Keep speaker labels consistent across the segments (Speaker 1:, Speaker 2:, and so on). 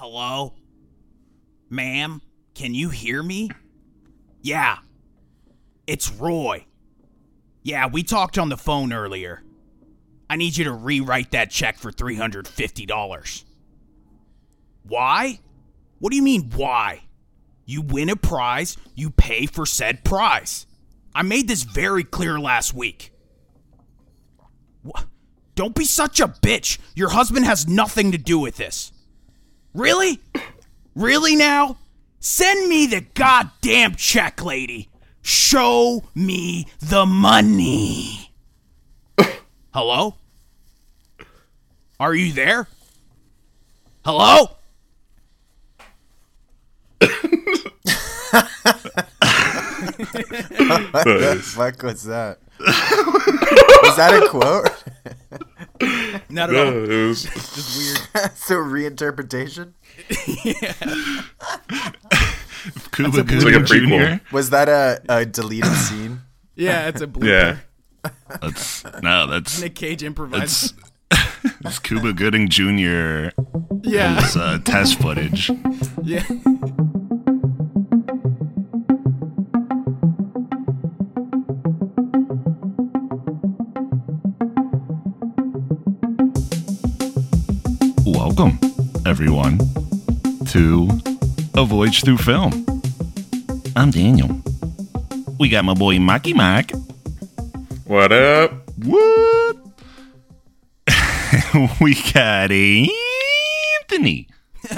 Speaker 1: Hello? Ma'am, can you hear me? Yeah. It's Roy. Yeah, we talked on the phone earlier. I need you to rewrite that check for $350. Why? What do you mean, why? You win a prize, you pay for said prize. I made this very clear last week. Wha Don't be such a bitch. Your husband has nothing to do with this. Really? Really now? Send me the goddamn check, lady. Show me the money. Hello? Are you there? Hello?
Speaker 2: Nice.
Speaker 3: Fuck, what's that? Is that a quote?
Speaker 1: Not at
Speaker 2: Yeah,
Speaker 1: all.
Speaker 2: it was-
Speaker 1: Just weird.
Speaker 3: so reinterpretation?
Speaker 4: Cuba
Speaker 2: It's like a
Speaker 4: Gooding
Speaker 2: prequel.
Speaker 4: Jr.
Speaker 3: Was that a, a deleted scene?
Speaker 5: Yeah, it's a blooper.
Speaker 2: Yeah.
Speaker 4: That's no, that's
Speaker 5: Nick Cage improvises.
Speaker 4: that's it's Cuba Gooding Jr.
Speaker 5: Yeah,
Speaker 4: It's uh, test footage.
Speaker 5: yeah.
Speaker 4: Welcome, everyone, to A Voyage Through Film. I'm Daniel. We got my boy Mikey Mike.
Speaker 2: What up?
Speaker 4: What? we got Anthony.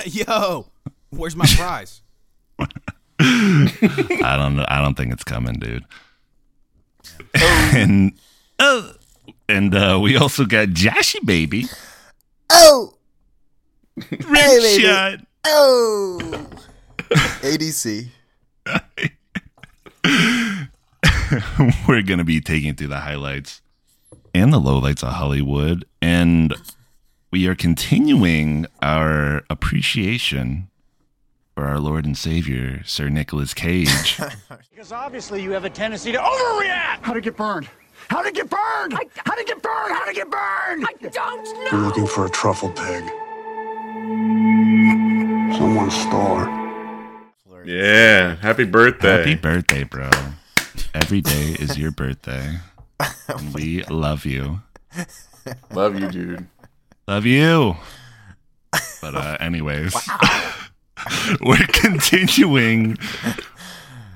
Speaker 1: Yo, where's my prize?
Speaker 4: I don't know. I don't think it's coming, dude. and uh, and uh, we also got Joshy Baby.
Speaker 3: Oh!
Speaker 4: Rim
Speaker 3: baby.
Speaker 4: shot.
Speaker 3: Oh! ADC.
Speaker 4: we're going to be taking through the highlights and the lowlights of Hollywood. And we are continuing our appreciation for our Lord and Savior, Sir Nicholas Cage.
Speaker 6: Because obviously you have a tendency to overreact. How to get burned? How to get burned? how to get burned? How to get burned? I don't know.
Speaker 7: We're looking for a truffle pig. Someone's star.
Speaker 2: Yeah. Happy birthday.
Speaker 4: Happy birthday, bro. Every day is your birthday. And we love you.
Speaker 2: Love you, dude.
Speaker 4: Love you. But uh, anyways, we're continuing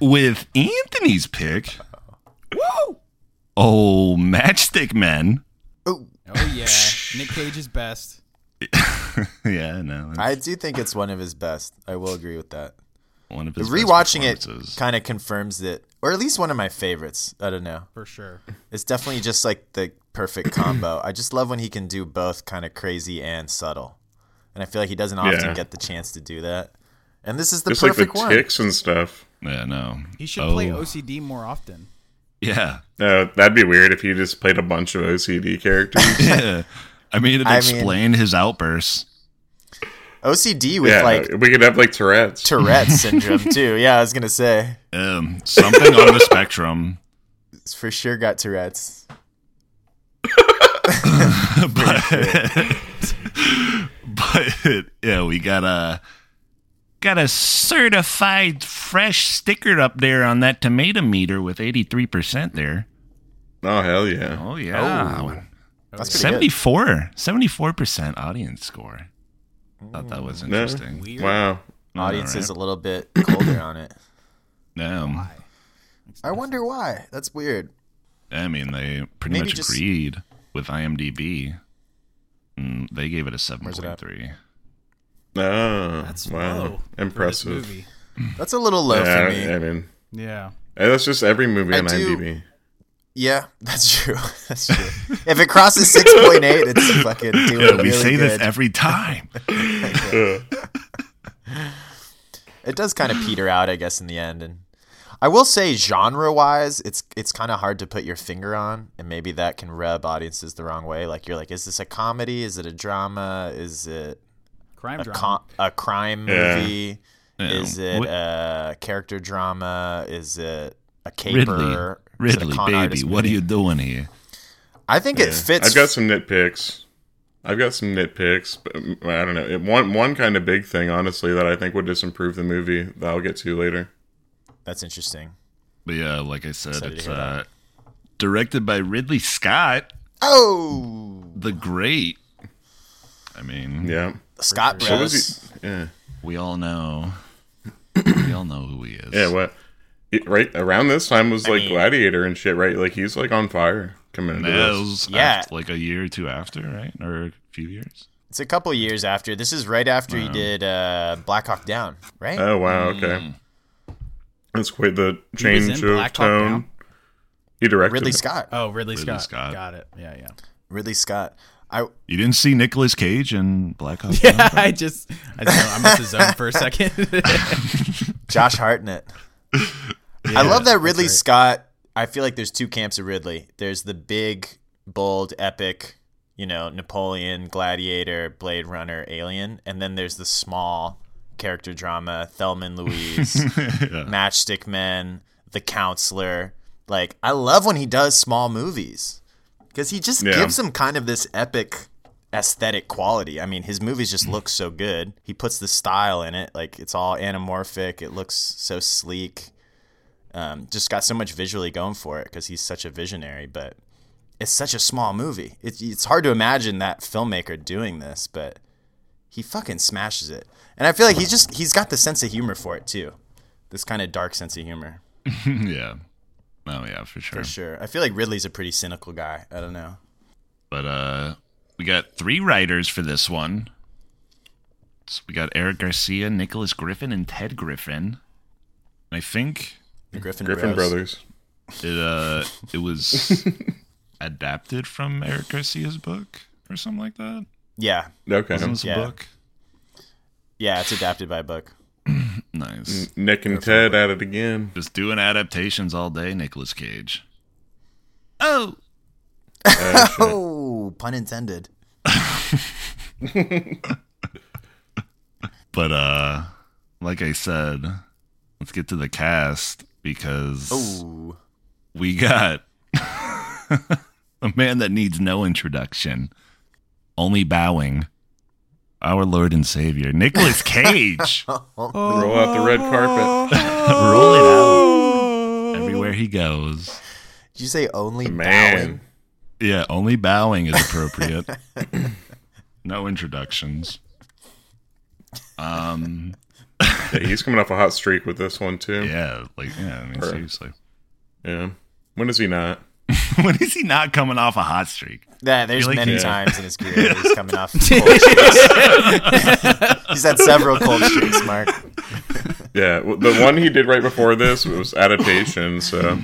Speaker 4: with Anthony's pick.
Speaker 5: Woo!
Speaker 4: Oh, Matchstick Men.
Speaker 5: Oh yeah, Nick Cage is best.
Speaker 4: yeah, no.
Speaker 3: I do think it's one of his best. I will agree with that.
Speaker 4: One of his best
Speaker 3: Rewatching it
Speaker 4: performances.
Speaker 3: kind of confirms it, or at least one of my favorites. I don't know.
Speaker 5: For sure.
Speaker 3: It's definitely just like the perfect combo. I just love when he can do both kind of crazy and subtle. And I feel like he doesn't often
Speaker 2: Yeah.
Speaker 3: get the chance to do that. And this is the
Speaker 2: Just like the
Speaker 3: perfect one.
Speaker 2: ticks and stuff.
Speaker 4: Yeah, no.
Speaker 5: He should
Speaker 4: Oh,
Speaker 5: play OCD more often.
Speaker 4: Yeah,
Speaker 2: No, that'd be weird if you just played a bunch of OCD characters.
Speaker 4: yeah. I mean, it
Speaker 3: I mean-
Speaker 4: explained his outbursts.
Speaker 3: OCD with
Speaker 2: yeah,
Speaker 3: like
Speaker 2: we could have like Tourette's.
Speaker 3: Tourette's syndrome too. Yeah, I was gonna say
Speaker 4: Um, something on the spectrum,
Speaker 3: it's for sure got Tourette's.
Speaker 4: but but yeah, we got a got a certified fresh sticker up there on that tomato meter with eighty three percent there.
Speaker 2: oh hell yeah!
Speaker 4: Oh yeah,
Speaker 3: That's pretty
Speaker 4: seventy four, seventy four percent audience score. Thought that was
Speaker 2: No.
Speaker 4: interesting.
Speaker 2: Wow.
Speaker 3: good. Audience is a
Speaker 4: All
Speaker 3: little bit colder on it.
Speaker 4: right. Um,
Speaker 3: I wonder why. That's weird.
Speaker 4: I mean, they pretty
Speaker 3: Maybe
Speaker 4: much
Speaker 3: just-
Speaker 4: agreed with IMDb. Mm, they gave it a seven
Speaker 3: it
Speaker 4: point
Speaker 3: at?
Speaker 4: three.
Speaker 2: Oh,
Speaker 5: That's
Speaker 2: wow.
Speaker 5: low For this
Speaker 2: Impressive.
Speaker 5: movie.
Speaker 3: That's a little low
Speaker 2: Yeah,
Speaker 3: for me.
Speaker 2: I mean,
Speaker 5: Yeah.
Speaker 2: eh, that's just every movie
Speaker 3: I
Speaker 2: on
Speaker 3: do-
Speaker 2: IMDb.
Speaker 3: Yeah, that's true. That's true. if it crosses six point eight, it's fucking doing
Speaker 4: Yeah,
Speaker 3: really
Speaker 4: we say
Speaker 3: good.
Speaker 4: this every time.
Speaker 3: it does kind of peter out, I guess, in the end. And I will say, genre-wise, it's it's kind of hard to put your finger on, and maybe that can rub audiences the wrong way. Like you're like, is this a comedy? Is it a drama? Is it
Speaker 5: Crime
Speaker 3: a,
Speaker 5: drama.
Speaker 3: com- a crime
Speaker 2: Yeah.
Speaker 3: movie?
Speaker 4: Yeah.
Speaker 3: Is it
Speaker 4: What-
Speaker 3: a character drama? Is it a
Speaker 4: Ridley,
Speaker 3: caper? Is it a
Speaker 4: Ridley,
Speaker 3: con
Speaker 4: baby,
Speaker 3: artist
Speaker 4: what are
Speaker 3: movie?
Speaker 4: you doing here?
Speaker 3: I think it
Speaker 2: Yeah.
Speaker 3: fits.
Speaker 2: I've got some nitpicks. I've got some nitpicks, but mm, I don't know. It, one one kind of big thing, honestly, that I think would just improve the movie that I'll get to later.
Speaker 3: That's interesting.
Speaker 4: But yeah, like I said,
Speaker 3: Excited to
Speaker 4: it's
Speaker 3: hear that.
Speaker 4: uh, directed by Ridley Scott,
Speaker 3: Oh,
Speaker 4: the great. I mean,
Speaker 2: Yeah.
Speaker 3: Scott
Speaker 2: What was
Speaker 3: Bros.
Speaker 2: he? Yeah.
Speaker 4: we all know. we all know who he is.
Speaker 2: Yeah. What? it- right around this time was like
Speaker 3: mean-
Speaker 2: Gladiator and shit, right? Like he's like on fire coming into
Speaker 4: And that
Speaker 2: this.
Speaker 4: was
Speaker 3: Yeah.
Speaker 4: aft- like a year or two after, right? Or a few years.
Speaker 3: It's a couple years after. This is right after he did uh, Black Hawk Down, right?
Speaker 2: Oh wow. Okay. That's quite the
Speaker 1: was
Speaker 2: change
Speaker 1: in
Speaker 2: of
Speaker 1: Black Hawk
Speaker 2: tone.
Speaker 1: Down?
Speaker 2: He directed.
Speaker 3: Ridley
Speaker 2: it.
Speaker 3: Scott.
Speaker 1: Oh, Ridley, Scott.
Speaker 4: Scott.
Speaker 1: Got it. Yeah, yeah.
Speaker 3: Ridley Scott. I
Speaker 4: You didn't see Nicolas Cage in Black Hawk? Down?
Speaker 2: Mm-hmm.
Speaker 1: Yeah, I just, I just I must have zoned for a second.
Speaker 3: Josh Hartnett. I love that Ridley Scott. I feel like there's two camps of Ridley. There's the big, bold, epic, you know, Napoleon, Gladiator, Blade Runner, Alien, and then there's the small character drama, Thelma and Louise, Matchstick Men, The Counselor. Like I love when he does small movies because he just
Speaker 2: Yeah.
Speaker 3: gives them kind of this epic aesthetic quality. I mean, his movies just look so good. He puts the style in it, like it's all anamorphic. It looks so sleek. Um, just got so much visually going for it because he's such a visionary. But it's such a small movie. It's it's hard to imagine that filmmaker doing this, but he fucking smashes it. And I feel like he's just he's got the sense of humor for it too. This kind of dark sense of humor.
Speaker 4: yeah. Oh yeah, for sure.
Speaker 3: For sure. I feel like Ridley's a pretty cynical guy. I don't know.
Speaker 4: But uh, we got three writers for this one. So we got Eric Garcia, Nicholas Griffin, and Ted Griffin. I think
Speaker 3: The Griffin,
Speaker 2: Griffin
Speaker 3: Bros.
Speaker 2: Brothers.
Speaker 4: it uh it was adapted from Eric Garcia's book or something like that.
Speaker 3: Yeah.
Speaker 2: Okay.
Speaker 4: Wasn't this a
Speaker 3: Yeah.
Speaker 4: book?
Speaker 3: Yeah, it's adapted by a book.
Speaker 4: Nice.
Speaker 2: Nick and Ted at it again.
Speaker 4: Just doing adaptations all day, Nicolas Cage. Oh,
Speaker 3: Oh, pun intended.
Speaker 4: but uh, like I said, let's get to the cast because
Speaker 3: Oh, Ooh.
Speaker 4: we got a man that needs no introduction, only bowing. Our Lord and Savior, Nicolas Cage,
Speaker 2: Roll out the red carpet.
Speaker 4: rolling out
Speaker 3: Oh.
Speaker 4: everywhere he goes.
Speaker 3: Did you say only
Speaker 2: The
Speaker 3: bowing?
Speaker 2: man.
Speaker 4: Yeah, only bowing is appropriate. no introductions. Um,
Speaker 2: Yeah, he's coming off a hot streak with this one too. Yeah.
Speaker 4: yeah, like yeah, I mean
Speaker 2: Or-
Speaker 4: seriously.
Speaker 2: When is he not?
Speaker 4: when is he not coming off a hot streak?
Speaker 3: Yeah, there's
Speaker 4: You're like,
Speaker 3: many
Speaker 4: yeah.
Speaker 3: times in his career that he's coming off. cold streaks. he's had several cold streaks, Mark.
Speaker 2: Yeah. well, The one he did right before this was adaptation. So,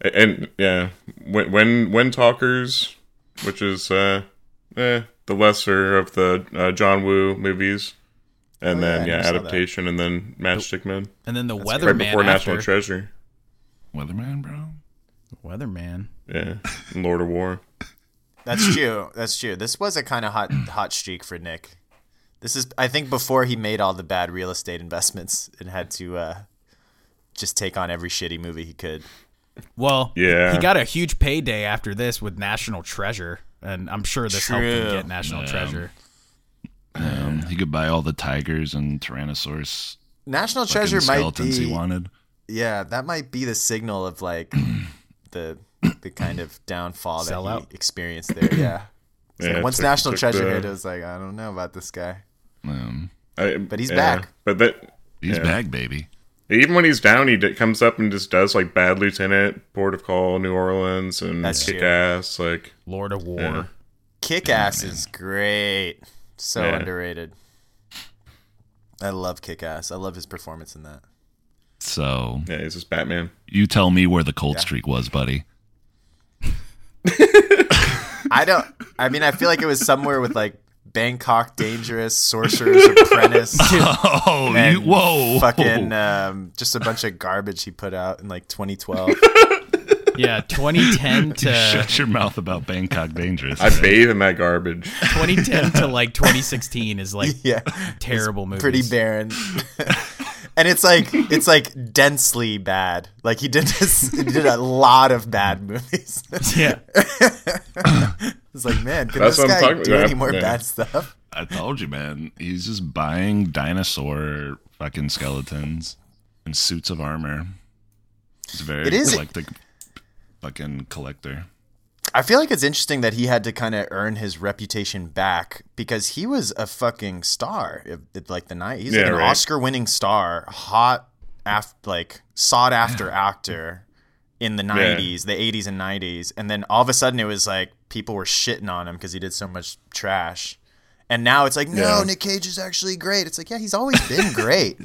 Speaker 2: and yeah, when when when talkers, which is uh, eh, the lesser of the uh, John Woo movies, and
Speaker 3: Oh, yeah, I
Speaker 2: then yeah,
Speaker 3: never saw that.
Speaker 2: adaptation, and then Matchstick Men.
Speaker 1: and then the
Speaker 2: Right
Speaker 1: weatherman
Speaker 2: before
Speaker 1: after.
Speaker 2: National Treasure.
Speaker 4: Weatherman, bro.
Speaker 1: Weatherman.
Speaker 2: Yeah. and Lord of War.
Speaker 3: That's true. That's true. This was a kind of hot hot streak for Nick. This is, I think, before he made all the bad real estate investments and had to uh, just take on every shitty movie he could.
Speaker 1: Well,
Speaker 2: Yeah.
Speaker 1: he got a huge payday after this with National Treasure, and I'm sure this helped
Speaker 3: True.
Speaker 1: him get National Treasure.
Speaker 4: Um, he could buy all the tigers and tyrannosaurus
Speaker 3: National
Speaker 4: and
Speaker 3: Treasure might
Speaker 4: skeletons
Speaker 3: be,
Speaker 4: he wanted.
Speaker 3: yeah, that might be the signal of like the the kind of downfall that
Speaker 1: Sell
Speaker 3: he
Speaker 1: out.
Speaker 3: experienced there. Yeah. So
Speaker 2: Yeah,
Speaker 3: once
Speaker 2: took-
Speaker 3: National
Speaker 2: took
Speaker 3: Treasure
Speaker 2: the-
Speaker 3: hit, it was like, I don't know about this guy.
Speaker 4: Um,
Speaker 2: but
Speaker 3: he's back.
Speaker 2: But that
Speaker 4: he's
Speaker 2: Yeah.
Speaker 4: back, baby.
Speaker 2: even when he's down, he d- comes up and just does like Bad Lieutenant, Port of Call, New Orleans, and
Speaker 3: That's
Speaker 2: Kick
Speaker 3: true.
Speaker 2: Ass. Like
Speaker 1: Lord of War.
Speaker 2: yeah.
Speaker 3: Kick Ass is great. So
Speaker 2: Yeah.
Speaker 3: underrated. I love Kick Ass. I love his performance in that.
Speaker 4: So
Speaker 2: yeah, he's just Batman.
Speaker 4: you tell me where the cold streak was, buddy.
Speaker 3: I don't. I mean, I feel like it was somewhere with like Bangkok Dangerous, Sorcerer's Apprentice,
Speaker 4: Oh, you,
Speaker 3: and
Speaker 4: whoa!
Speaker 3: fucking um, just a bunch of garbage he put out in like 2012.
Speaker 1: Yeah, 2010
Speaker 3: uh,
Speaker 1: to
Speaker 4: Shut your mouth about Bangkok Dangerous.
Speaker 2: I bathe in that garbage.
Speaker 1: 2010 to like 2016 is like
Speaker 3: yeah,
Speaker 1: terrible movies.
Speaker 3: pretty barren. and it's like it's like densely bad. Like he did this. He did a lot of bad movies.
Speaker 1: Yeah.
Speaker 3: It's It's like, man, can
Speaker 2: That's
Speaker 3: this
Speaker 2: what I'm
Speaker 3: guy
Speaker 2: talking
Speaker 3: do
Speaker 2: about,
Speaker 3: any more
Speaker 2: yeah.
Speaker 3: bad stuff?
Speaker 4: I told you, man. He's just buying dinosaur fucking skeletons and suits of armor. It's very
Speaker 3: It is-
Speaker 4: eclectic fucking collector.
Speaker 3: I feel like it's interesting that he had to kind of earn his reputation back because he was a fucking star of of, like the night. He's like
Speaker 2: Yeah,
Speaker 3: an
Speaker 2: right.
Speaker 3: Oscar-winning star, hot, af- like sought-after actor in the '90s, the '80s and '90s, and then all of a sudden it was like people were shitting on him because he did so much trash, and now it's like, no,
Speaker 2: Yeah.
Speaker 3: Nick Cage is actually great. It's like, yeah, he's always been great.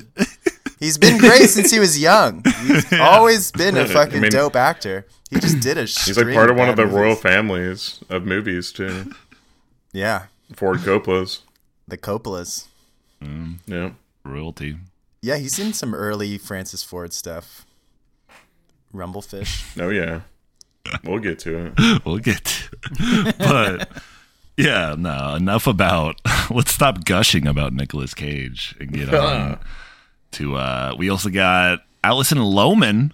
Speaker 3: He's been great since he was young. He's always been a
Speaker 2: I
Speaker 3: fucking
Speaker 2: mean-
Speaker 3: dope actor. He just did a.
Speaker 2: He's like part of one of the royal families of movies too.
Speaker 3: Yeah,
Speaker 2: Ford Coppola's.
Speaker 3: the Coppolas.
Speaker 2: Yeah.
Speaker 4: Royalty.
Speaker 3: Yeah, he's in some early Francis Ford stuff. Rumblefish.
Speaker 2: Oh yeah. We'll get to it.
Speaker 4: We'll get to- But yeah, no, enough about let's stop gushing about Nicolas Cage and get on to uh we also got Allison Lohman.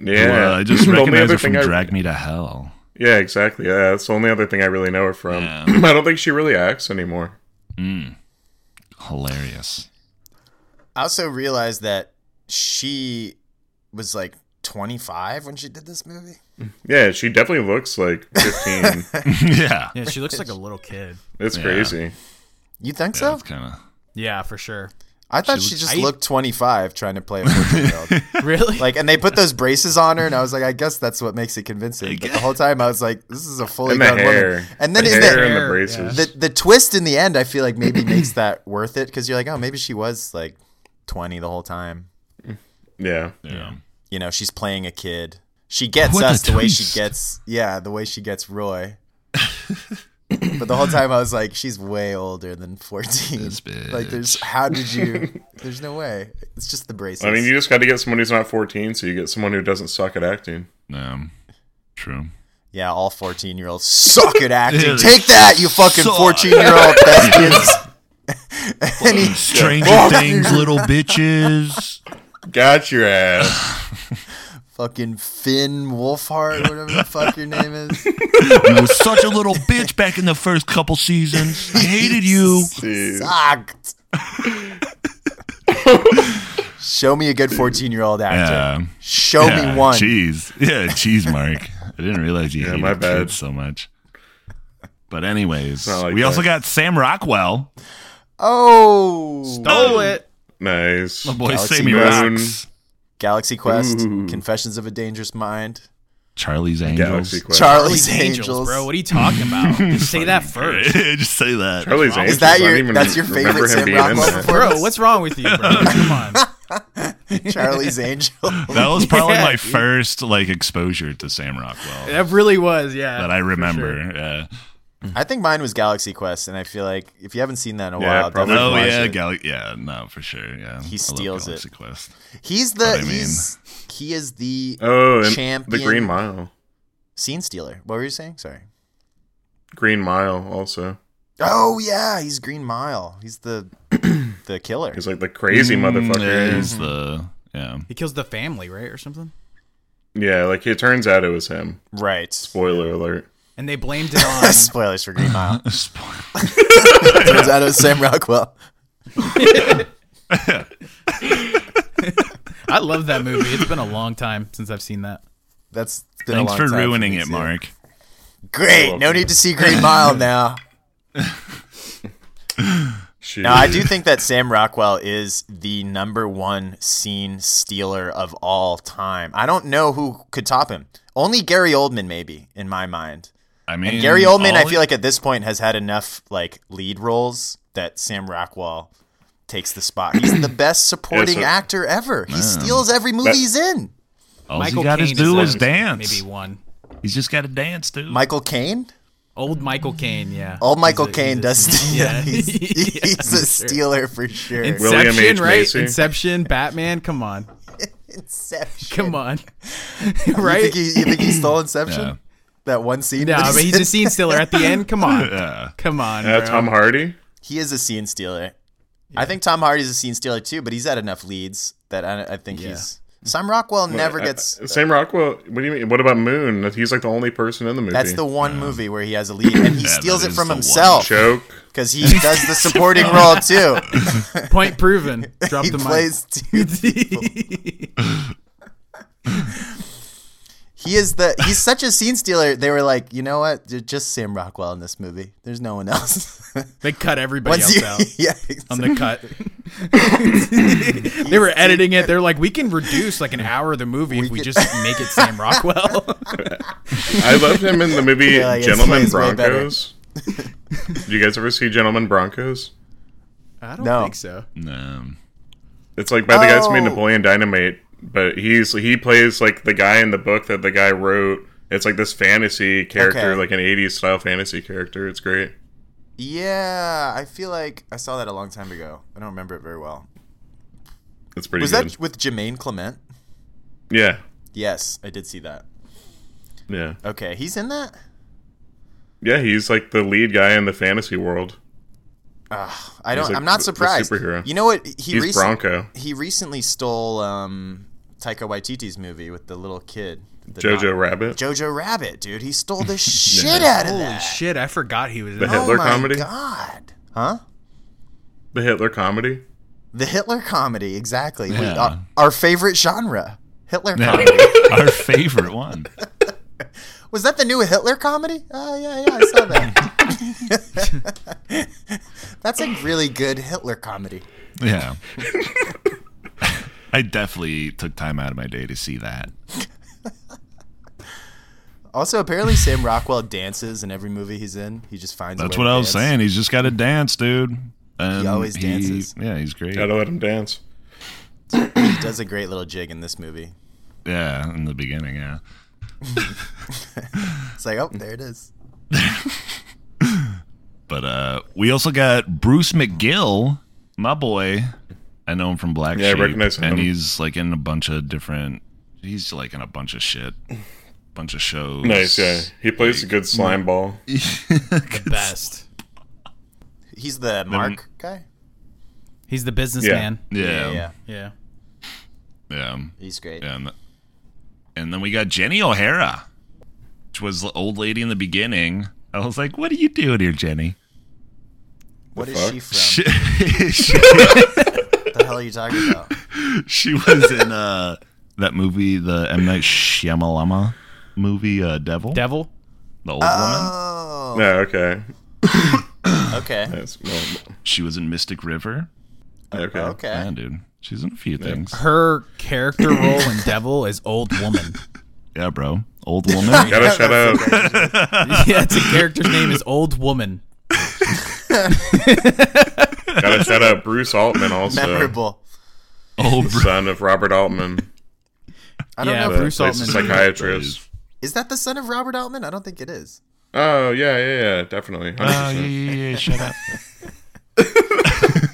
Speaker 4: who,
Speaker 2: Yeah.
Speaker 4: uh, I just
Speaker 2: The only
Speaker 4: recognize
Speaker 2: other
Speaker 4: her from
Speaker 2: thing I-
Speaker 4: Drag Me to Hell.
Speaker 2: Yeah, exactly. Yeah, that's the only other thing I really know her from.
Speaker 4: Yeah.
Speaker 2: I don't think she really acts anymore.
Speaker 4: Hilarious.
Speaker 3: I also realized that she was like 25 when she did this movie.
Speaker 2: Yeah, she definitely looks like 15.
Speaker 4: yeah.
Speaker 1: Yeah, she looks like a little kid.
Speaker 2: it's crazy.
Speaker 3: You think so?
Speaker 4: That's kinda
Speaker 1: Yeah, for sure.
Speaker 3: I thought she, just
Speaker 1: I-
Speaker 3: looked 25 trying to play a 14 year old.
Speaker 1: Really?
Speaker 3: like, and they put those braces on her, and I was like, I guess that's what makes it convincing. But the whole time I was like, this is a fully
Speaker 2: And the
Speaker 3: grown
Speaker 2: hair.
Speaker 3: woman. And then
Speaker 2: the
Speaker 3: in
Speaker 2: hair
Speaker 3: the,
Speaker 2: and the
Speaker 1: Hair,
Speaker 2: braces.
Speaker 3: the the twist in the end, I feel like maybe makes that worth it because you're like, oh, maybe she was like 20 the whole time.
Speaker 2: Yeah.
Speaker 4: yeah.
Speaker 3: You know, she's playing a kid. She gets
Speaker 4: What a
Speaker 3: us the way
Speaker 4: twist.
Speaker 3: she gets, yeah, the way she gets Roy. but the whole time I was like, she's way older than 14.
Speaker 4: This bitch.
Speaker 3: Like, there's how did you? There's no way. It's just the braces.
Speaker 2: I mean, you just got to get someone who's not 14, so you get someone who doesn't suck at acting.
Speaker 4: No. True.
Speaker 3: yeah, all 14 year olds suck at acting.
Speaker 4: Yeah, they
Speaker 3: Take that, you fucking
Speaker 4: suck.
Speaker 3: 14 year old thespians.
Speaker 4: Stranger Things, little bitches.
Speaker 2: Got your ass.
Speaker 3: fucking Finn Wolfhard, whatever the fuck your name is.
Speaker 4: You were such a little bitch back in the first couple seasons. I hated you.
Speaker 2: Jeez.
Speaker 3: Sucked. Show me a good 14 year old actor.
Speaker 4: Yeah.
Speaker 3: Show
Speaker 4: Yeah,
Speaker 3: me one.
Speaker 4: Cheese. Yeah, cheese mark. I didn't realize you
Speaker 2: Yeah,
Speaker 4: hated
Speaker 2: my bad.
Speaker 4: kids so much. But anyways,
Speaker 2: not like
Speaker 4: we also
Speaker 2: that.
Speaker 4: got Sam Rockwell.
Speaker 3: Oh.
Speaker 1: Stole it.
Speaker 2: Nice.
Speaker 4: My boy
Speaker 3: Galaxy
Speaker 4: Sammy
Speaker 2: Moon.
Speaker 4: Rocks.
Speaker 3: Galaxy Quest,
Speaker 2: Ooh.
Speaker 3: Confessions of a Dangerous Mind,
Speaker 4: Charlie's Angels.
Speaker 2: Galaxy Quest.
Speaker 3: Charlie's
Speaker 1: Charlie's
Speaker 3: Angels.
Speaker 1: Angels, bro. What are you talking about? Just say that first.
Speaker 4: Just say that.
Speaker 2: Charlie's Angels.
Speaker 3: that
Speaker 2: I don't
Speaker 3: your-
Speaker 2: even
Speaker 3: that's your
Speaker 2: remember
Speaker 3: favorite
Speaker 2: him
Speaker 3: Sam
Speaker 2: being in
Speaker 3: Rockwell
Speaker 2: that.
Speaker 3: performance?
Speaker 1: Bro, what's wrong with you, bro? Come on.
Speaker 3: Charlie's Angels.
Speaker 4: That was probably
Speaker 1: Yeah,
Speaker 4: my
Speaker 1: dude.
Speaker 4: first like exposure to Sam Rockwell
Speaker 1: That really was, yeah.
Speaker 4: that I remember. Yeah.
Speaker 3: I think mine was Galaxy Quest, and I feel like if you haven't seen that in a
Speaker 2: Yeah,
Speaker 3: while,
Speaker 2: probably.
Speaker 3: definitely
Speaker 4: Oh
Speaker 3: watch
Speaker 4: yeah,
Speaker 3: it.
Speaker 4: Gal- yeah, no, for sure. Yeah, I love
Speaker 3: steals it.
Speaker 4: Galaxy Quest.
Speaker 3: he's the
Speaker 4: what I mean.
Speaker 3: he's he is the
Speaker 2: Oh, and
Speaker 3: Champion.
Speaker 2: the Green Mile.
Speaker 3: scene stealer. What were you saying? Sorry.
Speaker 2: Green Mile also.
Speaker 3: Oh yeah, he's Green Mile. He's the the killer.
Speaker 2: He's like the crazy motherfucker.
Speaker 4: Mm, Is the yeah.
Speaker 1: he kills the family, right, or something?
Speaker 2: Yeah, like it turns out it was him.
Speaker 3: Right.
Speaker 2: Spoiler alert.
Speaker 1: And they blamed it on
Speaker 3: Spoilers for Green Mile.
Speaker 4: Spoiler.
Speaker 3: Turns out it was Sam Rockwell.
Speaker 1: I love that movie. It's been a long time since I've seen that.
Speaker 3: That's been a
Speaker 4: Thanks
Speaker 3: long
Speaker 4: for
Speaker 3: time me
Speaker 4: ruining it,
Speaker 3: too.
Speaker 4: Mark.
Speaker 3: Great. No need to see Green Mile now.
Speaker 2: Shoot.
Speaker 3: No, I do think that Sam Rockwell is the number one scene stealer of all time. I don't know who could top him. Only Gary Oldman, maybe, in my mind.
Speaker 4: I mean,
Speaker 3: Gary Oldman, I
Speaker 4: all-
Speaker 3: feel like at this point has had enough like lead roles that Sam Rockwell takes the spot. He's the best supporting
Speaker 2: so-
Speaker 3: actor ever. He steals every movie he's in.
Speaker 4: all he got to
Speaker 1: Caine
Speaker 4: do
Speaker 1: is
Speaker 4: is
Speaker 1: like
Speaker 4: dance.
Speaker 1: Maybe one.
Speaker 4: He's just got to dance, dude.
Speaker 3: Michael Caine.
Speaker 1: Old Michael Caine, yeah.
Speaker 3: All Michael
Speaker 1: He's a-
Speaker 3: Caine
Speaker 1: he's a-
Speaker 3: does. steal.
Speaker 1: yeah.
Speaker 3: he's,
Speaker 1: Yeah,
Speaker 3: he's
Speaker 1: for
Speaker 3: a
Speaker 1: sure.
Speaker 3: stealer for sure.
Speaker 2: William
Speaker 1: Inception,
Speaker 2: H.
Speaker 1: right?
Speaker 2: Macy.
Speaker 1: Inception, Batman. Come on,
Speaker 3: Inception.
Speaker 1: come on,
Speaker 3: You
Speaker 1: right?
Speaker 3: think he, you think he stole Inception?
Speaker 4: Yeah.
Speaker 3: That one scene.
Speaker 1: No,
Speaker 3: that
Speaker 1: but he's
Speaker 3: in?
Speaker 1: a scene stealer at the end. Come on,
Speaker 4: yeah.
Speaker 1: come on,
Speaker 2: Uh,
Speaker 1: bro.
Speaker 2: Tom Hardy.
Speaker 3: He is a scene stealer. I think Tom Hardy's a scene stealer too, but he's had enough leads that I, I think
Speaker 1: Yeah.
Speaker 3: he's Sam Rockwell never gets.
Speaker 2: Uh, Sam Rockwell. What do you mean? What about Moon? He's like the only person in the movie.
Speaker 3: That's the one movie where he has a lead, and he
Speaker 4: Yeah,
Speaker 3: steals
Speaker 4: that
Speaker 3: it
Speaker 4: is
Speaker 3: from
Speaker 4: the one.
Speaker 3: himself
Speaker 2: joke.
Speaker 3: because he does the supporting role too.
Speaker 1: Point proven. Drop
Speaker 3: he
Speaker 1: the
Speaker 3: plays two people. he is the he's such a scene stealer. They were like, you know what? Ju- Just Sam Rockwell in this movie. There's no one else.
Speaker 1: mic. They cut everybody
Speaker 3: Once
Speaker 1: else
Speaker 3: you,
Speaker 1: out
Speaker 3: yeah,
Speaker 1: on the cut. they were editing it. They're like, we can reduce like an hour of the movie if we just make it Sam Rockwell.
Speaker 2: I loved him in the movie
Speaker 3: Yeah, it's-
Speaker 2: Gentlemen
Speaker 3: it's way better.
Speaker 2: Broncos. Do you guys ever see Gentlemen Broncos?
Speaker 1: I don't
Speaker 3: No.
Speaker 1: think so.
Speaker 4: No.
Speaker 2: It's like by the guys who made
Speaker 3: Oh.
Speaker 2: Napoleon Dynamite, but he's he plays like the guy in the book that the guy wrote. It's like this fantasy character,
Speaker 3: Okay.
Speaker 2: like an '80s style fantasy character. It's great.
Speaker 3: yeah. I feel like I saw that a long time ago. I don't remember it very well.
Speaker 2: It's pretty
Speaker 3: Was
Speaker 2: good.
Speaker 3: that with Jermaine Clement?
Speaker 2: yeah,
Speaker 3: Yes, I did see that.
Speaker 2: yeah,
Speaker 3: Okay, he's in that.
Speaker 2: yeah. He's like the lead guy in the fantasy world.
Speaker 3: I don't.
Speaker 2: like
Speaker 3: I'm not
Speaker 2: the- the
Speaker 3: surprised.
Speaker 2: superhero.
Speaker 3: You know what? He
Speaker 2: He's
Speaker 3: recent-
Speaker 2: Bronco.
Speaker 3: He recently stole um, Taika Waititi's movie with the little kid. The
Speaker 2: Jojo
Speaker 3: dog-
Speaker 2: Rabbit.
Speaker 3: Jojo Rabbit, dude. He stole the shit out of
Speaker 1: Holy
Speaker 3: that.
Speaker 1: shit! I forgot he was in.
Speaker 2: The
Speaker 1: it.
Speaker 2: Hitler
Speaker 3: oh my
Speaker 2: comedy?
Speaker 3: god. Huh?
Speaker 2: the Hitler comedy.
Speaker 3: The Hitler comedy, exactly. We-
Speaker 4: Yeah.
Speaker 3: our, our favorite genre, Hitler comedy.
Speaker 4: Our favorite one.
Speaker 3: Was that the new Hitler comedy? Oh yeah, yeah, I saw that. That's a really good Hitler comedy.
Speaker 4: Yeah. I definitely took time out of my day to see that.
Speaker 3: Also, apparently Sam Rockwell dances in every movie he's in. He just finds. a
Speaker 4: That's
Speaker 3: way
Speaker 4: what
Speaker 3: to
Speaker 4: I was
Speaker 3: dance.
Speaker 4: saying. He's just got to dance, dude. And
Speaker 3: always dances.
Speaker 4: Yeah, he's great.
Speaker 2: Gotta let him dance.
Speaker 3: He does a great little jig in this movie.
Speaker 4: Yeah, in the beginning, yeah.
Speaker 3: It's like, oh, there it is.
Speaker 4: But uh we also got Bruce McGill, my boy. I know him from Black
Speaker 2: Yeah, I
Speaker 4: Sheep,
Speaker 2: recognize him.
Speaker 4: and he's like in a bunch of different. He's like in a bunch of shit, bunch of shows.
Speaker 2: Nice guy. He plays a good slime ball.
Speaker 1: Best.
Speaker 3: He's the Mark guy.
Speaker 1: He's the businessman.
Speaker 4: Yeah,
Speaker 3: yeah,
Speaker 4: yeah,
Speaker 1: Yeah.
Speaker 4: yeah.
Speaker 3: he's great.
Speaker 4: And and then we got Jenny O'Hara, which was the old lady in the beginning. I was like, "What are you doing here, Jenny?"
Speaker 3: What is
Speaker 2: fuck?
Speaker 3: she from?
Speaker 4: She, she,
Speaker 3: What the hell are you talking about?
Speaker 4: she was in uh that movie, the M Night Shyamalama movie, uh, Devil,
Speaker 1: Devil.
Speaker 4: the old woman.
Speaker 3: Oh,
Speaker 2: Yeah, okay.
Speaker 3: okay,
Speaker 2: That's well,
Speaker 4: She was in Mystic River.
Speaker 2: okay.
Speaker 3: okay.
Speaker 4: Yeah, dude. She's in a few things.
Speaker 1: Her character role in Devil is old woman.
Speaker 4: Yeah, bro. Old woman.
Speaker 2: Gotta shout out.
Speaker 1: yeah, it's a character's name is old woman.
Speaker 2: Gotta shout out Bruce Altman also.
Speaker 3: Memorable.
Speaker 4: old bro.
Speaker 2: Son of Robert Altman.
Speaker 3: I don't
Speaker 1: yeah,
Speaker 3: know.
Speaker 1: Bruce
Speaker 2: plays a
Speaker 1: Altman.
Speaker 2: psychiatrist.
Speaker 3: Is that the son of Robert Altman? I don't think it is.
Speaker 2: Oh yeah, yeah, yeah, definitely. 100%.
Speaker 4: Oh, yeah, yeah, yeah. Shut up.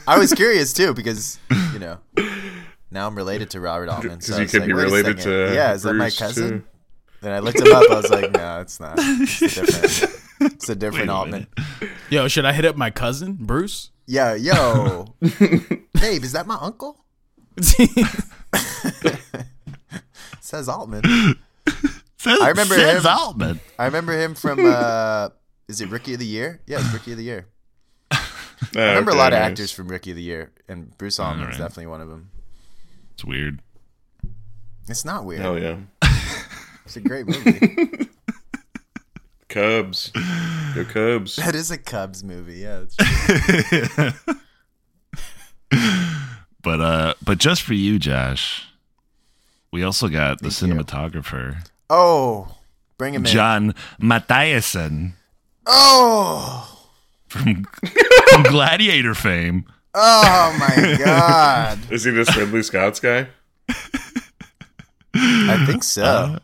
Speaker 3: I was curious too because you know now I'm related to Robert Altman.
Speaker 2: Because
Speaker 3: So
Speaker 2: you
Speaker 3: it's
Speaker 2: could
Speaker 3: like,
Speaker 2: be
Speaker 3: wait a
Speaker 2: related
Speaker 3: second.
Speaker 2: to
Speaker 3: yeah, is that my
Speaker 2: Bruce,
Speaker 3: cousin?
Speaker 2: too.
Speaker 3: Then I looked him up. I was like, no, it's not. It's a different. It's a different Altman.
Speaker 1: Yo, should I hit up my cousin, Bruce?
Speaker 3: Yeah, yo, Dave, is that my uncle? Says Altman.
Speaker 4: Says,
Speaker 3: I remember
Speaker 4: says
Speaker 3: him.
Speaker 4: Altman.
Speaker 3: I remember him from uh is it Rookie of the Year? Yeah, it's Rookie of the Year.
Speaker 2: Oh,
Speaker 3: I remember
Speaker 2: okay,
Speaker 3: a lot of
Speaker 2: nice.
Speaker 3: actors from Rookie of the Year and Bruce Altman's
Speaker 4: Alright.
Speaker 3: definitely one of them.
Speaker 4: It's weird.
Speaker 3: It's not weird.
Speaker 2: Hell yeah,
Speaker 3: It's a great movie.
Speaker 2: Cubs. Go Cubs.
Speaker 3: that is a Cubs movie. Yeah. That's true.
Speaker 4: But uh, but just for you, Josh, we also got the cinematographer
Speaker 3: Oh, bring him in.
Speaker 4: John Mathiasen
Speaker 3: Oh.
Speaker 4: from Gladiator fame.
Speaker 3: Oh my god.
Speaker 2: Is he this Ridley Scott's guy?
Speaker 3: I think so.
Speaker 8: Uh-huh.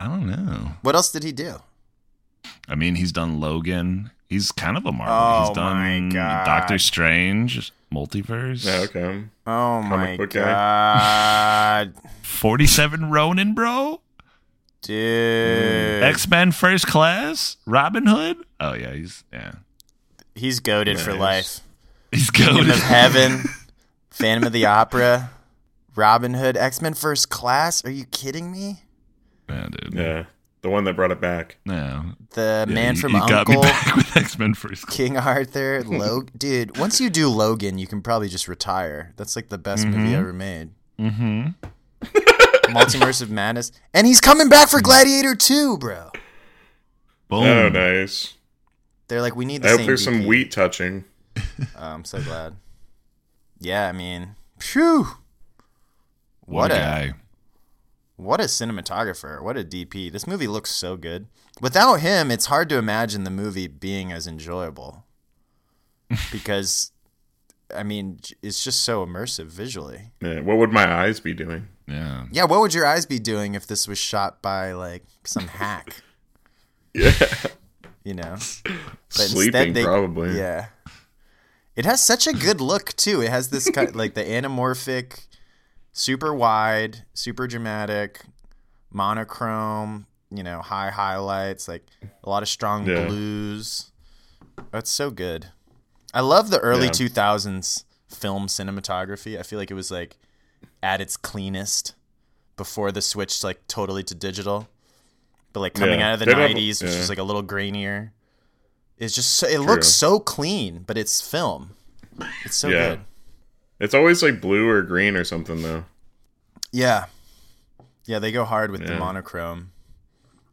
Speaker 4: I don't know.
Speaker 3: what else did he do?
Speaker 4: I mean, he's done Logan. He's kind of a Marvel.
Speaker 3: Oh,
Speaker 4: he's done
Speaker 3: my God.
Speaker 4: Doctor Strange, Multiverse,
Speaker 2: Yeah, okay.
Speaker 3: Oh
Speaker 2: Comic
Speaker 3: my
Speaker 2: book guy.
Speaker 3: god.
Speaker 4: Forty-Seven Ronin, bro.
Speaker 3: Dude.
Speaker 4: X Men First Class, Robin Hood. Oh yeah, he's yeah,
Speaker 3: He's goaded for life.
Speaker 4: he's
Speaker 3: Kingdom
Speaker 4: goaded.
Speaker 3: of Heaven, Phantom of the Opera, Robin Hood, X Men First Class. Are you kidding me?
Speaker 8: Yeah, dude.
Speaker 2: Yeah, the one that brought it back.
Speaker 8: No.
Speaker 3: The
Speaker 8: Yeah,
Speaker 3: Man
Speaker 8: you-
Speaker 3: from
Speaker 8: you got me
Speaker 3: Uncle,
Speaker 8: back with X Men first. Class.
Speaker 3: King Arthur, Logan. Dude, once you do Logan, you can probably just retire. That's like the best movie ever made.
Speaker 8: Mm-hmm.
Speaker 2: Mm-hmm.
Speaker 3: Multiverse of Madness, and he's coming back for Gladiator 2, bro.
Speaker 8: Boom.
Speaker 2: Oh, nice.
Speaker 3: They're like, we need the
Speaker 2: I hope
Speaker 3: same.
Speaker 2: there's some
Speaker 3: DP.
Speaker 2: wheat touching.
Speaker 3: Oh, I'm so glad. Yeah, I mean, phew. What
Speaker 8: What, a
Speaker 3: a-
Speaker 8: guy.
Speaker 3: What a cinematographer. What a DP. This movie looks so good. Without him, it's hard to imagine the movie being as enjoyable. Because, I mean, j- it's just so immersive visually.
Speaker 2: Yeah, what would my eyes be doing?
Speaker 8: Yeah.
Speaker 3: Yeah, what would your eyes be doing if this was shot by, like, some hack?
Speaker 2: Yeah,
Speaker 3: You know? But instead
Speaker 2: sleeping
Speaker 3: they-
Speaker 2: probably.
Speaker 3: Yeah. It has such a good look too. It has this kind like the anamorphic, super wide, super dramatic, monochrome, you know, high highlights, like a lot of strong
Speaker 2: Yeah.
Speaker 3: blues. That's so good. I love the early
Speaker 2: Yeah.
Speaker 3: 2000s film cinematography. I feel like it was like at its cleanest before the switch like totally to digital. But like coming
Speaker 2: Yeah.
Speaker 3: out of the
Speaker 2: They don't have-
Speaker 3: 90s, which
Speaker 2: yeah.
Speaker 3: is like a little grainier. It's just so, it looks so clean, but it's film. It's so
Speaker 2: Yeah.
Speaker 3: good.
Speaker 2: It's always like blue or green or something though.
Speaker 3: Yeah. Yeah, they go hard with the
Speaker 2: Yeah.
Speaker 3: monochrome,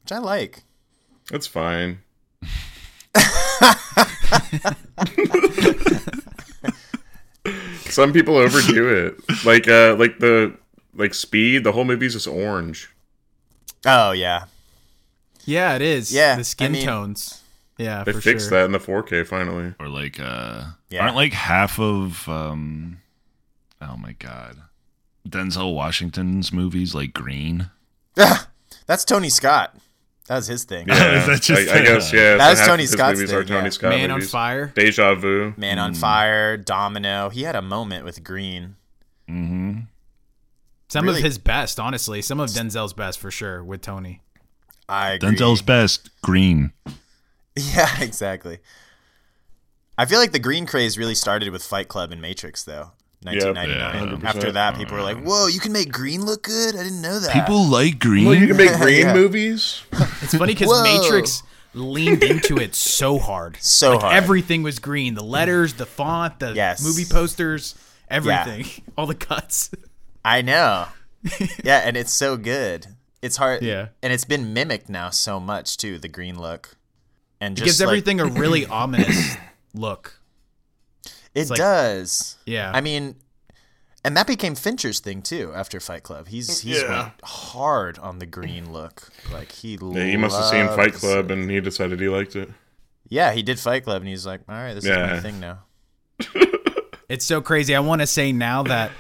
Speaker 3: which I like.
Speaker 2: That's fine. Some people overdo it. Like uh like the like speed, the whole movie's just orange.
Speaker 3: Oh yeah.
Speaker 1: Yeah, it is.
Speaker 3: Yeah, I
Speaker 1: the skin
Speaker 3: mean-
Speaker 1: tones. Yeah,
Speaker 2: They
Speaker 1: for
Speaker 2: fixed
Speaker 1: sure.
Speaker 2: that in the 4K finally.
Speaker 8: Or like uh
Speaker 3: Yeah.
Speaker 8: aren't like half of um oh my god. Denzel Washington's movies like green.
Speaker 3: That's Tony Scott. That was his thing.
Speaker 2: Yeah,
Speaker 8: Is that just-
Speaker 2: I, I guess yeah.
Speaker 3: That was
Speaker 2: half
Speaker 3: Tony
Speaker 2: of his
Speaker 3: Scott's
Speaker 2: movies
Speaker 3: thing,
Speaker 2: are Tony
Speaker 3: yeah.
Speaker 2: Scott
Speaker 1: Man on
Speaker 2: movies.
Speaker 1: Fire.
Speaker 2: Deja Vu.
Speaker 3: Man on Fire, Domino. He had a moment with Green.
Speaker 8: Mm-hmm.
Speaker 1: Some
Speaker 3: really-
Speaker 1: of his best, honestly. Some of Denzel's best for sure with Tony.
Speaker 3: I agree.
Speaker 8: Denzel's best, green.
Speaker 3: Yeah, exactly. I feel like the green craze really started with Fight Club and Matrix, though. 1999.
Speaker 8: Yeah,
Speaker 3: After that, people were like, "Whoa, you can make green look good? I didn't know that."
Speaker 8: People like green.
Speaker 2: Well, you can make green
Speaker 3: Yeah.
Speaker 2: movies.
Speaker 1: It's funny because
Speaker 3: Whoa.
Speaker 1: Matrix leaned into it so hard.
Speaker 3: so hard.
Speaker 1: Everything was green. The letters, the font, the
Speaker 3: Yes.
Speaker 1: movie posters, everything. All the cuts.
Speaker 3: I know. yeah, and it's so good. It's hard.
Speaker 1: Yeah.
Speaker 3: and it's been mimicked now so much too. The green look, and
Speaker 1: It gives
Speaker 3: just like-
Speaker 1: everything a really ominous look.
Speaker 3: It
Speaker 1: like-
Speaker 3: does.
Speaker 1: Yeah.
Speaker 3: I mean, and that became Fincher's thing too after Fight Club. He's he's went hard on the green look. Like he
Speaker 2: Yeah, he must have seen Fight
Speaker 3: loves-
Speaker 2: Club and he decided he liked it.
Speaker 3: Yeah, he did Fight Club, and he's like, all right, this is my
Speaker 2: Yeah.
Speaker 3: thing now.
Speaker 1: It's so crazy. I want to say now that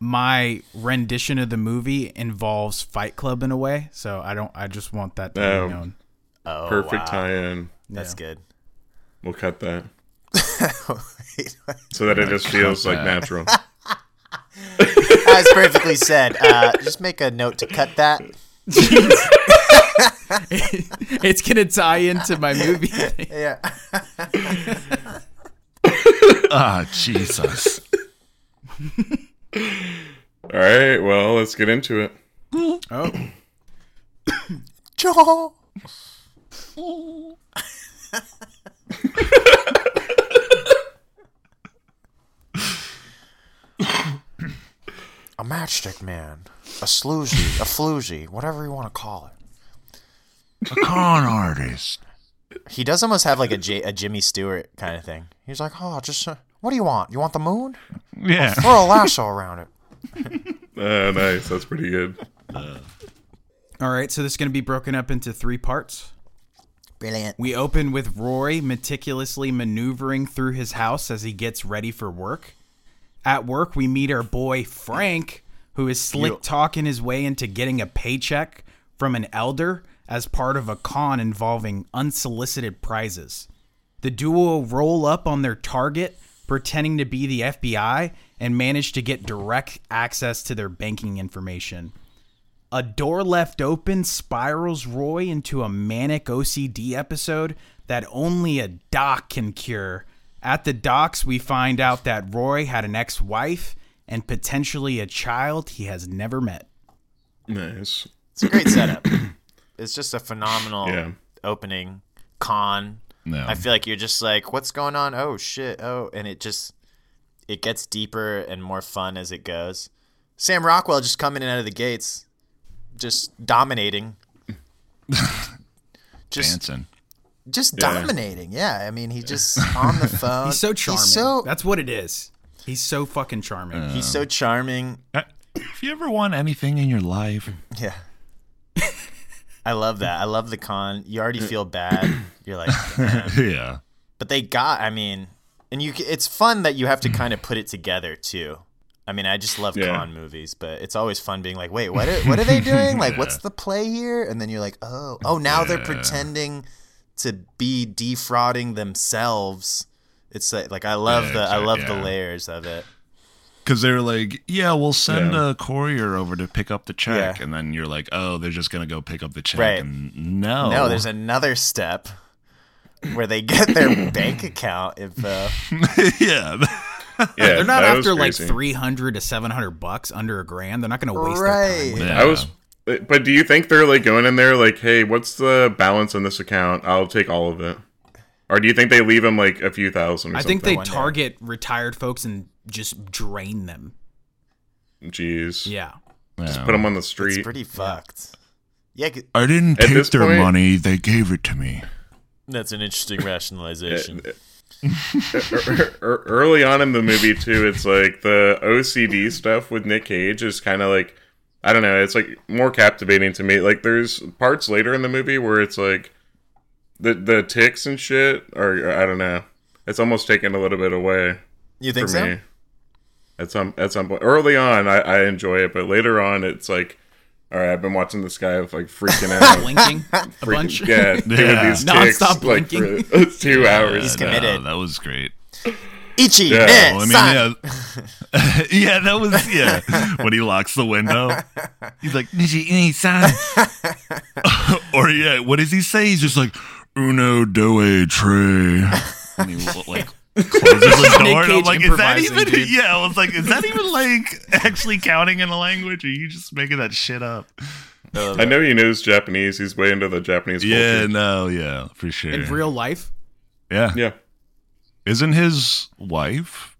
Speaker 1: my rendition of the movie involves Fight Club in a way, so I don't. I just want that to
Speaker 2: No.
Speaker 1: be known.
Speaker 3: Oh,
Speaker 2: Perfect
Speaker 3: wow.
Speaker 2: tie-in.
Speaker 3: That's good.
Speaker 2: We'll cut that so that it just feels like natural.
Speaker 3: As perfectly said. Uh, just make a note to cut that.
Speaker 1: It's gonna tie into my movie.
Speaker 3: Yeah.
Speaker 8: Ah, Jesus.
Speaker 2: All right, well, let's get into it.
Speaker 3: Joel. a matchstick man, a sloozy, a floozy, whatever you want to call it.
Speaker 8: A con artist.
Speaker 3: He does almost have like a, J- a Jimmy Stewart kind of thing. He's like, oh, just uh, what do you want? You want the moon?
Speaker 8: Yeah.
Speaker 3: Throw a lasso around it.
Speaker 2: Uh, nice. That's pretty good.
Speaker 1: All right, so this is gonna be broken up into three parts.
Speaker 3: Brilliant.
Speaker 1: We open with Roy meticulously maneuvering through his house as he gets ready for work. At work, we meet our boy Frank, who is slick talking his way into getting a paycheck from an elder as part of a con involving unsolicited prizes. The duo roll up on their target, pretending to be the FBI, and manage to get direct access to their banking information. A door left open spirals Roy into a manic OCD episode that only a doc can cure. At the docs, we find out that Roy had an ex wife and potentially a child he has never met.
Speaker 2: Nice.
Speaker 3: It's a great setup. It's just a phenomenal
Speaker 2: Yeah.
Speaker 3: opening con.
Speaker 4: No.
Speaker 3: I feel like you're just like, what's going on? Oh shit! Oh, and it just it gets deeper and more fun as it goes. Sam Rockwell just coming in out of the gates, just dominating. just
Speaker 4: dancing.
Speaker 3: just dominating. Yeah, I mean, he just on the phone.
Speaker 1: He's so charming.
Speaker 3: Uh, He's so
Speaker 1: That's what it is. He's so fucking charming.
Speaker 2: Uh,
Speaker 3: he's so charming.
Speaker 4: Uh, If you ever want anything in your life,
Speaker 3: Yeah. I love that. I love the con. You already feel bad. You're like,
Speaker 4: yeah.
Speaker 3: but they got. I mean, and you. c- It's fun that you have to kind of put it together too. I mean, I just love
Speaker 2: Yeah.
Speaker 3: con movies, but it's always fun being like, wait, what are what are they doing? Like, what's the play here? And then you're like, oh, oh, now they're pretending to be defrauding themselves. It's like, like I love
Speaker 4: Yeah,
Speaker 3: the I
Speaker 4: exact-
Speaker 3: love the
Speaker 4: yeah.
Speaker 3: layers of it.
Speaker 4: Because they're like, yeah, we'll send
Speaker 2: Yeah.
Speaker 4: a courier over to pick up the check.
Speaker 3: Yeah.
Speaker 4: And then you're like, oh, they're just going to go pick up the check.
Speaker 3: Right.
Speaker 4: And no.
Speaker 3: No, there's another step where they get their bank account info.
Speaker 4: yeah.
Speaker 2: Yeah,
Speaker 1: They're not
Speaker 2: that was
Speaker 1: after like
Speaker 2: crazy.
Speaker 1: 300 to 700 bucks under a grand. They're not going to waste their time.
Speaker 3: Right.
Speaker 4: yeah.
Speaker 2: I was. uh, But do you think they're like going in there like, hey, what's the balance on this account? I'll take all of it. Or do you think they leave him like a few thousand? Or
Speaker 1: I think they
Speaker 2: something?
Speaker 3: day.
Speaker 1: target retired folks and just drain them.
Speaker 2: Jeez.
Speaker 1: Yeah.
Speaker 4: Just
Speaker 2: Put him on the
Speaker 3: It's
Speaker 2: street.
Speaker 3: pretty fucked. Yeah, 'cause-
Speaker 4: I didn't
Speaker 2: At this
Speaker 4: take their
Speaker 2: point-
Speaker 4: money. They gave it to me.
Speaker 3: that's an interesting rationalization.
Speaker 2: Er- er- Early on in the movie too, it's like the OCD stuff with Nick Cage is kind of like I don't know. It's like more captivating to me. Like there's parts later in the movie where it's like the the ticks and shit, or I don't know. It's almost taken a little bit away.
Speaker 3: You think
Speaker 2: for
Speaker 3: so?
Speaker 2: me. At some at some point, early on, I, I enjoy it, but later on, it's like, all right, I've been watching this guy like freaking out,
Speaker 1: Blinking a bunch.
Speaker 2: yeah, doing
Speaker 4: Yeah.
Speaker 2: these ticks
Speaker 1: Non-stop
Speaker 2: like
Speaker 1: blinking.
Speaker 2: for two hours.
Speaker 3: He's
Speaker 4: No,
Speaker 3: committed.
Speaker 4: that was great.
Speaker 3: Ichi,
Speaker 2: Yeah.
Speaker 1: Eh,
Speaker 3: ne,
Speaker 4: Well, I
Speaker 3: san.
Speaker 4: mean, yeah. yeah, that was, yeah. When he locks the window, he's like, Nishi, ini, san. or, yeah, what does he say? He's just like, Uno, doe, tre. And he, like, closes the door. And I'm
Speaker 1: Cage
Speaker 4: like, is that
Speaker 1: improvising,
Speaker 4: even,
Speaker 1: dude.
Speaker 4: yeah, I was like, is that even, like, actually counting in a language? Or are you just making that shit up?
Speaker 2: I know he knows Japanese. He's way into the Japanese
Speaker 4: Yeah,
Speaker 2: culture.
Speaker 4: no, yeah, for sure.
Speaker 1: In real life,
Speaker 4: yeah.
Speaker 2: Yeah,
Speaker 4: Isn't his wife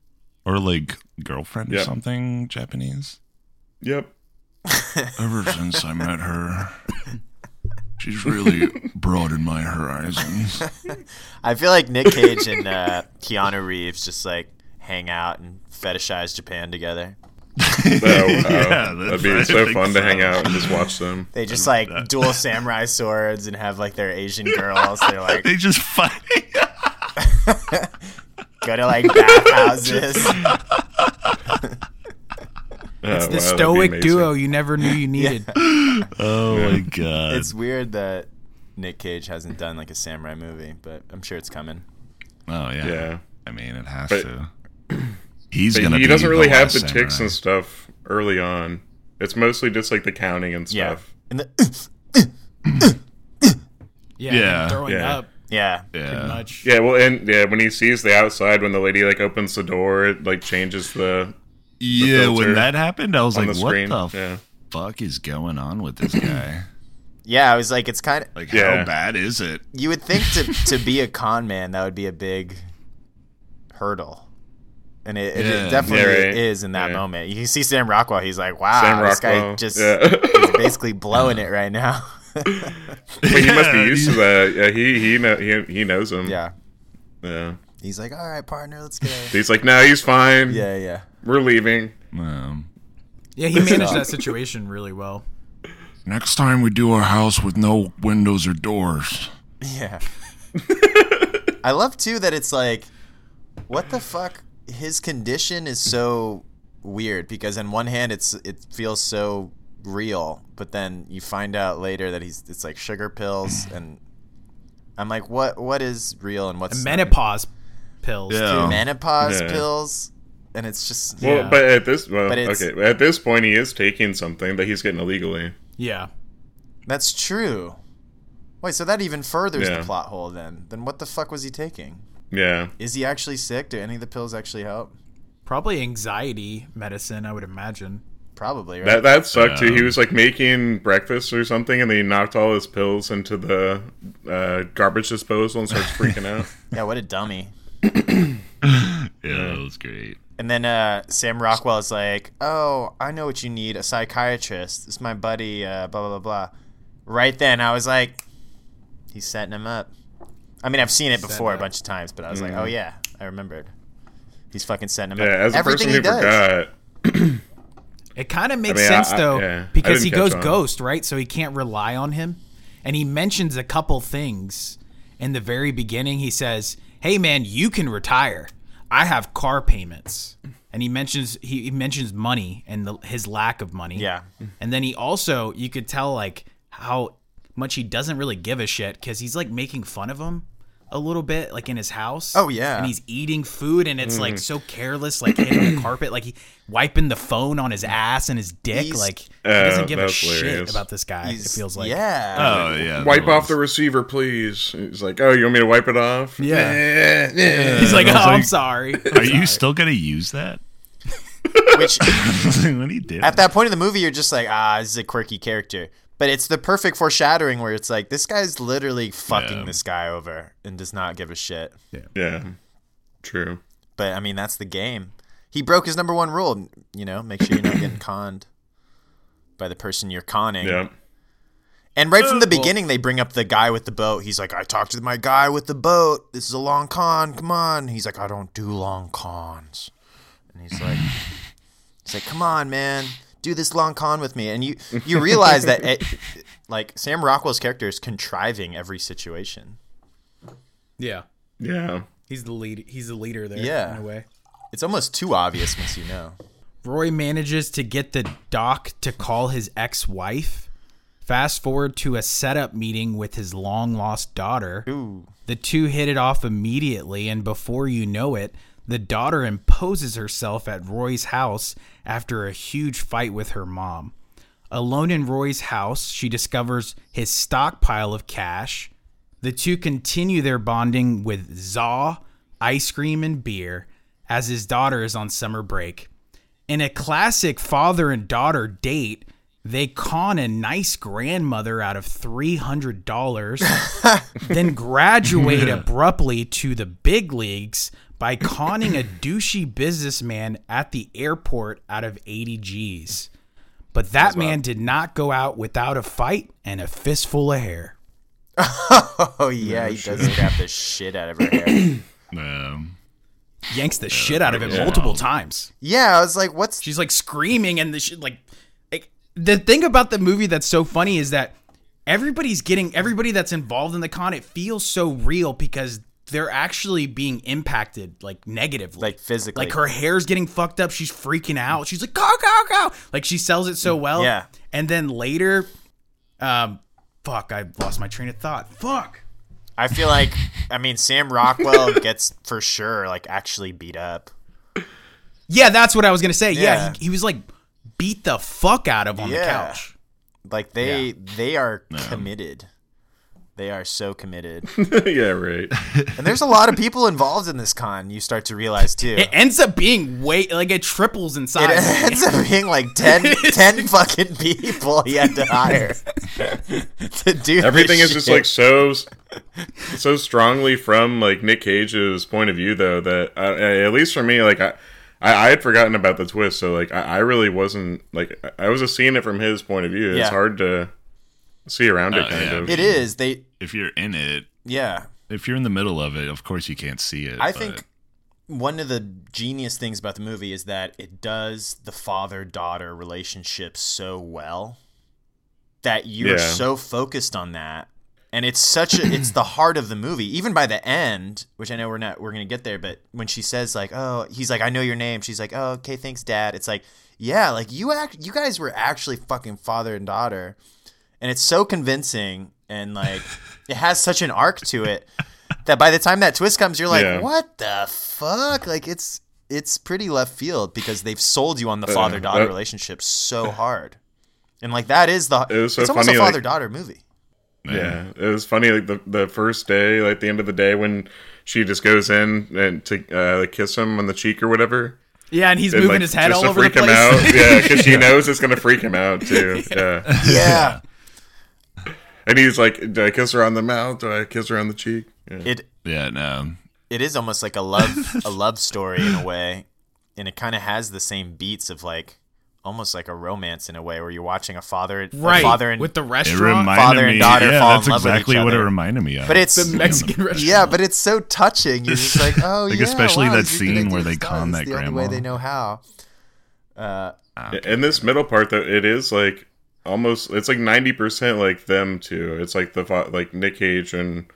Speaker 4: or, like, girlfriend or
Speaker 2: Yeah.
Speaker 4: something Japanese?
Speaker 2: yep.
Speaker 4: Ever since I met her, she's really broadened my horizons.
Speaker 3: I feel like Nick Cage and uh, Keanu Reeves just like hang out and fetishize Japan together.
Speaker 2: Oh, wow.
Speaker 4: Yeah, that's-
Speaker 2: that'd be
Speaker 4: I
Speaker 2: so
Speaker 4: think
Speaker 2: fun to
Speaker 4: so.
Speaker 2: hang out and just watch them.
Speaker 3: They just like dual samurai swords and have like their Asian girls. They're like
Speaker 4: They just fight.
Speaker 3: go to like bathhouses.
Speaker 2: it's
Speaker 1: the stoic duo you never knew you needed.
Speaker 4: Oh my god!
Speaker 3: It's weird that Nick Cage hasn't done like a samurai movie, but I'm sure it's coming.
Speaker 4: oh yeah.
Speaker 2: Yeah,
Speaker 4: I mean, it has
Speaker 2: But-
Speaker 4: to. He's
Speaker 2: but
Speaker 4: gonna.
Speaker 2: he
Speaker 4: be
Speaker 2: doesn't really
Speaker 4: the
Speaker 2: have the
Speaker 4: last
Speaker 2: ticks and
Speaker 4: samurai.
Speaker 2: stuff early on. It's mostly just like the counting and
Speaker 3: Yeah.
Speaker 2: stuff.
Speaker 3: And the
Speaker 1: Yeah.
Speaker 4: Yeah.
Speaker 1: Throwing
Speaker 2: Yeah.
Speaker 1: up
Speaker 3: yeah.
Speaker 4: Yeah.
Speaker 1: much.
Speaker 2: Yeah, well, and yeah, when he sees the outside, when the lady like opens the door, it like changes the
Speaker 4: Yeah,
Speaker 2: filter
Speaker 4: when that happened, I was
Speaker 2: on
Speaker 4: like,
Speaker 2: the
Speaker 4: "What
Speaker 2: screen,
Speaker 4: the
Speaker 2: yeah.
Speaker 4: fuck is going on with this guy?
Speaker 3: Yeah, I was like, it's kind of
Speaker 4: Like,
Speaker 2: Yeah.
Speaker 4: how bad is it?"
Speaker 3: you would think to to be a con man that would be a big hurdle, and it, it- it
Speaker 4: Yeah.
Speaker 3: definitely
Speaker 2: Yeah, right.
Speaker 3: is in that
Speaker 2: Yeah.
Speaker 3: moment. You can see Sam Rockwell; he's like, "Wow,
Speaker 2: Sam
Speaker 3: Ah, this guy
Speaker 2: Rockwell.
Speaker 3: just
Speaker 2: Yeah.
Speaker 3: is basically blowing it right now."
Speaker 2: But he must be
Speaker 4: Yeah,
Speaker 2: used to that.
Speaker 4: he's-
Speaker 2: Yeah, he he know he, he knows him.
Speaker 3: yeah,
Speaker 2: yeah.
Speaker 3: he's like, "All right, partner, let's go."
Speaker 2: He's like, no, he's fine.
Speaker 3: Yeah, yeah.
Speaker 2: we're leaving.
Speaker 4: Um,
Speaker 1: Yeah, he managed that situation really well.
Speaker 4: next time we do our house with no windows or doors.
Speaker 3: Yeah. I love too that it's like, what the fuck? His condition is so weird because on one hand it's it feels so real, but then you find out later that he's it's like sugar pills and I'm like, what what is real and what's not?
Speaker 1: Menopause pills.
Speaker 4: Yeah.
Speaker 3: menopause
Speaker 2: Yeah.
Speaker 3: pills? And it's just
Speaker 2: Well,
Speaker 1: Yeah.
Speaker 2: but at this well,
Speaker 3: But it's-
Speaker 2: okay, but at this point, he is taking something that he's getting illegally.
Speaker 1: Yeah.
Speaker 3: that's true. Wait, so that even furthers
Speaker 2: Yeah.
Speaker 3: the plot hole then. Then what the fuck was he taking?
Speaker 2: Yeah,
Speaker 3: Is he actually sick? Do any of the pills actually help?
Speaker 1: Probably anxiety medicine, I would imagine.
Speaker 3: Probably, right?
Speaker 2: That that sucked too. He was like making breakfast or something, and then he knocked all his pills into the uh, garbage disposal and starts freaking out.
Speaker 3: yeah, what a dummy.
Speaker 8: Yeah, that was great.
Speaker 3: And then uh, Sam Rockwell is like, "Oh, I know what you need, a psychiatrist. It's my buddy." Uh, blah blah blah blah. Right then, I was like, "He's setting him up." I mean, I've seen it before a bunch of times, but I was like,
Speaker 1: Mm-hmm.
Speaker 3: "Oh yeah, I remembered." He's fucking setting him
Speaker 2: Yeah,
Speaker 3: up.
Speaker 2: as a
Speaker 3: Everything
Speaker 2: person
Speaker 3: he
Speaker 2: who
Speaker 3: does.
Speaker 2: forgot,
Speaker 1: It kind of makes
Speaker 2: mean, I-
Speaker 1: sense
Speaker 2: I-
Speaker 1: though
Speaker 2: yeah, I
Speaker 1: because
Speaker 2: didn't
Speaker 1: he
Speaker 2: catch
Speaker 1: goes
Speaker 2: on.
Speaker 1: ghost, right? So he can't rely on him. And he mentions a couple things in the very beginning. He says, "Hey man, you can retire. I have car payments." And he mentions he, he mentions money and the, his lack of money.
Speaker 3: Yeah.
Speaker 1: And then he also you could tell like how much he doesn't really give a shit cuz he's like making fun of him a little bit like in his house.
Speaker 3: Oh, yeah.
Speaker 1: And he's he's eating food and it's
Speaker 8: Mm.
Speaker 1: like so careless, like hitting the carpet, like he wiping the phone on his ass and his dick.
Speaker 3: He's-
Speaker 1: like he
Speaker 8: Oh,
Speaker 2: Uh,
Speaker 1: doesn't give a
Speaker 2: that's
Speaker 1: shit
Speaker 2: hilarious.
Speaker 1: about this guy. It
Speaker 3: He's-
Speaker 1: feels like
Speaker 3: yeah.
Speaker 8: Oh yeah.
Speaker 2: wipe off the receiver, please. He's like, "Oh, you want me to wipe it off?" Yeah, yeah.
Speaker 1: he's like, oh,
Speaker 8: I was
Speaker 1: I'm
Speaker 8: like-
Speaker 1: sorry.
Speaker 8: Are you still gonna use that?
Speaker 3: Which
Speaker 8: when he did.
Speaker 3: at that point in the movie, you're just like, "Ah, this is a quirky character." But it's the perfect foreshadowing where it's like, this guy's literally fucking
Speaker 8: Yeah.
Speaker 3: this guy over and does not give a shit.
Speaker 2: yeah. True.
Speaker 3: But I mean, that's the game. He broke his number one rule. You know, make sure you're not getting conned by the person you're conning.
Speaker 2: Yeah.
Speaker 3: And right from the beginning, they bring up the guy with the boat. He's like, I talked to my guy with the boat. This is a long con. Come on. He's like, I don't do long cons. And he's like, he's like, come on, man, do this long con with me. And you you realize that it, like Sam Rockwell's character is contriving every situation.
Speaker 1: yeah,
Speaker 2: Yeah.
Speaker 1: he's the lead. He's the leader there.
Speaker 3: Yeah.
Speaker 1: in a way.
Speaker 3: It's almost too obvious once you know.
Speaker 1: Roy manages to get the doc to call his ex-wife. Fast forward to a setup meeting with his long lost daughter.
Speaker 3: Ooh.
Speaker 1: The two hit it off immediately, and before you know it, the daughter imposes herself at Roy's house after a huge fight with her mom. Alone in Roy's house, she discovers his stockpile of cash. The two continue their bonding with Zaw, ice cream, and beer as his daughter is on summer break. In a classic father and daughter date, they con a nice grandmother out of $300, then graduate abruptly to the big leagues by conning a douchey businessman at the airport out of 80 G's. But that man did not go out without a fight and a fistful of hair.
Speaker 3: Oh yeah, he does grab the shit out of her hair.
Speaker 8: Um,
Speaker 1: Yanks the shit out of it multiple times.
Speaker 3: yeah, I was like, what's
Speaker 1: She's like screaming, and the shit, like, like the thing about the movie that's so funny is that everybody's getting everybody that's involved in the con. It feels so real because they're actually being impacted like negatively,
Speaker 3: Like, physically.
Speaker 1: Like her hair's getting fucked up. She's freaking out. She's like, go go go! Like she sells it so well.
Speaker 3: Yeah.
Speaker 1: And then later, um, fuck, I lost my train of thought. Fuck.
Speaker 3: I feel like I mean Sam Rockwell gets for sure like actually beat up.
Speaker 1: Yeah, that's what I was gonna say. Yeah,
Speaker 3: Yeah.
Speaker 1: he, he was like beat the fuck out of on the
Speaker 3: Yeah.
Speaker 1: couch.
Speaker 3: Like they they are committed. They are so committed.
Speaker 2: yeah. Right.
Speaker 3: and there's a lot of people involved in this con, you start to realize too.
Speaker 1: It ends up being way like it triples in
Speaker 3: It
Speaker 1: size.
Speaker 3: ends up being like 10, 10 fucking people he had to hire to do
Speaker 2: Everything
Speaker 3: this
Speaker 2: is just
Speaker 3: shit.
Speaker 2: like so, so strongly from like Nick Cage's point of view, though. That uh, at least for me, like I, I, I had forgotten about the twist, so like I, I really wasn't like I- I was just seeing it from his point of view. It's
Speaker 3: Yeah.
Speaker 2: hard to see around
Speaker 1: Uh,
Speaker 2: it, kind
Speaker 8: yeah.
Speaker 2: of.
Speaker 3: it is. They
Speaker 8: if you're in it,
Speaker 3: yeah.
Speaker 8: if you're in the middle of it, of course you can't see it.
Speaker 3: I
Speaker 8: but-
Speaker 3: think one of the genius things about the movie is that it does the father daughter relationship so well that you're
Speaker 2: Yeah.
Speaker 3: so focused on that. And it's such a it's the heart of the movie. Even by the end, which I know we're not we're gonna get there, but when she says like, Oh, he's like, I know your name, she's like, Oh, okay, thanks, Dad. It's like, yeah, like you act you guys were actually fucking father and daughter and it's so convincing and like it has such an arc to it that by the time that twist comes you're like
Speaker 2: Yeah.
Speaker 3: what the fuck like it's it's pretty left field because they've sold you on the
Speaker 2: Uh,
Speaker 3: father daughter
Speaker 2: that-
Speaker 3: relationship so hard and like that is the
Speaker 2: It was so
Speaker 3: it's almost
Speaker 2: funny,
Speaker 3: a
Speaker 2: like-
Speaker 3: father daughter movie
Speaker 2: Yeah, it was funny. Like the, the first day, like the end of the day, when she just goes in and to uh, like kiss him on the cheek or whatever,
Speaker 1: Yeah, and he's
Speaker 2: and,
Speaker 1: moving
Speaker 2: like,
Speaker 1: his head
Speaker 2: just
Speaker 1: all
Speaker 2: to
Speaker 1: over the
Speaker 2: freak
Speaker 1: place.
Speaker 2: him out. Yeah, because he knows it's gonna freak him out too. Yeah,
Speaker 3: Yeah.
Speaker 2: and he's like, "Do I kiss her on the mouth? Do I kiss her on the cheek?" Yeah.
Speaker 3: It
Speaker 8: Yeah, no.
Speaker 3: it is almost like a love a love story in a way. And it kind of has the same beats of like almost like a romance in a way where you're watching a father a
Speaker 1: Right.
Speaker 3: father and
Speaker 1: with the
Speaker 8: It
Speaker 1: restaurant.
Speaker 8: reminded
Speaker 3: father and
Speaker 8: me.
Speaker 3: daughter
Speaker 8: yeah,
Speaker 3: fall in
Speaker 8: that's
Speaker 3: love with
Speaker 8: exactly
Speaker 3: each
Speaker 8: what it
Speaker 3: other.
Speaker 8: reminded me of.
Speaker 3: But it's
Speaker 1: the Mexican restaurant.
Speaker 3: yeah, but it's so touching. You're just like, oh
Speaker 8: Like,
Speaker 3: yeah,
Speaker 8: especially
Speaker 3: wow,
Speaker 8: that
Speaker 3: he's
Speaker 8: scene
Speaker 3: gonna
Speaker 8: where
Speaker 3: do
Speaker 8: they
Speaker 3: this. Oh,
Speaker 8: con
Speaker 3: it's
Speaker 8: that
Speaker 3: the only way
Speaker 8: grandma.
Speaker 3: they know how.
Speaker 2: In this middle part, though, it is like almost it's like ninety percent like them too. It's like the fa- like Nick Cage and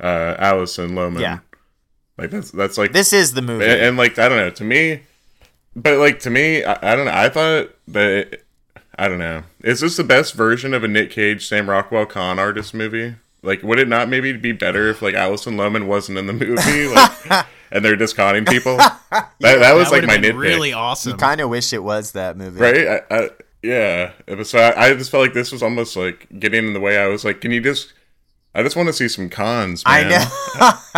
Speaker 2: uh, Allison Loman.
Speaker 3: Yeah.
Speaker 2: like that's that's like
Speaker 3: This is the movie.
Speaker 2: and, and, like I don't know to me, but like to me I, I don't know. I thought that it, I don't know. Is this the best version of a Nick Cage Sam Rockwell con artist movie? Like, would it not maybe be better if like Allison Loman wasn't in the movie? Like, and they're just conning people. That, that was
Speaker 1: That
Speaker 2: like
Speaker 1: would've
Speaker 2: my
Speaker 1: been
Speaker 2: nitpick
Speaker 1: really awesome.
Speaker 3: kind of wish it was that movie.
Speaker 2: right? I, I, yeah. It was- So I, I just felt like this was almost like getting in the way. I was like, can you just? I just want to see some cons.
Speaker 3: I
Speaker 2: Man.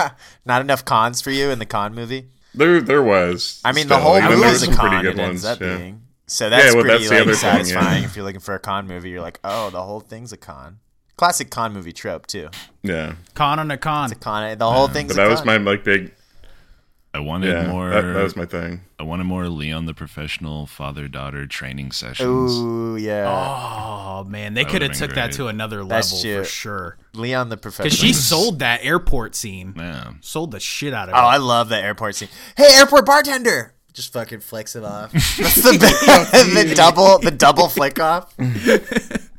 Speaker 3: know. Not enough cons for you in the con movie.
Speaker 2: There, there was.
Speaker 3: I mean,
Speaker 2: still.
Speaker 3: the whole
Speaker 2: And then
Speaker 3: movie
Speaker 2: there
Speaker 3: is
Speaker 2: was
Speaker 3: a
Speaker 2: some
Speaker 3: con.
Speaker 2: pretty good
Speaker 3: it ends
Speaker 2: ones.
Speaker 3: up
Speaker 2: yeah.
Speaker 3: being. So that's
Speaker 2: well,
Speaker 3: pretty
Speaker 2: that's the
Speaker 3: like,
Speaker 2: other thing, yeah.
Speaker 3: satisfying. If you're looking for a con movie, you're like, oh, the whole thing's a con. Classic con movie trope too.
Speaker 2: yeah.
Speaker 1: con on a con.
Speaker 3: Con, the whole thing's
Speaker 2: But
Speaker 3: a
Speaker 2: that
Speaker 3: con.
Speaker 2: was my like big.
Speaker 8: I wanted
Speaker 2: Yeah,
Speaker 8: more.
Speaker 2: that, that was my thing.
Speaker 8: I wanted more Leon the Professional father daughter training sessions.
Speaker 3: Ooh yeah,
Speaker 1: Oh man, they
Speaker 8: That
Speaker 1: could
Speaker 8: would've
Speaker 1: have
Speaker 8: been
Speaker 1: took that
Speaker 8: great.
Speaker 1: to another
Speaker 3: That's
Speaker 1: level for
Speaker 3: shit.
Speaker 1: sure.
Speaker 3: Leon the
Speaker 1: Because
Speaker 3: professional.
Speaker 1: she sold that airport scene,
Speaker 8: Yeah.
Speaker 1: sold the shit out of
Speaker 3: Oh,
Speaker 1: it.
Speaker 3: I love that airport scene. Hey, airport bartender. Just fucking flicks him off. That's the, the double, the double flick off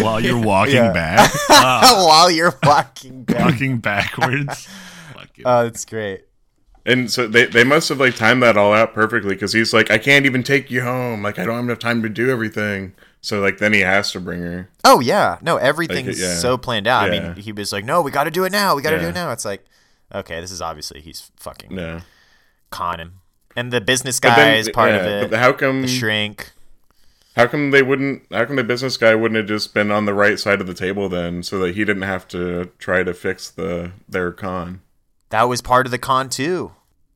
Speaker 8: While you're walking back, uh,
Speaker 3: while you're walking back.
Speaker 8: walking backwards. Fuck it.
Speaker 3: Oh, that's great.
Speaker 2: And so they, they must have like timed that all out perfectly because he's like, I can't even take you home. Like I don't have enough time to do everything. So like then he has to bring her.
Speaker 3: Oh yeah, no, everything's
Speaker 2: yeah.
Speaker 3: so planned out. I
Speaker 2: Yeah.
Speaker 3: mean, he was like, "No, we got to do it now. We got to do
Speaker 2: Yeah.
Speaker 3: it now." It's like, okay, this is obviously he's fucking
Speaker 2: Yeah.
Speaker 3: con him, and the business
Speaker 2: But
Speaker 3: guy
Speaker 2: then-
Speaker 3: is part
Speaker 2: yeah,
Speaker 3: of
Speaker 2: But
Speaker 3: it.
Speaker 2: how come?
Speaker 3: the shrink.
Speaker 2: How come they wouldn't? How come the business guy wouldn't have just been on the right side of the table then, so that he didn't have to try to fix the their con?
Speaker 3: That was part of the con too.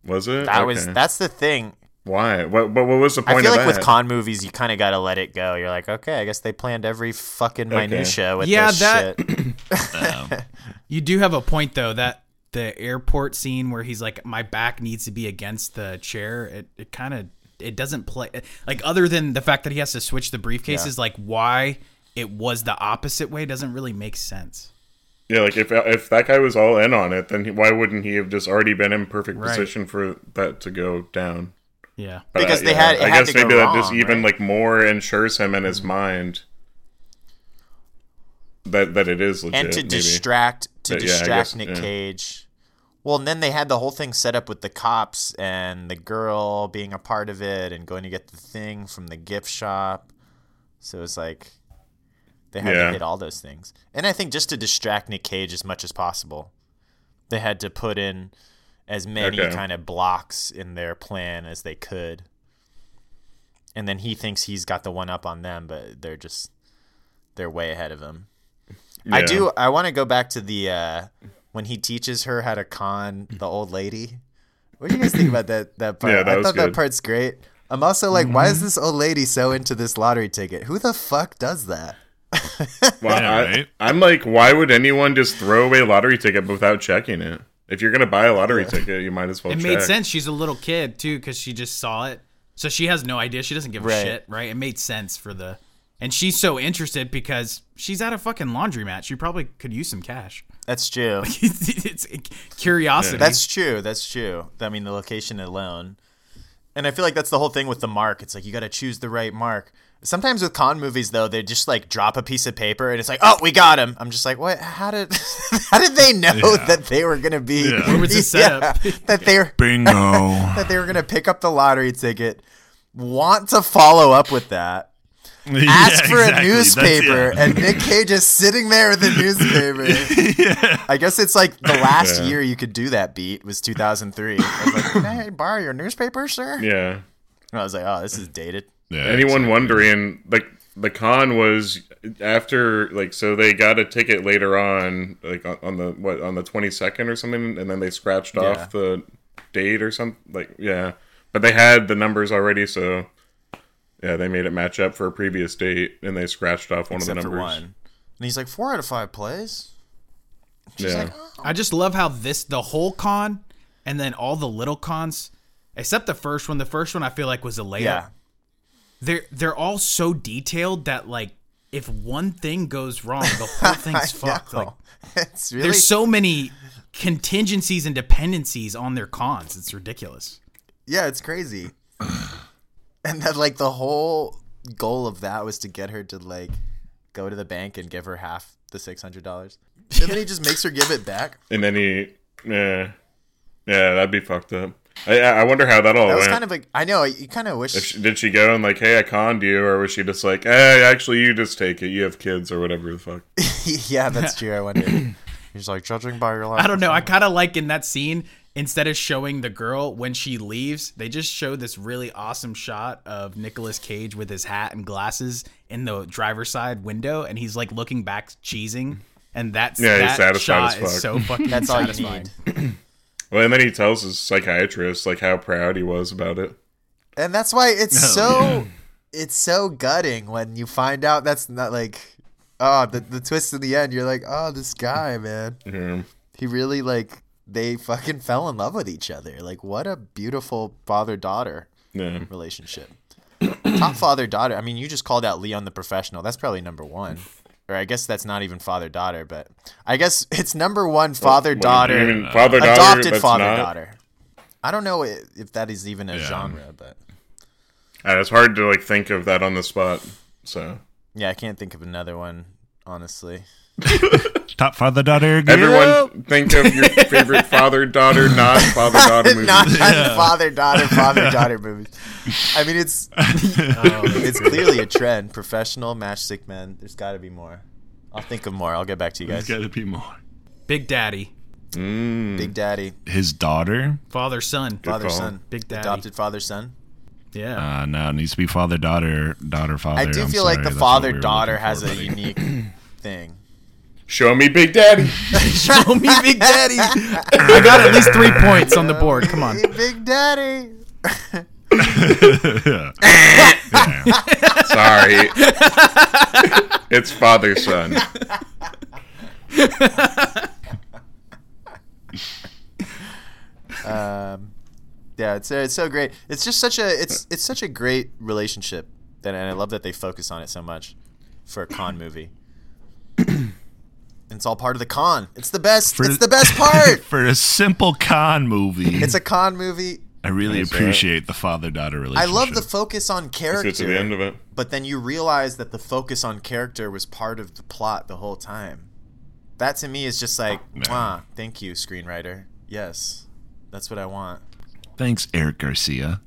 Speaker 2: Was it?
Speaker 3: That was
Speaker 2: Okay.
Speaker 3: that's the thing.
Speaker 2: why. What? What, what was the point
Speaker 3: I feel
Speaker 2: of
Speaker 3: like
Speaker 2: that?
Speaker 3: with con movies, you kind of got to let it go. You're like, okay, I guess they planned every fucking
Speaker 2: Okay.
Speaker 3: minutia with
Speaker 1: Yeah,
Speaker 3: this
Speaker 1: that-
Speaker 3: shit.
Speaker 1: You do have a point though that the airport scene where he's like, "My back needs to be against the chair." It it kind of it doesn't play like other than the fact that he has to switch the briefcases. Like why it was the opposite way doesn't really make sense.
Speaker 2: yeah, like if if that guy was all in on it, then he, why wouldn't he have just already been in perfect
Speaker 1: Right.
Speaker 2: position for that to go down?
Speaker 1: Yeah,
Speaker 2: But, uh,
Speaker 3: Because they
Speaker 2: yeah,
Speaker 3: had- it
Speaker 2: I
Speaker 3: had
Speaker 2: guess
Speaker 3: to go
Speaker 2: maybe that just
Speaker 3: wrong,
Speaker 2: even
Speaker 3: right?
Speaker 2: like more ensures him in his
Speaker 1: Mm-hmm.
Speaker 2: mind that that it is legit.
Speaker 3: and to
Speaker 2: maybe.
Speaker 3: distract to
Speaker 2: But yeah, I
Speaker 3: distract
Speaker 2: guess-
Speaker 3: Nick
Speaker 2: yeah.
Speaker 3: Cage. Well, and then they had the whole thing set up with the cops and the girl being a part of it and going to get the thing from the gift shop. So it's like they had
Speaker 2: Yeah.
Speaker 3: to hit all those things. And I think just to distract Nick Cage as much as possible, they had to put in as many
Speaker 2: Okay.
Speaker 3: kind of blocks in their plan as they could. And then he thinks he's got the one up on them, but they're just they're way ahead of him. I
Speaker 2: Yeah.
Speaker 3: do. I want to go back to the uh, when he teaches her how to con the old lady. What do you guys think about that? That part.
Speaker 2: Yeah, that
Speaker 3: I
Speaker 2: was
Speaker 3: thought that
Speaker 2: good.
Speaker 3: part's great. I'm also like, why is this old lady so into this lottery ticket? Who the fuck does that?
Speaker 2: Well,
Speaker 8: Yeah,
Speaker 2: I,
Speaker 8: right?
Speaker 2: I'm like, why would anyone just throw away a lottery ticket without checking it? If you're gonna buy a lottery ticket, you might as well.
Speaker 1: it
Speaker 2: check.
Speaker 1: made sense. She's a little kid too because she just saw it, so she has no idea. She doesn't give a
Speaker 3: Right.
Speaker 1: shit, right? It made sense for the. And she's so interested because she's at a fucking laundromat. She probably could use some cash.
Speaker 3: That's true.
Speaker 1: it's curiosity.
Speaker 3: That's true. That's true. I mean, the location alone. And I feel like that's the whole thing with the mark. It's like you got to choose the right mark. Sometimes with con movies though, they just like drop a piece of paper and it's like, "Oh, we got him." I'm just like, "What? How did how did they know that they were going to be
Speaker 8: Yeah. Where
Speaker 1: was the setup?
Speaker 3: that they were
Speaker 8: Bingo.
Speaker 3: that they were going to pick up the lottery ticket, want to follow up with that, ask for a newspaper, and Nick Cage is sitting there with a newspaper. I guess it's like the last
Speaker 2: Yeah.
Speaker 3: year you could do that beat was 2003. I was like, "Can I borrow your newspaper, sir?"
Speaker 2: Yeah.
Speaker 3: And I was like, "Oh, this is dated."
Speaker 2: Anyone wondering, like the con was after, like, so they got a ticket later on, like on, on the what on the 22nd or something, and then they scratched off the date or something. Like, yeah. But they had the numbers already, so yeah, they made it match up for a previous date, and they scratched off one
Speaker 3: except
Speaker 2: of the
Speaker 3: for
Speaker 2: numbers.
Speaker 3: one. And he's like, four out of five plays.
Speaker 2: yeah.
Speaker 3: "Oh."
Speaker 1: I just love how this the whole con and then all the little cons except the first one. The first one I feel like was a layup.
Speaker 3: Yeah.
Speaker 1: They're they're all so detailed that like if one thing goes wrong, the whole thing's fucked. Like
Speaker 3: No. it's really
Speaker 1: there's so many contingencies and dependencies on their cons. It's ridiculous.
Speaker 3: Yeah, it's crazy. and then like the whole goal of that was to get her to like go to the bank and give her half the six hundred dollars. And then he just makes her give it back.
Speaker 2: And then he, yeah, yeah, that'd be fucked up. I I I wonder how that all
Speaker 3: That was
Speaker 2: went.
Speaker 3: kind of like I know you kind of wish.
Speaker 2: If she- did she go and like, hey, I conned you, or was she just like, hey, actually, you just take it. You have kids or whatever the fuck.
Speaker 3: yeah, that's true. I wonder. He's like judging by your life.
Speaker 1: I don't know. I kind of like in that scene instead of showing the girl when she leaves, they just show this really awesome shot of Nicolas Cage with his hat and glasses in the driver's side window, and he's like looking back, cheesing, and that's
Speaker 2: Yeah, he's
Speaker 1: that
Speaker 2: satisfied
Speaker 1: shot
Speaker 2: as
Speaker 1: is
Speaker 2: fuck.
Speaker 1: so fucking.
Speaker 3: That's all you
Speaker 1: satisfying.
Speaker 3: need.
Speaker 2: Well, and then he tells his psychiatrist like how proud he was about it.
Speaker 3: And that's why it's so it's so gutting when you find out that's not like oh the the twist in the end. You're like oh this guy man.
Speaker 2: Yeah.
Speaker 3: he really like they fucking fell in love with each other. Like what a beautiful father daughter
Speaker 2: Yeah.
Speaker 3: relationship. Top father daughter. I mean, you just called out Leon the professional. That's probably number one. Or I guess that's not even father daughter, but I guess it's number one father
Speaker 2: I
Speaker 3: daughter,
Speaker 2: mean, father daughter.
Speaker 3: adopted
Speaker 2: that's
Speaker 3: father
Speaker 2: not,
Speaker 3: daughter. I don't know i- if that is even a genre, but
Speaker 2: Uh, it's hard to like think of that on the spot. So
Speaker 3: yeah, I can't think of another one honestly.
Speaker 8: Top father daughter.
Speaker 2: everyone, think of your favorite father daughter, not father daughter movie.
Speaker 3: Not father daughter, father daughter movies. I mean, it's it's clearly a trend. Professional matchstick men. There's got to be more. I'll think of more. I'll get back to you
Speaker 8: There's
Speaker 3: guys.
Speaker 8: got to be more.
Speaker 1: Big Daddy,
Speaker 2: Mm.
Speaker 3: Big Daddy,
Speaker 8: His daughter.
Speaker 1: father, son,
Speaker 3: father
Speaker 2: call.
Speaker 3: son,
Speaker 1: Big Daddy.
Speaker 3: adopted father son.
Speaker 1: yeah.
Speaker 8: Uh, no, it needs to be father daughter daughter father.
Speaker 3: I do
Speaker 8: I'm
Speaker 3: feel
Speaker 8: sorry,
Speaker 3: like
Speaker 8: that's
Speaker 3: the
Speaker 8: what
Speaker 3: father
Speaker 8: we were
Speaker 3: daughter
Speaker 8: looking
Speaker 3: has
Speaker 8: for,
Speaker 3: a
Speaker 8: buddy.
Speaker 3: unique thing.
Speaker 2: Show me Big Daddy.
Speaker 3: Uh.
Speaker 1: Show me Big Daddy. I got at least three points on the board. Come on.
Speaker 3: Hey, Big Daddy.
Speaker 2: Sorry, it's father son.
Speaker 3: Um, yeah, it's it's so great. It's just such a it's it's such a great relationship. That and I love that they focus on it so much for a con movie. it's all part of the con. It's the best.
Speaker 8: For-
Speaker 3: it's the best part.
Speaker 8: for a simple con movie.
Speaker 3: it's a con movie.
Speaker 8: I really
Speaker 2: That's
Speaker 8: appreciate the father daughter
Speaker 3: I
Speaker 8: relationship.
Speaker 3: love the focus on character.
Speaker 2: Get to the end of it.
Speaker 3: but then you realize that the focus on character was part of the plot the whole time. That to me is just like,
Speaker 2: Oh,
Speaker 3: "Mwah, thank you, screenwriter. Yes, that's what I want.
Speaker 8: Thanks, Eric Garcia,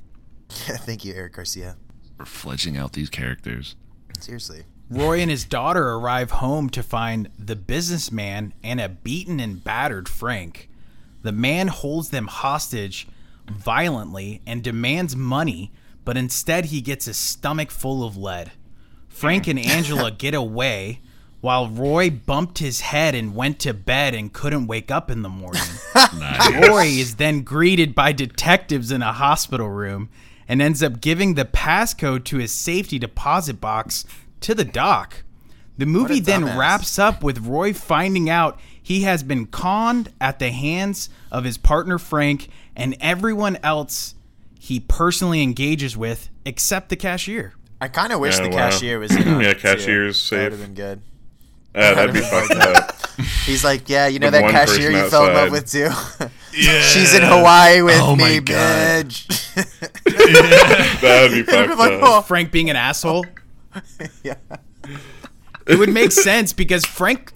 Speaker 3: thank you, Eric Garcia.
Speaker 8: for fledging out these characters.
Speaker 3: Seriously.
Speaker 1: Roy and his daughter arrive home to find the businessman and a beaten and battered Frank. The man holds them hostage violently and demands money, but instead he gets his stomach full of lead. Frank and Angela get away while Roy bumped his head and went to bed and couldn't wake up in the morning. Roy is then greeted by detectives in a hospital room and ends up giving the passcode to his safety deposit box to the doc. The movie then
Speaker 3: dumbass.
Speaker 1: wraps up with Roy finding out he has been conned at the hands of his partner Frank and everyone else he personally engages with except the cashier.
Speaker 3: I kind of wish
Speaker 2: Yeah,
Speaker 3: the
Speaker 2: wow.
Speaker 3: cashier was in on
Speaker 2: Yeah,
Speaker 3: it, too.
Speaker 2: cashier's
Speaker 3: That
Speaker 2: safe.
Speaker 3: would have been good.
Speaker 2: Uh, that'd be fucked up.
Speaker 3: He's like, yeah, you know
Speaker 2: The
Speaker 3: that
Speaker 2: one
Speaker 3: cashier
Speaker 2: person
Speaker 3: you fell in love
Speaker 2: outside.
Speaker 3: with too.
Speaker 8: Yeah.
Speaker 3: She's in Hawaii with
Speaker 8: Oh my
Speaker 3: me,
Speaker 8: God.
Speaker 3: bitch.
Speaker 2: That'd be
Speaker 3: I'd be
Speaker 2: fucked
Speaker 3: like,
Speaker 2: up.
Speaker 3: "Oh."
Speaker 1: Frank being an asshole.
Speaker 3: Yeah.
Speaker 1: it would make sense because Frank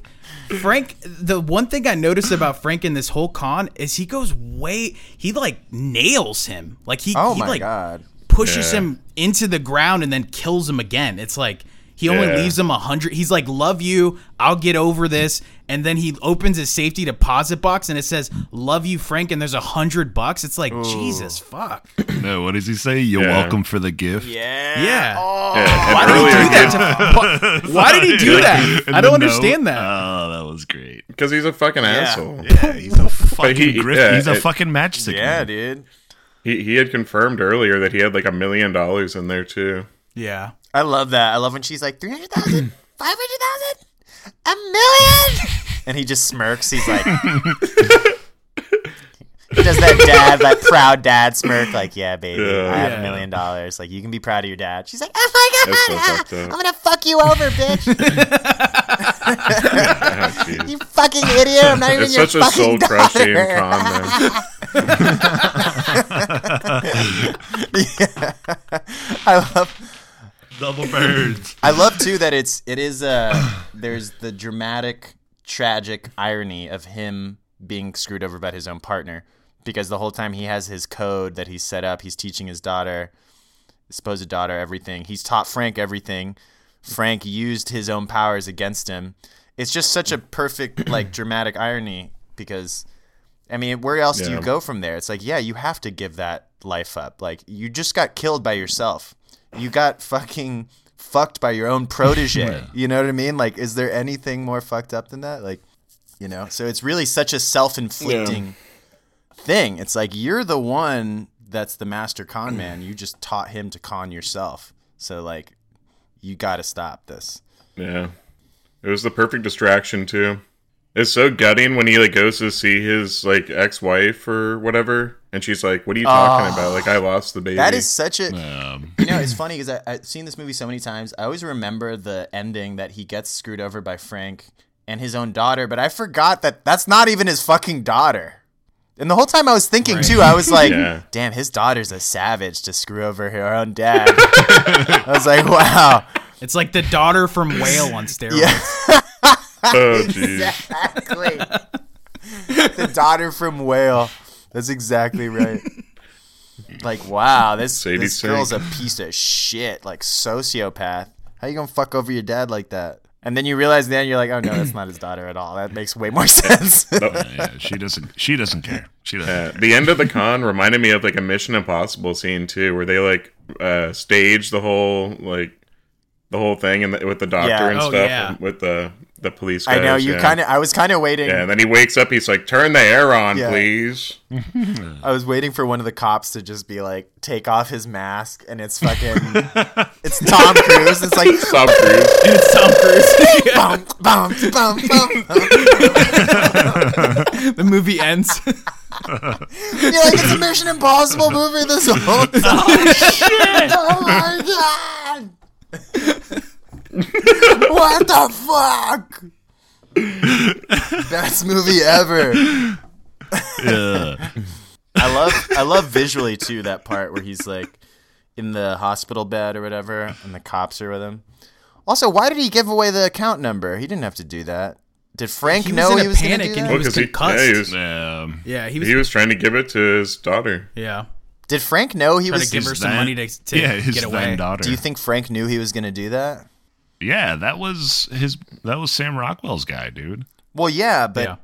Speaker 1: Frank the one thing I noticed about Frank in this whole con is he goes way he like nails him. Like he,
Speaker 3: Oh
Speaker 1: he
Speaker 3: my
Speaker 1: like
Speaker 3: god.
Speaker 1: pushes
Speaker 2: Yeah.
Speaker 1: him into the ground and then kills him again. It's like he only
Speaker 2: Yeah.
Speaker 1: leaves him a hundred. He's like, "Love you, I'll get over this." And then he opens his safety deposit box and it says, "Love you, Frank." And there's a hundred bucks. It's like Jesus, fuck.
Speaker 8: No, what does he say? You're
Speaker 2: Yeah.
Speaker 8: welcome for the gift.
Speaker 3: Yeah.
Speaker 1: Yeah.
Speaker 3: Oh,
Speaker 2: Yeah,
Speaker 1: Why
Speaker 2: and
Speaker 1: did he
Speaker 2: earlier
Speaker 1: do that? To, why, why did he do that?
Speaker 8: And
Speaker 1: I don't
Speaker 8: the note-
Speaker 1: understand that.
Speaker 8: Oh, that was great.
Speaker 2: Because he's a fucking asshole.
Speaker 8: Yeah, he's a fucking
Speaker 2: he-
Speaker 8: grift.
Speaker 2: yeah,
Speaker 8: he's a
Speaker 2: it-
Speaker 8: fucking matchstick.
Speaker 3: Yeah,
Speaker 8: man.
Speaker 3: dude.
Speaker 2: He he had confirmed earlier that he had like a million dollars in there too.
Speaker 1: Yeah.
Speaker 3: I love that. I love when she's like 300,000, 500,000, a million. And he just smirks. He's like, he does that dad, that proud dad smirk. Like, yeah, baby,
Speaker 2: Yeah.
Speaker 3: I have
Speaker 1: Yeah.
Speaker 3: a million dollars. Like, you can be proud of your dad. She's like, oh my
Speaker 2: That's so
Speaker 3: God,
Speaker 2: fucked up.
Speaker 3: I'm going to fuck you over, bitch.
Speaker 2: Oh, jeez.
Speaker 3: You fucking idiot. I'm not even
Speaker 2: it's
Speaker 3: your
Speaker 2: such a soul
Speaker 3: fucking
Speaker 2: crushing
Speaker 3: daughter."
Speaker 2: comment.
Speaker 3: I love
Speaker 8: Double birds.
Speaker 3: I love too that it's it is uh there's the dramatic tragic irony of him being screwed over by his own partner because the whole time he has his code that he's set up he's teaching his daughter his supposed daughter everything he's taught Frank everything Frank used his own powers against him it's just such a perfect like dramatic irony because I mean where else do you
Speaker 2: Yeah.
Speaker 3: go from there it's like yeah you have to give that life up like you just got killed by yourself you got fucking fucked by your own protege. You know what I mean? Like, is there anything more fucked up than that? Like, you know? So it's really such a self inflicting thing. It's like you're the one that's the master con man. You just taught him to con yourself. So, like, you got to stop this.
Speaker 2: Yeah. It was the perfect distraction too. It's so gutting when he like goes to see his like ex wife or whatever, and she's like, "What are you talking about? Like I lost the baby."
Speaker 3: Ah. That is such a.
Speaker 8: Um,
Speaker 3: You know, it's funny because I've seen this movie so many times. I always remember the ending that he gets screwed over by Frank and his own daughter, but I forgot that that's not even his fucking daughter. And the whole time I was thinking too, I was like,
Speaker 2: Yeah.
Speaker 3: damn, his daughter's a savage to screw over her own dad. I was like, wow.
Speaker 1: It's like the daughter from Whale on steroids.
Speaker 3: Yeah.
Speaker 2: oh jeez.
Speaker 3: Exactly. the daughter from Whale. That's exactly right. Like, wow, this,
Speaker 2: Sadie
Speaker 3: this
Speaker 2: Sink.
Speaker 3: girl's a piece of shit, like sociopath. How you gonna fuck over your dad like that? And then you realize then you're like, oh no, that's not his daughter at all. That makes way more sense.
Speaker 8: yeah, she doesn't. She doesn't care. She
Speaker 2: Uh,
Speaker 8: doesn't.
Speaker 2: the end of the con reminded me of like a Mission Impossible scene too, where they like uh, stage the whole like the whole thing and the, with the doctor
Speaker 3: Yeah.
Speaker 2: and
Speaker 1: Oh,
Speaker 2: stuff
Speaker 1: yeah.
Speaker 2: and with the the police. Guys,
Speaker 3: I know you
Speaker 2: yeah.
Speaker 3: kind of. I was kind of waiting.
Speaker 2: Yeah, and then he wakes up. He's like, "Turn the air on,
Speaker 3: Yeah.
Speaker 2: please."
Speaker 3: I was waiting for one of the cops to just be like, take off his mask, and it's fucking, it's Tom Cruise. It's like,
Speaker 2: Tom Cruise.
Speaker 1: It's Tom Cruise. Yeah.
Speaker 3: bum, bum, bum, bum, bum.
Speaker 1: The movie ends.
Speaker 3: You're like, it's a Mission Impossible movie this whole time. Oh, my god! what the fuck? Best movie ever.
Speaker 8: Yeah.
Speaker 3: I love, I love visually too that part where he's like in the hospital bed or whatever, and the cops are with him. Also, why did he give away the account number? He didn't have to do that. Did Frank
Speaker 1: He was
Speaker 3: know
Speaker 1: in a
Speaker 3: he was going to
Speaker 1: panic
Speaker 3: do
Speaker 1: and
Speaker 3: that?
Speaker 1: he was
Speaker 2: Because he,
Speaker 1: concussed.
Speaker 2: yeah, he was
Speaker 8: Um,
Speaker 1: Yeah, he was.
Speaker 2: he was trying to give it to his daughter.
Speaker 1: yeah,
Speaker 3: Did Frank know he
Speaker 1: trying
Speaker 3: was?
Speaker 1: to give her
Speaker 8: his
Speaker 1: some
Speaker 8: then-
Speaker 1: money to, to
Speaker 8: yeah, his
Speaker 1: get
Speaker 8: then
Speaker 1: away.
Speaker 8: daughter.
Speaker 3: do you think Frank knew he was going to do that?
Speaker 8: Yeah, that was his. That was Sam Rockwell's guy, dude.
Speaker 3: Well, yeah, but
Speaker 1: Yeah.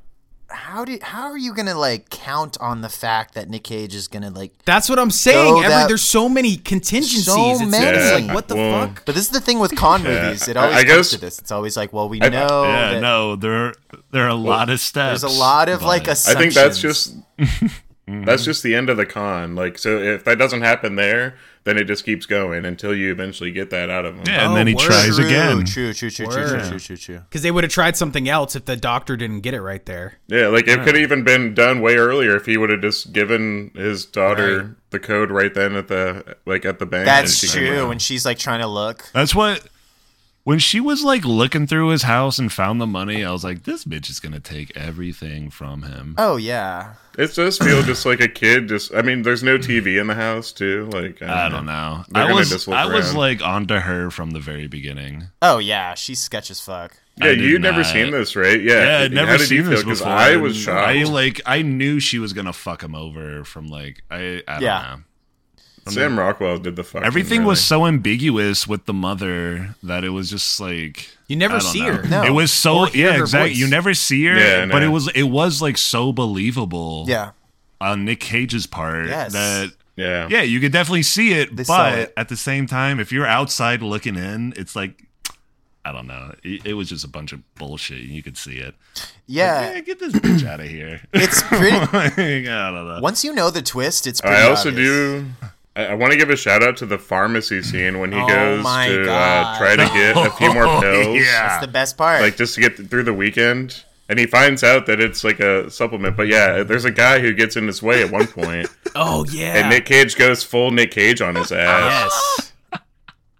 Speaker 3: how do how are you gonna like count on the fact that Nick Cage is gonna like?
Speaker 1: That's what I'm saying.
Speaker 3: So
Speaker 1: Every,
Speaker 3: that-
Speaker 1: there's so many contingencies.
Speaker 3: So
Speaker 1: it's,
Speaker 3: many.
Speaker 1: it's like what the
Speaker 2: Well,
Speaker 1: fuck?
Speaker 3: But this is the thing with con movies; it always
Speaker 2: I- I
Speaker 3: comes
Speaker 2: guess-
Speaker 3: to this. It's always like, well, we
Speaker 2: I-
Speaker 3: know
Speaker 1: Oh,
Speaker 8: yeah,
Speaker 3: that
Speaker 8: no, there there are a lot of steps.
Speaker 3: there's a lot of
Speaker 8: but-
Speaker 3: like
Speaker 2: I
Speaker 3: assumptions.
Speaker 2: think that's just that's just the end of the con. Like, so if that doesn't happen there, then it just keeps going until you eventually get that out of him.
Speaker 8: Yeah, and
Speaker 1: Oh,
Speaker 8: then he
Speaker 1: word.
Speaker 8: tries
Speaker 3: true,
Speaker 8: again.
Speaker 3: True, true, true, true, true, true, true, true.
Speaker 1: Because they would have tried something else if the doctor didn't get it right there.
Speaker 2: Yeah, like it could have even been done way earlier if he would have just given his daughter the code right then at the like at the bank.
Speaker 3: That's
Speaker 2: and she-
Speaker 3: true. When she's like trying to look,
Speaker 8: That's what when she was like looking through his house and found the money, I was like, this bitch is gonna take everything from him.
Speaker 3: oh yeah,
Speaker 2: It does feel just like a kid. Just I mean, there's no TV in the house too. Like
Speaker 8: I don't know.
Speaker 2: They're
Speaker 8: I
Speaker 2: gonna
Speaker 8: was
Speaker 2: just look
Speaker 8: I was
Speaker 2: around.
Speaker 8: like onto her from the very beginning.
Speaker 3: oh yeah, she's sketch as fuck.
Speaker 2: Yeah,
Speaker 8: I did
Speaker 2: you'd never
Speaker 8: not-
Speaker 2: seen this, right? Yeah,
Speaker 8: Yeah, I'd
Speaker 2: How
Speaker 8: never
Speaker 2: did you
Speaker 8: seen
Speaker 2: feel?
Speaker 8: this
Speaker 2: 'Cause
Speaker 8: before.
Speaker 2: I was
Speaker 8: and
Speaker 2: shocked.
Speaker 8: I like I knew she was gonna fuck him over from like I, I don't
Speaker 3: Yeah.
Speaker 8: know.
Speaker 2: Sam Rockwell did the fucking.
Speaker 8: Everything was
Speaker 2: really.
Speaker 8: so ambiguous with the mother that it was just like
Speaker 1: You never
Speaker 8: I don't
Speaker 1: see
Speaker 8: know.
Speaker 1: her.
Speaker 3: No.
Speaker 8: It was so
Speaker 1: Or hear
Speaker 8: yeah,
Speaker 1: her
Speaker 8: exactly.
Speaker 1: voice.
Speaker 8: You never see her,
Speaker 2: Yeah,
Speaker 8: but
Speaker 2: no.
Speaker 8: it was it was like so believable.
Speaker 3: Yeah,
Speaker 8: on Nick Cage's part
Speaker 3: Yes.
Speaker 8: that
Speaker 2: Yeah.
Speaker 8: yeah, you could definitely see it,
Speaker 3: They saw
Speaker 8: but
Speaker 3: it.
Speaker 8: at the same time, if you're outside looking in, it's like I don't know. It, it was just a bunch of bullshit. and You could see it.
Speaker 3: Yeah,
Speaker 8: Yeah, get this bitch out of here.
Speaker 3: it's pretty.
Speaker 8: Like, I don't know.
Speaker 3: Once you know the twist, it's pretty
Speaker 2: I also
Speaker 3: obvious.
Speaker 2: do. I, I want to give a shout out to the pharmacy scene when he
Speaker 3: Oh
Speaker 2: goes
Speaker 3: my
Speaker 2: to
Speaker 3: God.
Speaker 2: uh, try to get a few more pills.
Speaker 8: Oh, yeah.
Speaker 3: That's the best part.
Speaker 2: like just to get th- through the weekend. And he finds out that it's like a supplement. But yeah, there's a guy who gets in his way at one point,
Speaker 9: Oh yeah.
Speaker 2: and Nick Cage goes full Nick Cage on his ass.
Speaker 9: yes.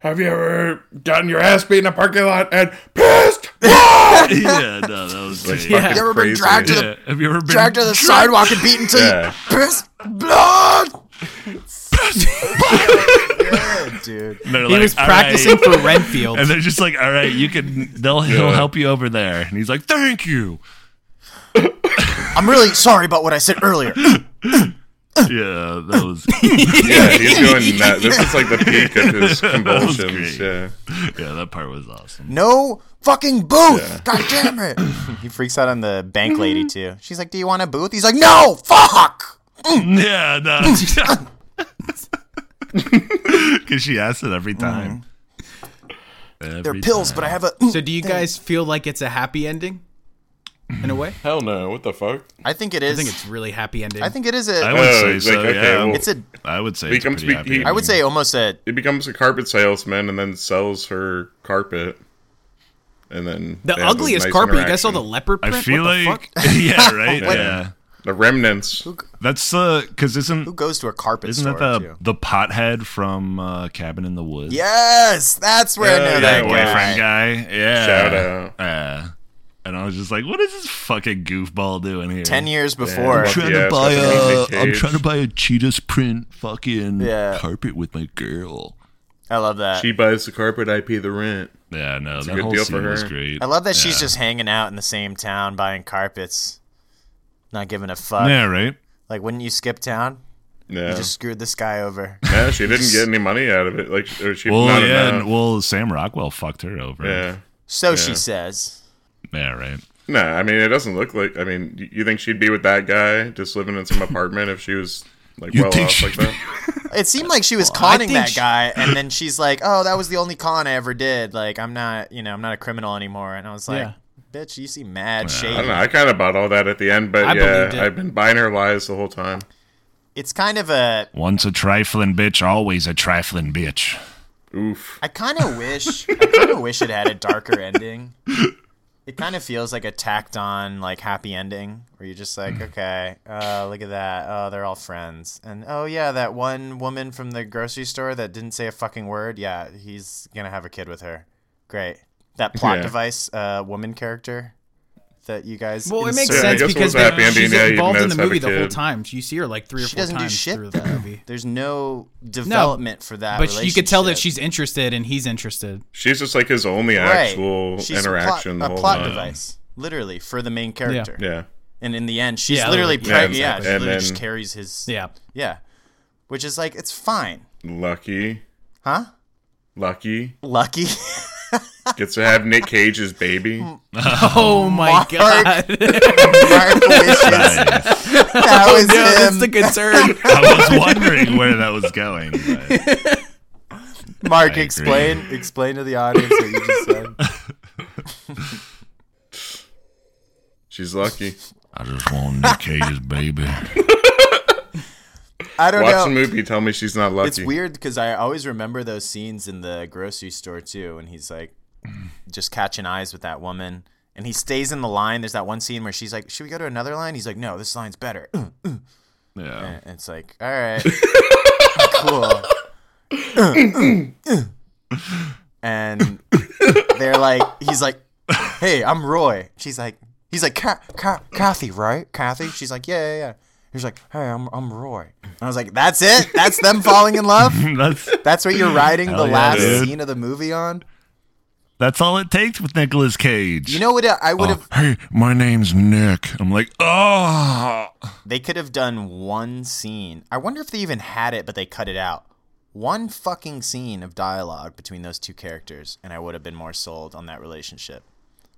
Speaker 2: Have you ever gotten your ass beat in a parking lot and pissed?
Speaker 8: yeah, no, that was
Speaker 2: Like,
Speaker 8: great.
Speaker 2: fucking
Speaker 3: You ever been
Speaker 2: crazy.
Speaker 3: dragged to the-
Speaker 8: Yeah. Have you ever been
Speaker 3: dragged to the sidewalk and beaten till
Speaker 2: Yeah.
Speaker 3: you piss blood. Good, dude.
Speaker 8: And they're
Speaker 1: He
Speaker 8: like,
Speaker 1: was
Speaker 8: "All right."
Speaker 1: practicing for Renfield.
Speaker 8: And they're just like, "All right, you can. They'll he'll
Speaker 2: Yeah.
Speaker 8: help you over there." And he's like, "Thank you."
Speaker 3: I'm really sorry about what I said earlier.
Speaker 8: Yeah, that was
Speaker 2: Yeah, he's going nuts. This is like the peak of his
Speaker 8: great.
Speaker 2: convulsions. Yeah.
Speaker 8: yeah, that part was awesome.
Speaker 3: No fucking booth. God damn it. Mm-hmm. he freaks out on the bank lady too. She's like, "Do you want a booth?" He's like, "No, fuck." Mm.
Speaker 8: Yeah, no, because she asks it every time.
Speaker 3: They're pills, but I have a. mm.
Speaker 1: So do you guys feel like it's a happy ending? In a way?
Speaker 2: Hell no! What the fuck?
Speaker 3: I think it
Speaker 1: I
Speaker 3: is.
Speaker 1: think it's really happy ending.
Speaker 3: I think it is a.
Speaker 8: I
Speaker 3: I
Speaker 8: would
Speaker 2: Oh,
Speaker 8: say
Speaker 2: he's
Speaker 8: so.
Speaker 2: like, okay,
Speaker 8: yeah,
Speaker 2: well-
Speaker 3: it's a.
Speaker 8: I would say
Speaker 2: He
Speaker 8: it's a
Speaker 2: comes
Speaker 8: pretty
Speaker 2: to be-
Speaker 8: happy
Speaker 2: he-
Speaker 3: I would say almost a.
Speaker 2: He becomes a carpet salesman and then sells her carpet, and then
Speaker 1: the
Speaker 2: they have this
Speaker 1: ugliest
Speaker 2: nice
Speaker 1: carpet. You guys saw the
Speaker 2: interaction.
Speaker 1: leopard print?
Speaker 8: I feel
Speaker 1: what the
Speaker 8: like
Speaker 1: fuck?
Speaker 8: yeah, right.
Speaker 2: Yeah.
Speaker 8: yeah,
Speaker 2: the remnants.
Speaker 8: that's uh, because isn't
Speaker 3: Who goes to a carpet
Speaker 8: isn't
Speaker 3: store?
Speaker 8: that the
Speaker 3: too?
Speaker 8: the pothead from uh, Cabin in the Woods?
Speaker 3: Yes, that's where I
Speaker 2: Yeah,
Speaker 3: know
Speaker 2: yeah,
Speaker 3: that
Speaker 2: yeah.
Speaker 8: boyfriend
Speaker 3: guy.
Speaker 8: guy. Yeah,
Speaker 2: Shout out.
Speaker 8: Yeah. and I was just like, what is this fucking goofball doing here?
Speaker 3: Ten years before.
Speaker 2: Yeah.
Speaker 8: trying
Speaker 2: Yeah,
Speaker 8: to buy
Speaker 2: it's
Speaker 8: a.
Speaker 2: got the
Speaker 8: I'm
Speaker 2: cage.
Speaker 8: trying to buy a cheetah's print fucking
Speaker 3: Yeah.
Speaker 8: carpet with my girl.
Speaker 3: I love that.
Speaker 2: She buys the carpet. I pay the rent.
Speaker 8: Yeah, no, that
Speaker 2: good
Speaker 8: whole
Speaker 2: deal for
Speaker 8: scene was
Speaker 2: her.
Speaker 8: great.
Speaker 3: I love that she's just hanging out in the same town buying carpets, not giving a fuck.
Speaker 8: Yeah, right.
Speaker 3: Like, wouldn't you skip town?
Speaker 2: Yeah.
Speaker 3: You just screwed this guy over.
Speaker 2: Yeah, she didn't get any money out of it. Like, or she
Speaker 8: Well,
Speaker 2: not
Speaker 8: yeah, and-
Speaker 2: enough.
Speaker 8: well, Sam Rockwell fucked her over.
Speaker 2: yeah.
Speaker 3: So she says.
Speaker 8: yeah, right.
Speaker 2: No, I mean it doesn't look like. I mean, y- you think she'd be with that guy just living in some apartment if she was like
Speaker 8: You
Speaker 2: well
Speaker 8: think
Speaker 2: off
Speaker 8: she'd
Speaker 2: like that?
Speaker 3: It seemed like she was conning that guy, and then she's like, "Oh, that was the only con I ever did. Like, I'm not, you know, I'm not a criminal anymore." And I was like, "Bitch, you see mad
Speaker 2: I don't know.
Speaker 3: shade."
Speaker 2: I kind of bought all that at the end, but
Speaker 1: I believed it.
Speaker 2: yeah, I've been buying her lies the whole time.
Speaker 3: It's kind of a.
Speaker 8: Once a trifling bitch, always a trifling bitch.
Speaker 2: Oof.
Speaker 3: I kind of wish. I kind of wish it had a darker ending. It kind of feels like a tacked on, like happy ending, where you're just
Speaker 2: Mm.
Speaker 3: like, okay, uh, look at that. Oh, they're all friends, and oh yeah, that one woman from the grocery store that didn't say a fucking word. Yeah, he's gonna have a kid with her. Great. That plot
Speaker 2: Yeah.
Speaker 3: device, uh, woman character that you guys.
Speaker 1: Well, it makes
Speaker 3: inserted.
Speaker 2: I
Speaker 1: sense
Speaker 2: guess it
Speaker 1: because
Speaker 2: was a happy
Speaker 1: they, she's
Speaker 2: ending, yeah, you
Speaker 1: involved in
Speaker 2: notice
Speaker 1: the
Speaker 2: how the
Speaker 1: movie the whole
Speaker 2: kid-
Speaker 1: time. You see her like three or
Speaker 3: She
Speaker 1: four
Speaker 3: doesn't do
Speaker 1: times
Speaker 3: shit
Speaker 1: through the
Speaker 3: though.
Speaker 1: movie.
Speaker 3: There's no development for that.
Speaker 1: But you could tell that
Speaker 3: relationship.
Speaker 1: she's interested and he's interested.
Speaker 2: She's just like his only
Speaker 3: Right.
Speaker 2: actual
Speaker 3: She's
Speaker 2: interaction
Speaker 3: A plot, a
Speaker 2: the whole
Speaker 3: plot
Speaker 2: time.
Speaker 3: device, literally for the main character.
Speaker 2: Yeah.
Speaker 3: And in the end, she's
Speaker 1: Yeah,
Speaker 3: literally
Speaker 1: literally.
Speaker 3: pregnant.
Speaker 2: Yeah,
Speaker 3: Yeah,
Speaker 2: exactly.
Speaker 3: she
Speaker 2: And
Speaker 3: literally
Speaker 2: then-
Speaker 3: just carries his.
Speaker 1: Yeah.
Speaker 3: yeah, which is like it's fine,
Speaker 2: Lucky,
Speaker 3: huh?
Speaker 2: lucky
Speaker 3: Lucky.
Speaker 2: gets to have Nick Cage's baby.
Speaker 1: Oh my
Speaker 3: Mark.
Speaker 1: god.
Speaker 3: Mark wishes. That was
Speaker 1: No, that's
Speaker 3: him.
Speaker 1: the concern.
Speaker 8: I was wondering where that was going. but-
Speaker 3: Mark,
Speaker 8: agree.
Speaker 3: explain explain to the audience what you just said.
Speaker 2: She's lucky.
Speaker 8: I just want Nick Cage's baby.
Speaker 3: I don't
Speaker 2: Watch
Speaker 3: know.
Speaker 2: the movie. Tell me she's not lucky.
Speaker 3: It's weird because I always remember those scenes in the grocery store too, and he's like just catching eyes with that woman, and he stays in the line. There's that one scene where she's like, "Should we go to another line?" He's like, "No, this line's better." And
Speaker 8: Yeah.
Speaker 3: it's like, all right, cool. and they're like, he's like, "Hey, I'm Roy." She's like, he's like, Ca- Ca- "Kathy, right? Kathy?" She's like, "Yeah, yeah, yeah." He's like, "Hey, I'm I'm Roy." And I was like, "That's it? That's them falling in love?"
Speaker 8: That's
Speaker 3: That's what you're riding
Speaker 8: Hell
Speaker 3: the
Speaker 8: yeah,
Speaker 3: last
Speaker 8: dude.
Speaker 3: scene of the movie on.
Speaker 8: that's all it takes with Nicolas Cage.
Speaker 3: You know what? I
Speaker 8: Oh.
Speaker 3: would have.
Speaker 8: hey, my name's Nick. I'm like, oh,
Speaker 3: They could have done one scene. I wonder if they even had it, but they cut it out. One fucking scene of dialogue between those two characters, and I would have been more sold on that relationship.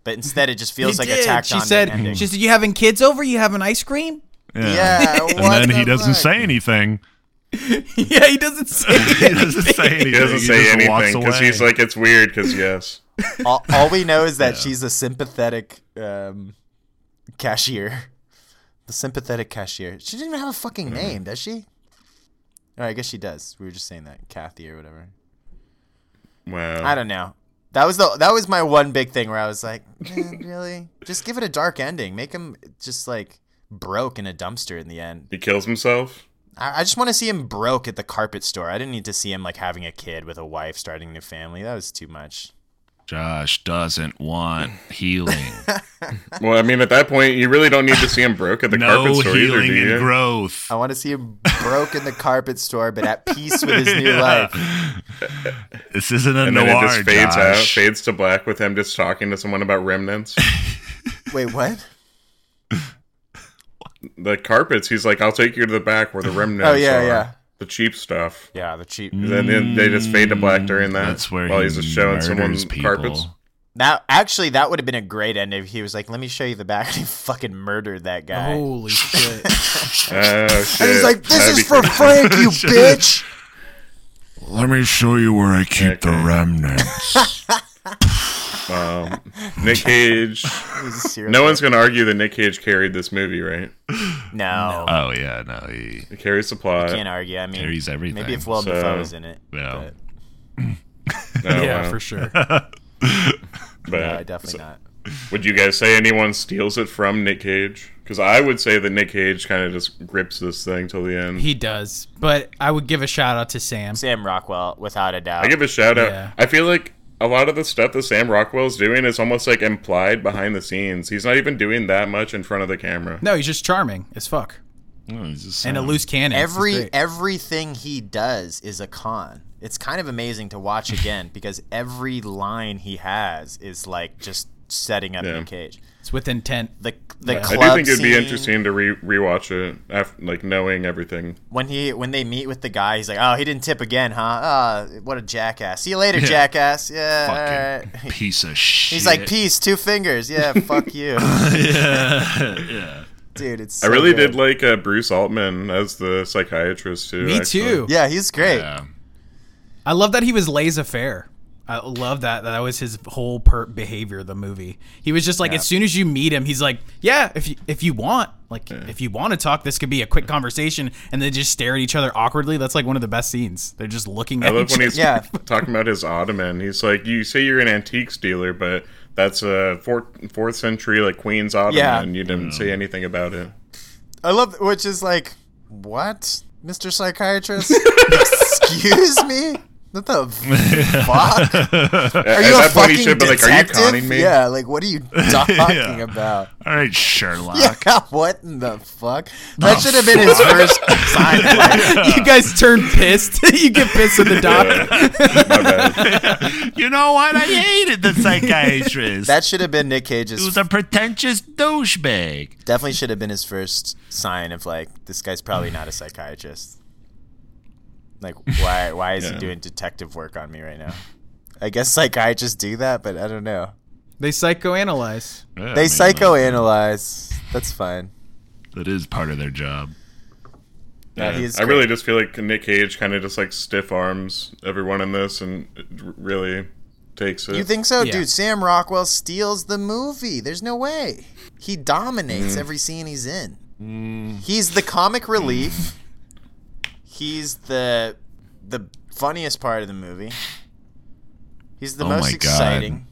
Speaker 3: But instead, it just feels
Speaker 1: He
Speaker 3: like
Speaker 1: did.
Speaker 3: a tacked
Speaker 1: she
Speaker 3: on
Speaker 1: said,
Speaker 3: ending.
Speaker 1: "She said you having kids over? You having ice cream?"
Speaker 3: yeah,
Speaker 8: And then he doesn't say anything.
Speaker 1: yeah, he doesn't say.
Speaker 8: He doesn't say anything.
Speaker 2: He doesn't say
Speaker 8: just
Speaker 2: anything
Speaker 8: walks
Speaker 2: because
Speaker 8: away.
Speaker 2: he's like, it's weird because yes.
Speaker 3: all, all we know is that she's a sympathetic um, cashier. The sympathetic cashier. She didn't even have a fucking name, does she? Or I guess she does. We were just saying that Kathy or whatever.
Speaker 2: Wow.
Speaker 3: I don't know. That was the that was my one big thing where I was like, "Eh, really? Just give it a dark ending. Make him just like broke in a dumpster in the end.
Speaker 2: He kills himself.
Speaker 3: I, I just want to see him broke at the carpet store. I didn't need to see him like having a kid with a wife, starting a new family. That was too much.
Speaker 8: Josh doesn't want healing.
Speaker 2: Well, I mean, at that point, you really don't need to see him broke at the
Speaker 8: no
Speaker 2: carpet store either,
Speaker 8: healing
Speaker 2: do you?
Speaker 8: and growth.
Speaker 3: I want to see him broke in the carpet store, but at peace with his new life.
Speaker 8: This isn't a
Speaker 2: and
Speaker 8: noir,
Speaker 2: then it just fades out,
Speaker 8: Josh.
Speaker 2: fades to black with him just talking to someone about remnants.
Speaker 3: Wait, what?
Speaker 2: the carpets, he's like, "I'll take you to the back where the remnants."
Speaker 3: Oh yeah,
Speaker 2: are,
Speaker 3: yeah,
Speaker 2: the cheap stuff.
Speaker 3: yeah. The cheap.
Speaker 2: Then then they just fade to black during that.
Speaker 8: Mm, That's where
Speaker 2: while
Speaker 8: he
Speaker 2: he's just showing someone
Speaker 8: murders people.
Speaker 2: carpets.
Speaker 3: That actually, that would have been a great end if he was like, "Let me show you the back," and he fucking murdered that guy.
Speaker 1: Holy shit.
Speaker 2: Oh, shit.
Speaker 3: and he's like, "This
Speaker 2: That'd
Speaker 3: is
Speaker 2: be
Speaker 3: for
Speaker 2: crazy.
Speaker 3: Frank, you bitch."
Speaker 8: Let me show you where I keep the
Speaker 2: Okay.
Speaker 8: remnants.
Speaker 2: Wow. Um, Nick Cage.
Speaker 3: He's a serial
Speaker 2: No one's going to argue that Nick Cage carried this movie, right?
Speaker 3: No,
Speaker 8: oh yeah, no, he
Speaker 2: He carries the plot.
Speaker 3: can't argue. I mean,
Speaker 8: carries everything.
Speaker 3: maybe if Will
Speaker 2: So-
Speaker 3: Dafoe is in it.
Speaker 8: no.
Speaker 2: Oh,
Speaker 1: yeah,
Speaker 2: wow.
Speaker 1: for sure.
Speaker 2: But-
Speaker 3: No, definitely not.
Speaker 2: Would you guys say anyone steals it from Nick Cage? Because I would say that Nick Cage kind of just grips this thing till the end.
Speaker 1: He does. But I would give a shout out to Sam.
Speaker 3: Sam Rockwell, without a doubt.
Speaker 2: I give a shout out.
Speaker 1: Yeah.
Speaker 2: I feel like a lot of the stuff that Sam Rockwell's doing is almost like implied behind the scenes. He's not even doing that much in front of the camera.
Speaker 1: No, he's just charming as fuck.
Speaker 8: No, he's just
Speaker 1: And a
Speaker 8: saying-
Speaker 1: loose cannon. This is
Speaker 3: Every
Speaker 1: great.
Speaker 3: everything he does is a con. It's kind of amazing to watch again because every line he has is like just setting up
Speaker 2: Yeah.
Speaker 3: the cage.
Speaker 1: it's with intent.
Speaker 3: The the
Speaker 1: Yeah. I
Speaker 2: I
Speaker 3: club
Speaker 2: do think it'd be
Speaker 3: scene,
Speaker 2: interesting to re- rewatch it, after, like knowing everything.
Speaker 3: when he when they meet with the guy. He's like, "Oh, he didn't tip again, huh? Oh, what a jackass! See you later, jackass. Yeah, all
Speaker 8: fucking
Speaker 3: right."
Speaker 8: piece of shit.
Speaker 3: He's like, peace, two fingers. Yeah, fuck you,
Speaker 8: yeah, yeah.
Speaker 3: dude. It's.
Speaker 2: I
Speaker 3: so
Speaker 2: really
Speaker 3: good.
Speaker 2: did like uh, Bruce Altman as the psychiatrist too.
Speaker 1: Me
Speaker 2: actually.
Speaker 1: too.
Speaker 3: Yeah, he's great.
Speaker 8: Yeah.
Speaker 1: I love that he was laissez faire. I love that. That was his whole per- behavior. of The movie. He was just like, as soon as you meet him, he's like, "Yeah, if you, if you want, like, if you want to talk, this could be a quick conversation." And they just stare at each other awkwardly. That's like one of the best scenes. They're just looking
Speaker 2: I
Speaker 1: at.
Speaker 2: love
Speaker 1: each
Speaker 2: when he's
Speaker 3: Yeah.
Speaker 2: talking about his ottoman. He's like, "You say you're an antiques dealer, but that's a fourth fourth century like Queen's ottoman.
Speaker 3: Yeah.
Speaker 2: You didn't say anything about it."
Speaker 3: I love, which is like, what, Mister Psychiatrist? Excuse me. What the fuck? Are you a
Speaker 2: At that point, he
Speaker 3: fucking
Speaker 2: should be like, "Are you
Speaker 3: detective?
Speaker 2: conning me?"
Speaker 3: Yeah, like what are you talking about?
Speaker 8: All right, Sherlock.
Speaker 3: Yeah, what in the fuck? That should have been his first sign. Like,
Speaker 1: other. you guys turn pissed. you get pissed at the doc.
Speaker 2: My bad.
Speaker 8: You know what? I hated the psychiatrist.
Speaker 3: that should have been Nick
Speaker 8: He
Speaker 3: Cage's.
Speaker 8: was a pretentious douchebag.
Speaker 3: definitely should have been his first sign of like this guy's probably not a psychiatrist. Like why why is he doing detective work on me right now? I guess psychiatrists do that, but I don't know.
Speaker 1: They psychoanalyze.
Speaker 8: Yeah,
Speaker 3: They
Speaker 8: I mean,
Speaker 3: psychoanalyze. That's fine.
Speaker 8: That is part of their job.
Speaker 3: Yeah, he's
Speaker 2: I
Speaker 3: great.
Speaker 2: really just feel like Nick Cage kind of just like stiff arms everyone in this and it r- really takes it.
Speaker 3: You think so,
Speaker 1: Yeah.
Speaker 3: dude? Sam Rockwell steals the movie. There's no way. He dominates
Speaker 8: Mm.
Speaker 3: every scene he's in. He's the comic relief. He's the the funniest part of the movie. He's the
Speaker 8: Oh my
Speaker 3: most
Speaker 8: God.
Speaker 3: exciting.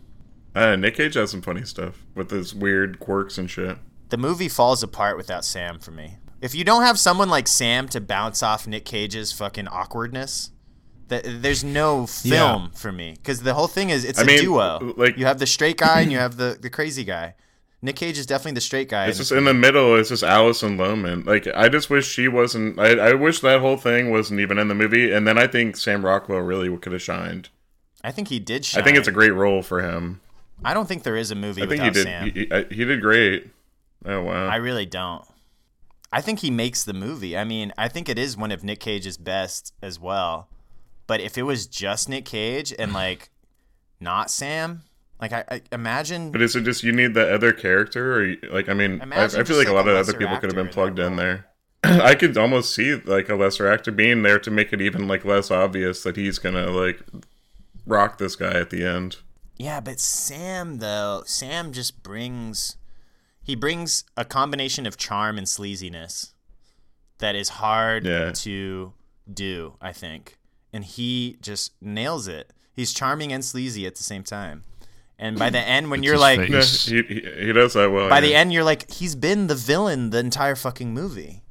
Speaker 2: uh, Nick Cage has some funny stuff with his weird quirks and shit.
Speaker 3: the movie falls apart without Sam for me. If you don't have someone like Sam to bounce off Nick Cage's fucking awkwardness, th- there's no film for me because the whole thing is it's a
Speaker 2: I mean,
Speaker 3: duo.
Speaker 2: like-
Speaker 3: you have the straight guy and you have the, the crazy guy. Nick Cage is definitely the straight guy.
Speaker 2: It's
Speaker 3: and-
Speaker 2: just in the middle. It's just Allison Lohman. Like I just wish she wasn't. I, I wish that whole thing wasn't even in the movie. And then I think Sam Rockwell really could have shined.
Speaker 3: I think he did. Shine.
Speaker 2: I think it's a great role for him.
Speaker 3: I don't think there is a movie
Speaker 2: I think he
Speaker 3: without
Speaker 2: did.
Speaker 3: Sam.
Speaker 2: He, he, I- he did great. Oh wow.
Speaker 3: I really don't. I think he makes the movie. I mean, I think it is one of Nick Cage's best as well. But if it was just Nick Cage and like not Sam, like I, I imagine
Speaker 2: but is it just you need that other character, or you- like I mean, I, I
Speaker 3: Imagine
Speaker 2: feel
Speaker 3: just,
Speaker 2: like a
Speaker 3: like,
Speaker 2: lot
Speaker 3: a
Speaker 2: of other
Speaker 3: lesser
Speaker 2: people could have been
Speaker 3: actor in
Speaker 2: plugged
Speaker 3: that
Speaker 2: in there. I could almost see like a lesser actor being there to make it even like less obvious that he's gonna like rock this guy at the end.
Speaker 3: Yeah, but Sam though, Sam just brings he brings a combination of charm and sleaziness that is hard
Speaker 2: Yeah.
Speaker 3: to do, I think. And he just nails it. He's charming and sleazy at the same time. And by the end when
Speaker 8: It's
Speaker 3: you're
Speaker 8: his
Speaker 3: like
Speaker 8: face.
Speaker 2: Yeah, he, he, he does that well.
Speaker 3: by the
Speaker 2: yeah.
Speaker 3: end you're like he's been the villain the entire fucking movie.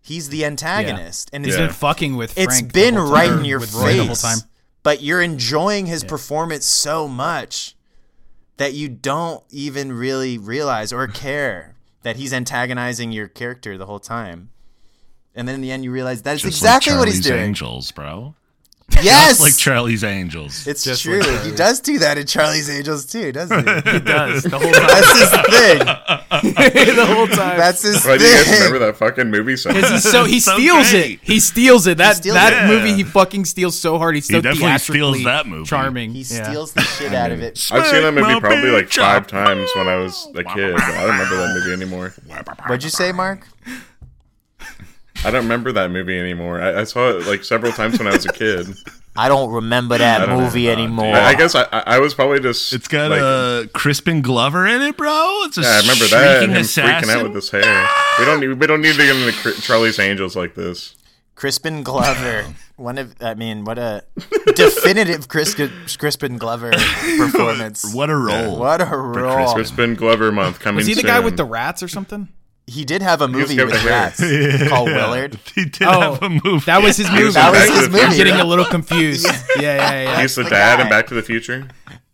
Speaker 3: He's the antagonist and it's
Speaker 1: He's
Speaker 2: Yeah.
Speaker 1: been fucking with Frank.
Speaker 3: it's
Speaker 1: the
Speaker 3: been
Speaker 1: whole
Speaker 3: right
Speaker 1: time,
Speaker 3: in your
Speaker 1: with
Speaker 3: face
Speaker 1: Roy the whole time.
Speaker 3: but you're enjoying his performance so much that you don't even really realize or care that he's antagonizing your character the whole time and then in the end you realize that's
Speaker 8: Just like
Speaker 3: exactly what he's
Speaker 8: Charlie's
Speaker 3: doing
Speaker 8: Angels, bro.
Speaker 3: yes
Speaker 8: It's like Charlie's Angels.
Speaker 3: it's
Speaker 1: Just
Speaker 3: true
Speaker 1: like
Speaker 3: he does do that in charlie's angels too doesn't he
Speaker 1: He does the whole time.
Speaker 3: that's his thing
Speaker 1: the whole time.
Speaker 3: that's his
Speaker 2: Why do you guys remember
Speaker 3: thing
Speaker 2: that fucking movie? So
Speaker 1: Because he's so he
Speaker 8: So
Speaker 1: steals
Speaker 8: great.
Speaker 1: it. He steals it. That
Speaker 3: steals
Speaker 1: that
Speaker 8: it.
Speaker 1: movie he fucking steals so hard. He's so
Speaker 8: definitely steals
Speaker 1: theatrically
Speaker 8: that movie.
Speaker 1: Charming.
Speaker 3: he
Speaker 1: Yeah.
Speaker 3: steals the shit out of it
Speaker 2: I've seen that movie
Speaker 8: Smack my
Speaker 2: probably like
Speaker 8: bitch
Speaker 2: five
Speaker 8: up.
Speaker 2: times when I was a kid. But I don't remember that movie anymore.
Speaker 3: what'd you say mark
Speaker 2: I don't remember that movie anymore. I, I saw it like several times when I was a kid.
Speaker 3: i don't remember that movie anymore
Speaker 2: I, I guess I, I I was probably just.
Speaker 8: It's got
Speaker 2: like,
Speaker 8: uh, Crispin Glover in it, bro. It's a
Speaker 2: Yeah, I remember that.
Speaker 8: shrieking
Speaker 2: Him
Speaker 8: assassin.
Speaker 2: freaking out with his hair. We don't. need- We don't need to get into Cri- Charlie's Angels like this.
Speaker 3: Crispin Glover. One of, I mean, what a definitive Chris, Crispin Glover performance.
Speaker 8: What a role!
Speaker 3: What a role.
Speaker 2: Crispin Glover month coming.
Speaker 1: Was he the
Speaker 2: soon.
Speaker 1: guy with the rats or something?
Speaker 3: He did have a movie
Speaker 2: got
Speaker 3: with
Speaker 2: the hair.
Speaker 3: rats called Willard.
Speaker 8: He did
Speaker 1: Oh,
Speaker 8: have a movie.
Speaker 1: That was his movie.
Speaker 2: was in That was Back to his the movie.
Speaker 1: I'm getting
Speaker 2: Future.
Speaker 1: a little confused. yeah, yeah, yeah.
Speaker 2: He's the,
Speaker 3: the
Speaker 2: dad
Speaker 3: guy.
Speaker 2: in Back to the Future.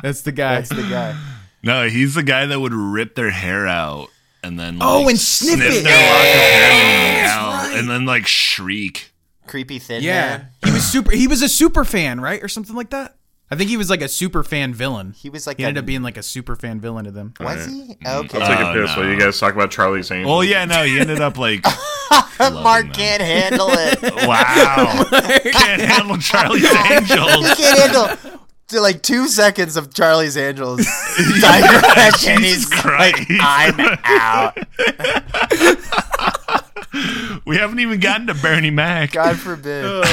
Speaker 1: That's the guy.
Speaker 3: That's the guy.
Speaker 8: no. He's the guy that would rip their hair out and then like,
Speaker 1: Oh, and sniff it.
Speaker 8: their lock of hair out, and then like shriek.
Speaker 3: Creepy thin
Speaker 1: yeah,
Speaker 3: man.
Speaker 1: he was super. He was a super fan, right, or something like that. I think he was like a super fan villain.
Speaker 3: He was like
Speaker 1: He
Speaker 3: a-
Speaker 1: ended up being like a super fan villain to them.
Speaker 3: Was he?
Speaker 2: I'll take
Speaker 3: Okay.
Speaker 8: Uh,
Speaker 2: a piss while you guys talk about Charlie's Angels.
Speaker 8: Well, yeah, no. He ended up like
Speaker 3: Mark can't handle it.
Speaker 8: wow. Can't handle Charlie's Angels.
Speaker 3: can't handle to like two seconds of Charlie's Angels digression. He's like, uh,
Speaker 8: Christ.
Speaker 3: I'm out.
Speaker 8: We haven't even gotten to Bernie Mac.
Speaker 3: God forbid.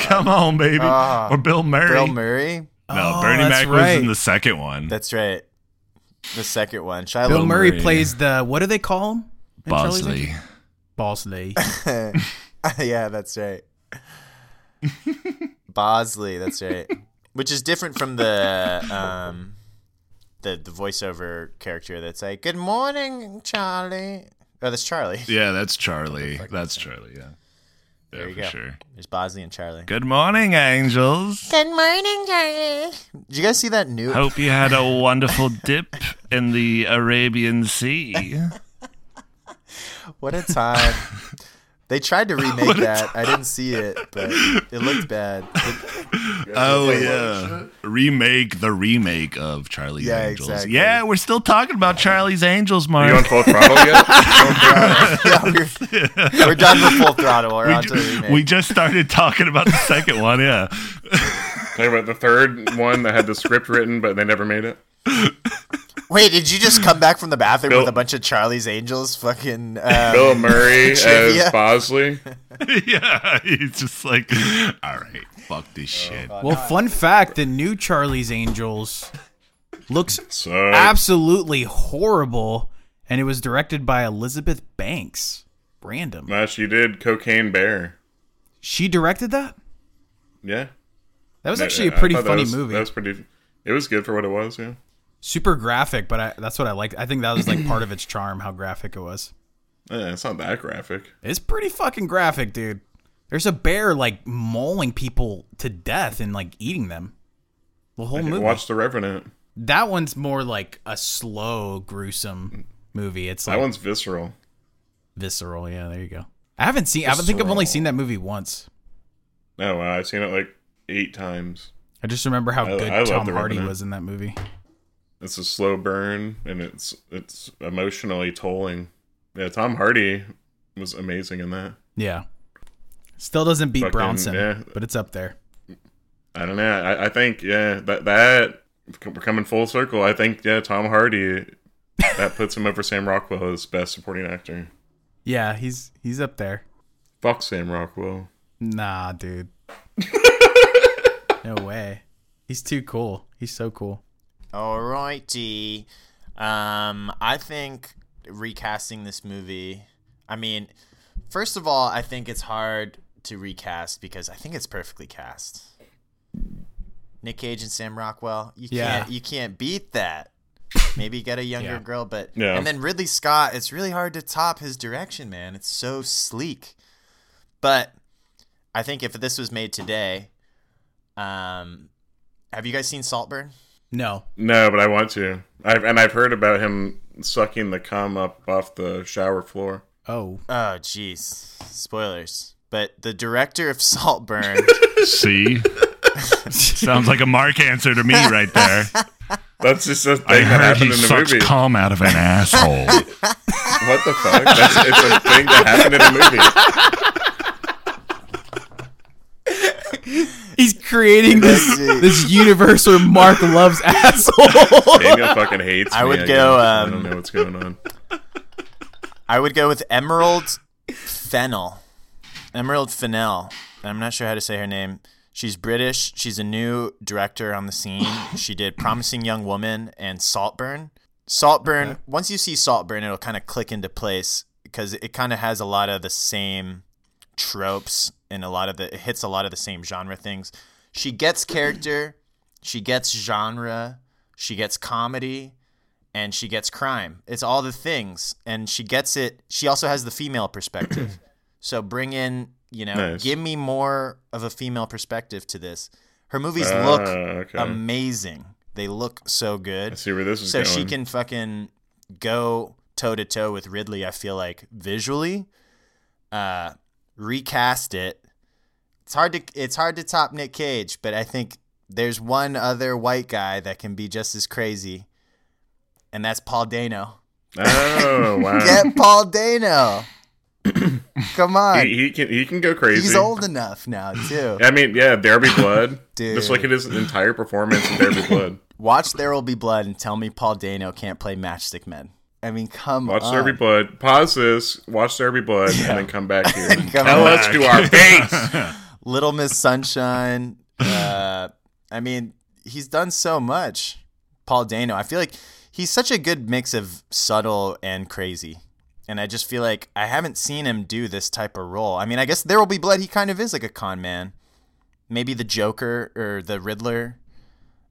Speaker 8: Come on, baby.
Speaker 3: Ah.
Speaker 8: or Bill Murray.
Speaker 3: Bill Murray.
Speaker 8: No,
Speaker 1: Oh,
Speaker 8: Bernie
Speaker 1: that's
Speaker 8: Mac was
Speaker 1: right.
Speaker 8: in the second one.
Speaker 3: That's right. The second one. Shiloh
Speaker 1: Bill Murray
Speaker 8: Murray.
Speaker 1: plays the what do they call him? in Charlie's Angels?
Speaker 8: Bosley.
Speaker 1: Bosley.
Speaker 3: yeah, that's right. Bosley, that's right. Which is different from the um, the the voiceover character that's like, "Good morning, Charlie." Oh, that's Charlie.
Speaker 8: Yeah, that's Charlie. That's Charlie. Yeah. There,
Speaker 3: you
Speaker 8: for
Speaker 3: go.
Speaker 8: sure.
Speaker 3: There's Bosley and Charlie.
Speaker 8: Good morning, angels.
Speaker 3: Good morning, Charlie. Did you guys see that new?
Speaker 8: Hope you had a wonderful dip in the Arabian Sea.
Speaker 3: What a time! they tried to remake that. I didn't see it, but it looked bad.
Speaker 8: Oh yeah, remake the remake of Charlie's
Speaker 3: Yeah,
Speaker 8: Angels.
Speaker 3: exactly.
Speaker 8: Yeah, we're still talking about Charlie's Angels,
Speaker 1: Oh,
Speaker 2: Are you on
Speaker 8: Mark.
Speaker 2: full throttle yet?
Speaker 3: Yeah, we're, we're done with full throttle. We're
Speaker 8: We,
Speaker 3: on to the
Speaker 8: ju-
Speaker 3: remake.
Speaker 8: we just started talking about the second one. Yeah,
Speaker 2: Talk about the third one that had the script written, but they never made it.
Speaker 3: Wait, did you just come back from the bathroom
Speaker 2: Bill-
Speaker 3: with a bunch of Charlie's Angels? Fucking uh,
Speaker 2: Bill Murray as
Speaker 3: Trivia.
Speaker 2: Bosley.
Speaker 8: yeah. Oh. He's just like, all right, fuck this shit.
Speaker 1: Well, fun fact: the new Charlie's Angels looks
Speaker 2: So
Speaker 1: absolutely horrible, and it was directed by Elizabeth Banks. Random.
Speaker 2: no, she did Cocaine Bear.
Speaker 1: She directed that.
Speaker 2: Yeah,
Speaker 1: That was
Speaker 2: Yeah,
Speaker 1: actually
Speaker 2: yeah,
Speaker 1: a pretty
Speaker 2: I thought that
Speaker 1: funny
Speaker 2: was-
Speaker 1: movie.
Speaker 2: That was pretty. It was good for what it was. Yeah.
Speaker 1: Super graphic, but I, that's what I liked. I think that was like part of its charm, how graphic it was.
Speaker 2: Eh, it's not that graphic.
Speaker 1: It's pretty fucking graphic, dude. There's a bear like mauling people to death and like eating them. The whole movie.
Speaker 2: Watch The Revenant.
Speaker 1: that one's more like a slow, gruesome movie. It's
Speaker 2: That
Speaker 1: like
Speaker 2: one's visceral.
Speaker 1: visceral. Yeah, there you go. I haven't seen. I think I've only seen that movie once.
Speaker 2: No, wow, I've seen it like eight times.
Speaker 1: I just remember how
Speaker 2: I-
Speaker 1: good
Speaker 2: I love
Speaker 1: Tom
Speaker 2: The
Speaker 1: Hardy
Speaker 2: Revenant.
Speaker 1: was in that movie.
Speaker 2: It's a slow burn, and it's it's emotionally tolling. Yeah, Tom Hardy was amazing in that.
Speaker 1: Yeah. Still doesn't beat
Speaker 2: Fucking,
Speaker 1: Bronson,
Speaker 2: yeah.
Speaker 1: but it's up there.
Speaker 2: I don't know. I, I think yeah that that we're coming full circle. I think yeah Tom Hardy that puts him over Sam Rockwell as best supporting actor.
Speaker 1: Yeah, he's he's up there.
Speaker 2: Fuck Sam Rockwell.
Speaker 1: Nah, dude. no way. He's too cool. He's so cool.
Speaker 3: Alrighty. Um, I think recasting this movie. I mean, first of all, I think it's hard to recast because I think it's perfectly cast. Nick Cage and Sam Rockwell. You
Speaker 1: Yeah.
Speaker 3: can't. You can't beat that. Maybe get a younger
Speaker 1: Yeah.
Speaker 3: girl, but
Speaker 2: Yeah.
Speaker 3: and then Ridley Scott. It's really hard to top his direction, man. It's so sleek. But I think if this was made today, um, have you guys seen Saltburn?
Speaker 1: No.
Speaker 2: No, but I want to. I've and I've heard about him sucking the cum up off the shower floor.
Speaker 1: Oh.
Speaker 3: Oh, jeez. Spoilers. But the director of Saltburn,
Speaker 8: See? Sounds like a Mark answer to me right there.
Speaker 2: That's just a thing
Speaker 8: I
Speaker 2: that
Speaker 8: heard
Speaker 2: happened
Speaker 8: he
Speaker 2: in the
Speaker 8: sucks
Speaker 2: movie.
Speaker 8: calm out of an asshole.
Speaker 2: what the fuck? That's, it's a thing that happened in a movie.
Speaker 1: He's creating this this universe where Mark loves asshole.
Speaker 2: Daniel fucking hates.
Speaker 3: I
Speaker 2: me,
Speaker 3: would
Speaker 2: guess.
Speaker 3: go,
Speaker 2: I don't
Speaker 3: um,
Speaker 2: know what's going on.
Speaker 3: I would go with Emerald Fennel. Emerald Fennel. I'm not sure how to say her name. She's British. She's a new director on the scene. She did Promising Young Woman and Saltburn. Saltburn, once you see Saltburn, it'll kind of click into place because it kind of has a lot of the same tropes and a lot of the it hits a lot of the same genre things. She gets character, she gets genre, she gets comedy, and she gets crime. It's all the things, and she gets it. She also has the female perspective. so bring in, you know,
Speaker 2: Nice.
Speaker 3: give me more of a female perspective to this. Her movies
Speaker 2: Ah,
Speaker 3: look
Speaker 2: okay.
Speaker 3: amazing. They look so good.
Speaker 2: I see where this is
Speaker 3: so
Speaker 2: going.
Speaker 3: she can fucking go toe to toe with Ridley. I feel like visually, uh, recast it. It's hard to it's hard to top Nick Cage, but I think there's one other white guy that can be just as crazy, and that's Paul Dano.
Speaker 2: Oh wow.
Speaker 3: Get Paul Dano. Come on,
Speaker 2: He, he can he can go crazy.
Speaker 3: he's old enough now too.
Speaker 2: I mean, yeah, there be blood.
Speaker 3: Dude.
Speaker 2: Just look at his entire performance in there be blood.
Speaker 3: Watch There Will Be Blood and tell me Paul Dano can't play Matchstick Men. I mean, come
Speaker 2: Watch
Speaker 3: on.
Speaker 2: there be blood. Pause this. Watch there be blood, and then come back here.
Speaker 3: Come
Speaker 2: Tell us
Speaker 3: back.
Speaker 2: to our face.
Speaker 3: Little Miss Sunshine. Uh, I mean, he's done so much. Paul Dano. I feel like he's such a good mix of subtle and crazy. And I just feel like I haven't seen him do this type of role. I mean, I guess There Will Be Blood, he kind of is like a con man. Maybe the Joker or the Riddler.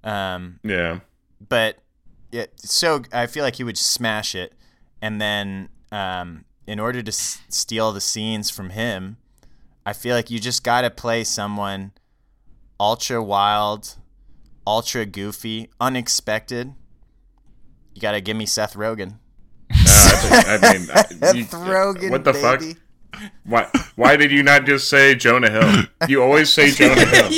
Speaker 3: Um,
Speaker 2: yeah.
Speaker 3: but it, so I feel like he would smash it, and then um, in order to s- steal the scenes from him, I feel like you just gotta play someone ultra wild, ultra goofy, unexpected. You gotta give me Seth Rogen.
Speaker 2: Uh, I mean, I- you-
Speaker 3: Rogen,
Speaker 2: what the
Speaker 3: baby.
Speaker 2: fuck? Why? Why did you not just say Jonah Hill? You always say Jonah Hill.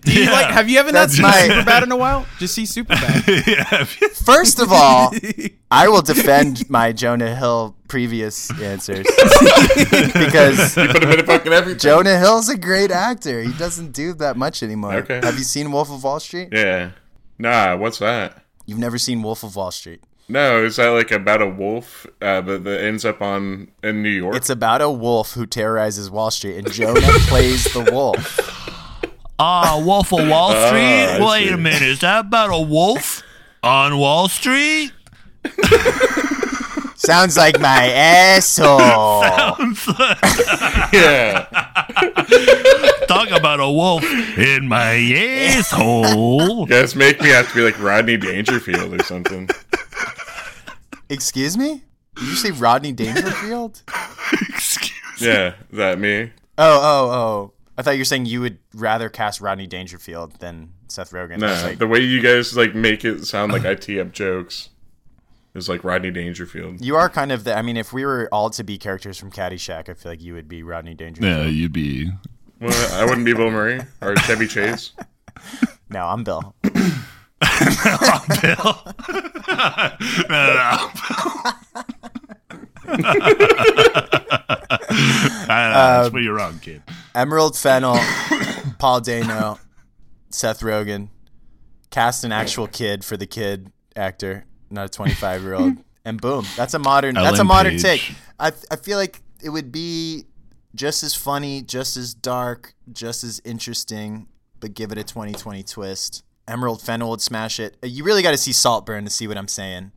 Speaker 1: Do you
Speaker 8: Yeah.
Speaker 1: like have you haven't
Speaker 3: That's
Speaker 1: seen
Speaker 3: my-
Speaker 1: Superbad in a while? Just see Superbad.
Speaker 8: yeah.
Speaker 3: First of all, I will defend my Jonah Hill previous answers because
Speaker 2: Put him in fucking everything.
Speaker 3: Jonah Hill's a great actor. He doesn't do that much anymore.
Speaker 2: Okay.
Speaker 3: Have you seen Wolf of Wall Street?
Speaker 2: Yeah. Nah. What's that?
Speaker 3: You've never seen Wolf of Wall Street.
Speaker 2: No, is that like about a wolf uh, that, that ends up on in New York?
Speaker 3: It's about a wolf who terrorizes Wall Street, and Jonah plays the wolf.
Speaker 8: Ah, Wolf of Wall Street?
Speaker 2: I
Speaker 8: Wait
Speaker 2: see.
Speaker 8: a minute. Is that about a wolf on Wall Street?
Speaker 3: Sounds like my asshole.
Speaker 2: yeah.
Speaker 8: Talk about a wolf in my asshole.
Speaker 2: Guys, make me have to be like Rodney Dangerfield or something.
Speaker 3: Excuse me? Did you say Rodney Dangerfield? Oh,
Speaker 2: Yeah, is that me?
Speaker 3: oh, oh. I thought you were saying you would rather cast Rodney Dangerfield than Seth Rogen. I was
Speaker 2: Nah,
Speaker 3: like,
Speaker 2: the way you guys like make it sound like I tee up jokes is like Rodney Dangerfield.
Speaker 3: you are kind of the. I mean, if we were all to be characters from Caddyshack, I feel like you would be Rodney Dangerfield.
Speaker 8: Yeah, you'd be.
Speaker 2: Well, I wouldn't be Bill Murray or Chevy Chase.
Speaker 3: No, I'm Bill.
Speaker 8: I don't know, that's where you're wrong, kid.
Speaker 3: Emerald Fennel, Paul Dano, Seth Rogen, cast an actual kid for the kid actor, not a 25 year old, and boom, that's a modern. that's a
Speaker 8: Ellen
Speaker 3: modern
Speaker 8: Page.
Speaker 3: take. I I feel like it would be just as funny, just as dark, just as interesting, but give it a 2020 twist. Emerald Fennel would smash it. Uh, You really got to see Saltburn to see what I'm saying,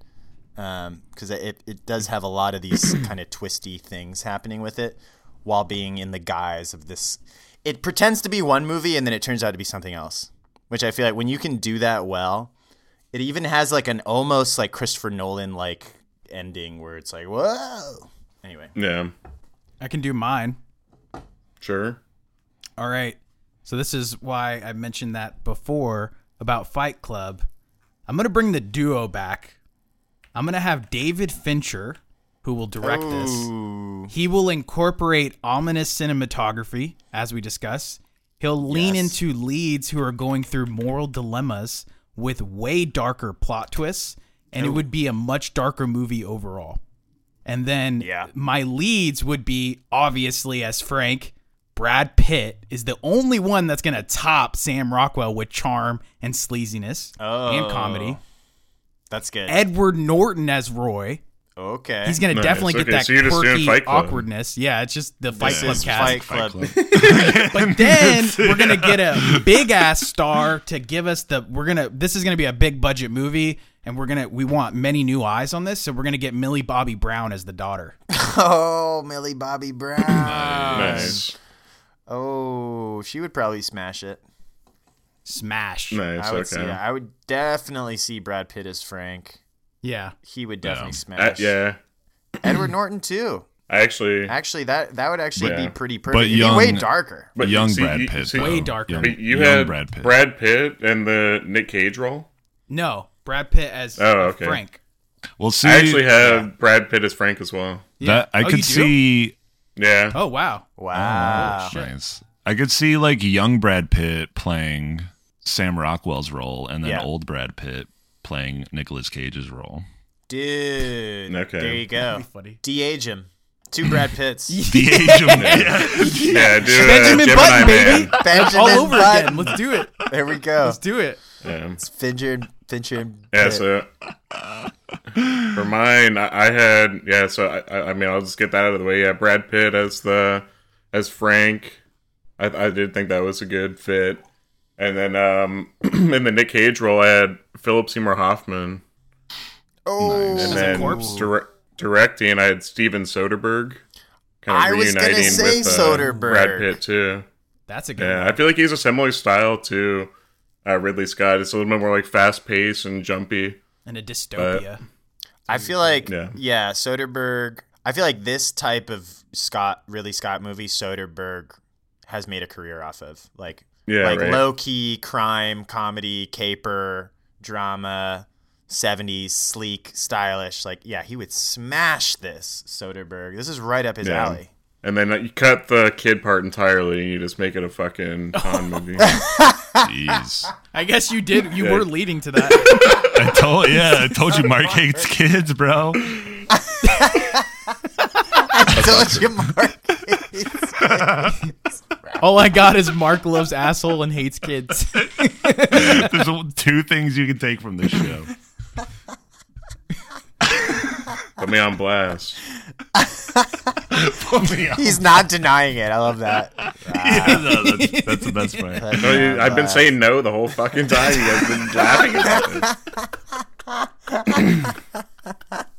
Speaker 3: because it it does have a lot of these kind of twisty things happening with it, while being in the guise of this. It pretends to be one movie and then it turns out to be something else, which I feel like when you can do that well, it even has like an almost like Christopher Nolan like ending where it's like whoa. Anyway,
Speaker 2: Yeah.
Speaker 1: I can do mine.
Speaker 2: Sure.
Speaker 1: All right. So this is why I mentioned that before about Fight Club. I'm going to bring the duo back. I'm going to have David Fincher who will direct this. He will incorporate ominous cinematography as we discuss. He'll lean
Speaker 3: Yes.
Speaker 1: into leads who are going through moral dilemmas with way darker plot twists and it would be a much darker movie overall. And then
Speaker 3: Yeah.
Speaker 1: my leads would be obviously as Frank, Brad Pitt is the only one that's going to top Sam Rockwell with charm and sleaziness
Speaker 3: Oh.
Speaker 1: and comedy.
Speaker 3: that's good.
Speaker 1: Edward Norton as Roy.
Speaker 3: okay,
Speaker 1: He's going to
Speaker 2: Nice.
Speaker 1: definitely get
Speaker 2: Okay,
Speaker 1: that
Speaker 2: so you're just doing
Speaker 1: quirky
Speaker 2: Fight Club.
Speaker 1: awkwardness. Yeah, it's just the Fight
Speaker 3: this
Speaker 1: Club
Speaker 3: is
Speaker 1: cast.
Speaker 3: Fight Club.
Speaker 1: But then we're gonna get a big ass star to give us the. We're gonna. This is gonna be a big budget movie, and we're gonna. We want many new eyes on this, so we're gonna get Millie Bobby Brown as the daughter.
Speaker 3: Oh, Millie Bobby Brown.
Speaker 2: Nice.
Speaker 3: oh, she would probably smash it.
Speaker 1: Smash.
Speaker 2: Nice.
Speaker 3: I would see.
Speaker 2: okay. Uh,
Speaker 3: I would definitely see Brad Pitt as Frank.
Speaker 1: Yeah.
Speaker 3: He would definitely smash.
Speaker 2: Uh, yeah.
Speaker 3: Edward Norton too.
Speaker 2: I actually.
Speaker 3: Actually, that that would actually
Speaker 2: Yeah.
Speaker 3: be pretty perfect. It'd
Speaker 8: young-
Speaker 3: be way darker.
Speaker 2: But
Speaker 8: young
Speaker 2: see,
Speaker 8: Brad
Speaker 2: you-
Speaker 8: Pitt,
Speaker 2: see-
Speaker 8: though.
Speaker 1: Way darker.
Speaker 8: Young,
Speaker 2: But you
Speaker 8: young
Speaker 2: had
Speaker 8: Brad Pitt.
Speaker 2: and the Nick Cage role.
Speaker 1: No, Brad Pitt as
Speaker 2: Oh, okay.
Speaker 1: Frank.
Speaker 8: well, see,
Speaker 2: I actually have Brad Pitt as Frank as well.
Speaker 8: that I
Speaker 1: Oh, you
Speaker 8: could
Speaker 1: do?
Speaker 8: see.
Speaker 2: Yeah.
Speaker 1: Oh wow.
Speaker 8: Oh,
Speaker 3: Wow.
Speaker 8: Ah, Nice. I could see like young Brad Pitt playing Sam Rockwell's role, and then
Speaker 3: Yeah.
Speaker 8: old Brad Pitt playing Nicolas Cage's role.
Speaker 3: Dude.
Speaker 2: Okay.
Speaker 3: There you go.
Speaker 1: funny.
Speaker 3: De-age him. Two Brad Pitts.
Speaker 8: The age of yeah.
Speaker 2: Yeah, do uh,
Speaker 1: Benjamin
Speaker 2: Gemini
Speaker 1: Button,
Speaker 2: Man.
Speaker 1: baby.
Speaker 3: Benjamin
Speaker 1: All over
Speaker 3: Button.
Speaker 1: again. Let's do it.
Speaker 3: There we go.
Speaker 1: Let's do it.
Speaker 2: Yeah.
Speaker 3: Fincher and Fincher and
Speaker 2: Yeah,
Speaker 3: Pitt.
Speaker 2: so for mine, I, I had yeah. So I- I, I mean, I'll just get that out of the way. Yeah, Brad Pitt as the as Frank. I, I did think that was a good fit. And then um, in the Nick Cage role, I had Philip Seymour Hoffman.
Speaker 3: Oh,
Speaker 2: And
Speaker 1: a
Speaker 2: then
Speaker 1: corpse?
Speaker 2: dire- directing, I had Steven Soderbergh. Kind
Speaker 3: I was gonna say Soderbergh.
Speaker 2: uh, Brad Pitt too.
Speaker 1: That's a good.
Speaker 2: Yeah,
Speaker 1: one.
Speaker 2: I feel like he's a similar style to uh, Ridley Scott. It's a little bit more like fast paced and jumpy.
Speaker 1: And a dystopia.
Speaker 3: I feel like yeah.
Speaker 2: Yeah.
Speaker 3: Soderbergh. I feel like this type of Scott, really Scott movie, Soderbergh has made a career off of. Like,
Speaker 2: Yeah,
Speaker 3: like
Speaker 2: right.
Speaker 3: low key crime, comedy, caper, drama, seventies, sleek, stylish. Like, yeah, he would smash this Soderbergh. This is right up his
Speaker 2: Yeah.
Speaker 3: alley.
Speaker 2: And then uh, you cut the kid part entirely, and you just make it a fucking con movie.
Speaker 8: Jeez.
Speaker 1: I guess you did. You were leading to that.
Speaker 8: I told yeah, I told you Mark hates kids, bro.
Speaker 3: I told you, Mark.
Speaker 1: All I got is Mark loves asshole and hates kids.
Speaker 8: There's o- two things you can take from this show.
Speaker 2: Put me on blast.
Speaker 3: He's not denying it. I love that.
Speaker 8: Yeah, no, that's, that's the best part.
Speaker 2: No, Oh, you- I've
Speaker 3: Uh,
Speaker 2: been saying no the whole fucking time. You guys been laughing about it.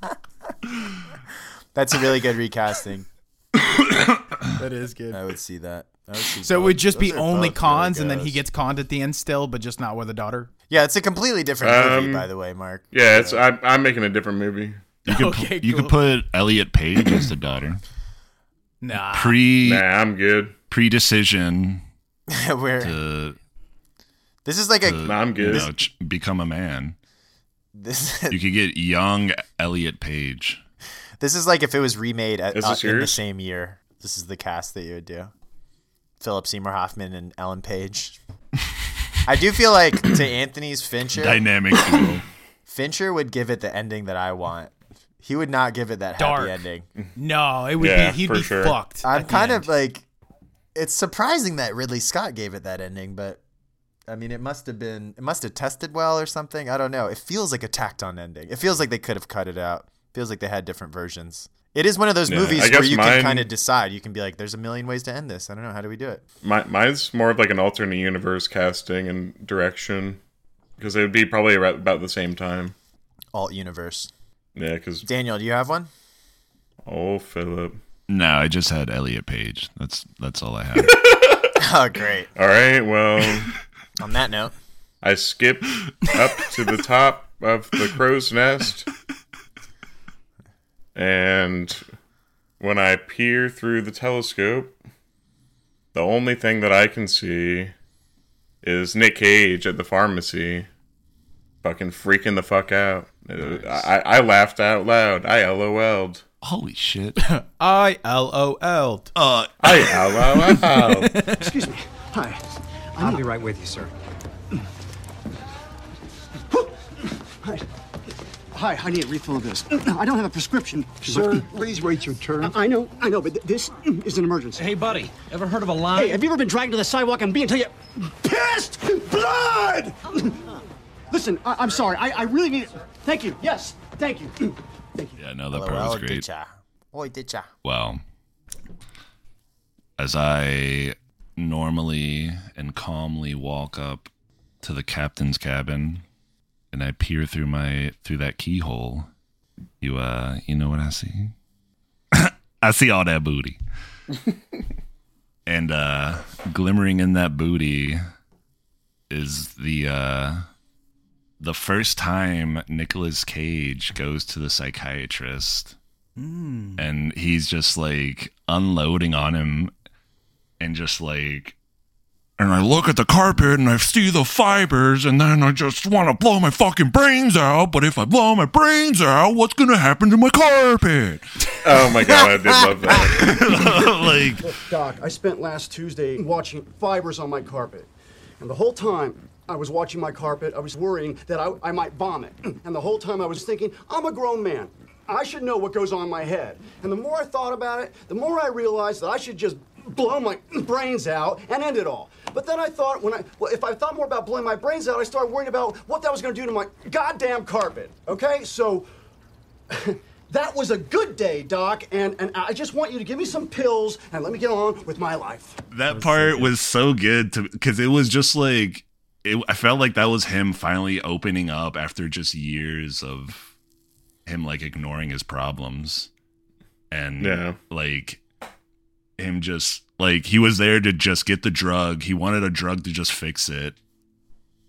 Speaker 3: That's a really good recasting.
Speaker 1: that is good.
Speaker 3: I would see that. I would see
Speaker 1: So it
Speaker 3: both.
Speaker 1: would just
Speaker 3: Those
Speaker 1: be
Speaker 3: are
Speaker 1: only
Speaker 3: both really
Speaker 1: cons, and then
Speaker 3: good.
Speaker 1: he gets conned at the end still, but just not with a daughter.
Speaker 3: Yeah, it's a completely different movie,
Speaker 2: Um,
Speaker 3: by the way, Mark.
Speaker 2: Yeah, it's I'm, I'm making a different movie.
Speaker 8: You could
Speaker 1: Okay,
Speaker 8: you could put Elliot Page as the daughter.
Speaker 1: Nah.
Speaker 8: Pre
Speaker 2: Nah, I'm good.
Speaker 8: pre decision
Speaker 3: Where
Speaker 8: to
Speaker 3: this is like a
Speaker 2: Nah, I'm
Speaker 8: you
Speaker 2: good.
Speaker 8: know, ch- become a man.
Speaker 3: this
Speaker 8: You could get young Elliot Page.
Speaker 3: this is like if it was remade at,
Speaker 2: Is
Speaker 3: uh,
Speaker 2: this
Speaker 3: in the
Speaker 2: yours?
Speaker 3: same year. This is the cast that you would do: Philip Seymour Hoffman and Ellen Page. I do feel like to Anthony's Fincher,
Speaker 8: Dynamic duo.
Speaker 3: Fincher would give it the ending that I want. He would not give it that
Speaker 1: Dark.
Speaker 3: happy ending.
Speaker 1: No, it would
Speaker 2: Yeah,
Speaker 1: be he'd
Speaker 2: for
Speaker 1: be
Speaker 2: sure.
Speaker 1: fucked.
Speaker 3: I'm
Speaker 1: at the
Speaker 3: kind
Speaker 1: end.
Speaker 3: of like, it's surprising that Ridley Scott gave it that ending, but I mean, it must have been, it must have tested well or something. I don't know. It feels like a tacked on ending. It feels like they could have cut it out. feels like they had different versions. It is one of those
Speaker 2: Yeah,
Speaker 3: movies
Speaker 2: I
Speaker 3: where
Speaker 2: guess
Speaker 3: you can
Speaker 2: mine-
Speaker 3: kind of decide. You can be like, there's a million ways to end this. I don't know. How do we do it?
Speaker 2: My, mine's more of like an alternate universe casting and direction. because it would be probably around about the same time.
Speaker 3: Alt universe.
Speaker 2: Yeah, because
Speaker 3: Daniel, do you have one?
Speaker 2: oh Philip.
Speaker 8: No, I just had Elliot Page. That's that's all I had.
Speaker 3: Oh, great.
Speaker 2: All right, well,
Speaker 3: On that note,
Speaker 2: I skip up to the top of the crow's nest, and when I peer through the telescope, the only thing that I can see is Nick Cage at the pharmacy, fucking freaking the fuck out. I, I I laughed out loud. I LOL'd.
Speaker 8: Holy shit!
Speaker 1: I L O L.
Speaker 8: Uh,
Speaker 2: I LOL'd.
Speaker 10: Excuse me. Hi.
Speaker 11: I'll be right with you, sir.
Speaker 10: Hi, I need a refill of this. I don't have a prescription.
Speaker 11: Sir, please wait your turn.
Speaker 10: I know, I know, but th- this mm, is an emergency.
Speaker 11: Hey, buddy, ever heard of a line?
Speaker 10: Hey, have you ever been dragged to the sidewalk and be until you pissed blood? Listen, I- I'm sorry. I-, I really need. Thank you. Yes, thank you.
Speaker 8: yeah, no, that part
Speaker 3: well,
Speaker 8: was
Speaker 3: did
Speaker 8: great.
Speaker 3: ya? Boy, did ya?
Speaker 8: Well, as I normally and calmly walk up to the captain's cabin and I peer through my through that keyhole, you uh you know what I see? I see all that booty. and uh glimmering in that booty is the uh the first time Nicolas Cage goes to the psychiatrist and he's just like unloading on him and just like and I look at the carpet and I see the fibers and then I just want to blow my fucking brains out but if I blow my brains out what's going to happen to my carpet
Speaker 2: Oh my god, I did love that.
Speaker 8: like
Speaker 10: Doc, I spent last Tuesday watching fibers on my carpet. And the whole time I was watching my carpet, I was worrying that I, I might vomit. And the whole time I was thinking, I'm a grown man. I should know what goes on in my head. And the more I thought about it, the more I realized that I should just blow my brains out and end it all. But then I thought, when I, well, if I thought more about blowing my brains out, I started worrying about what that was going to do to my goddamn carpet. Okay? So that was a good day, Doc, and, and I just want you to give me some pills and let me get on with my life.
Speaker 8: that part was so good to because it was just like it, I felt like that was him finally opening up after just years of him like ignoring his problems and
Speaker 2: Yeah.
Speaker 8: like him just like he was there to just get the drug he wanted a drug to just fix it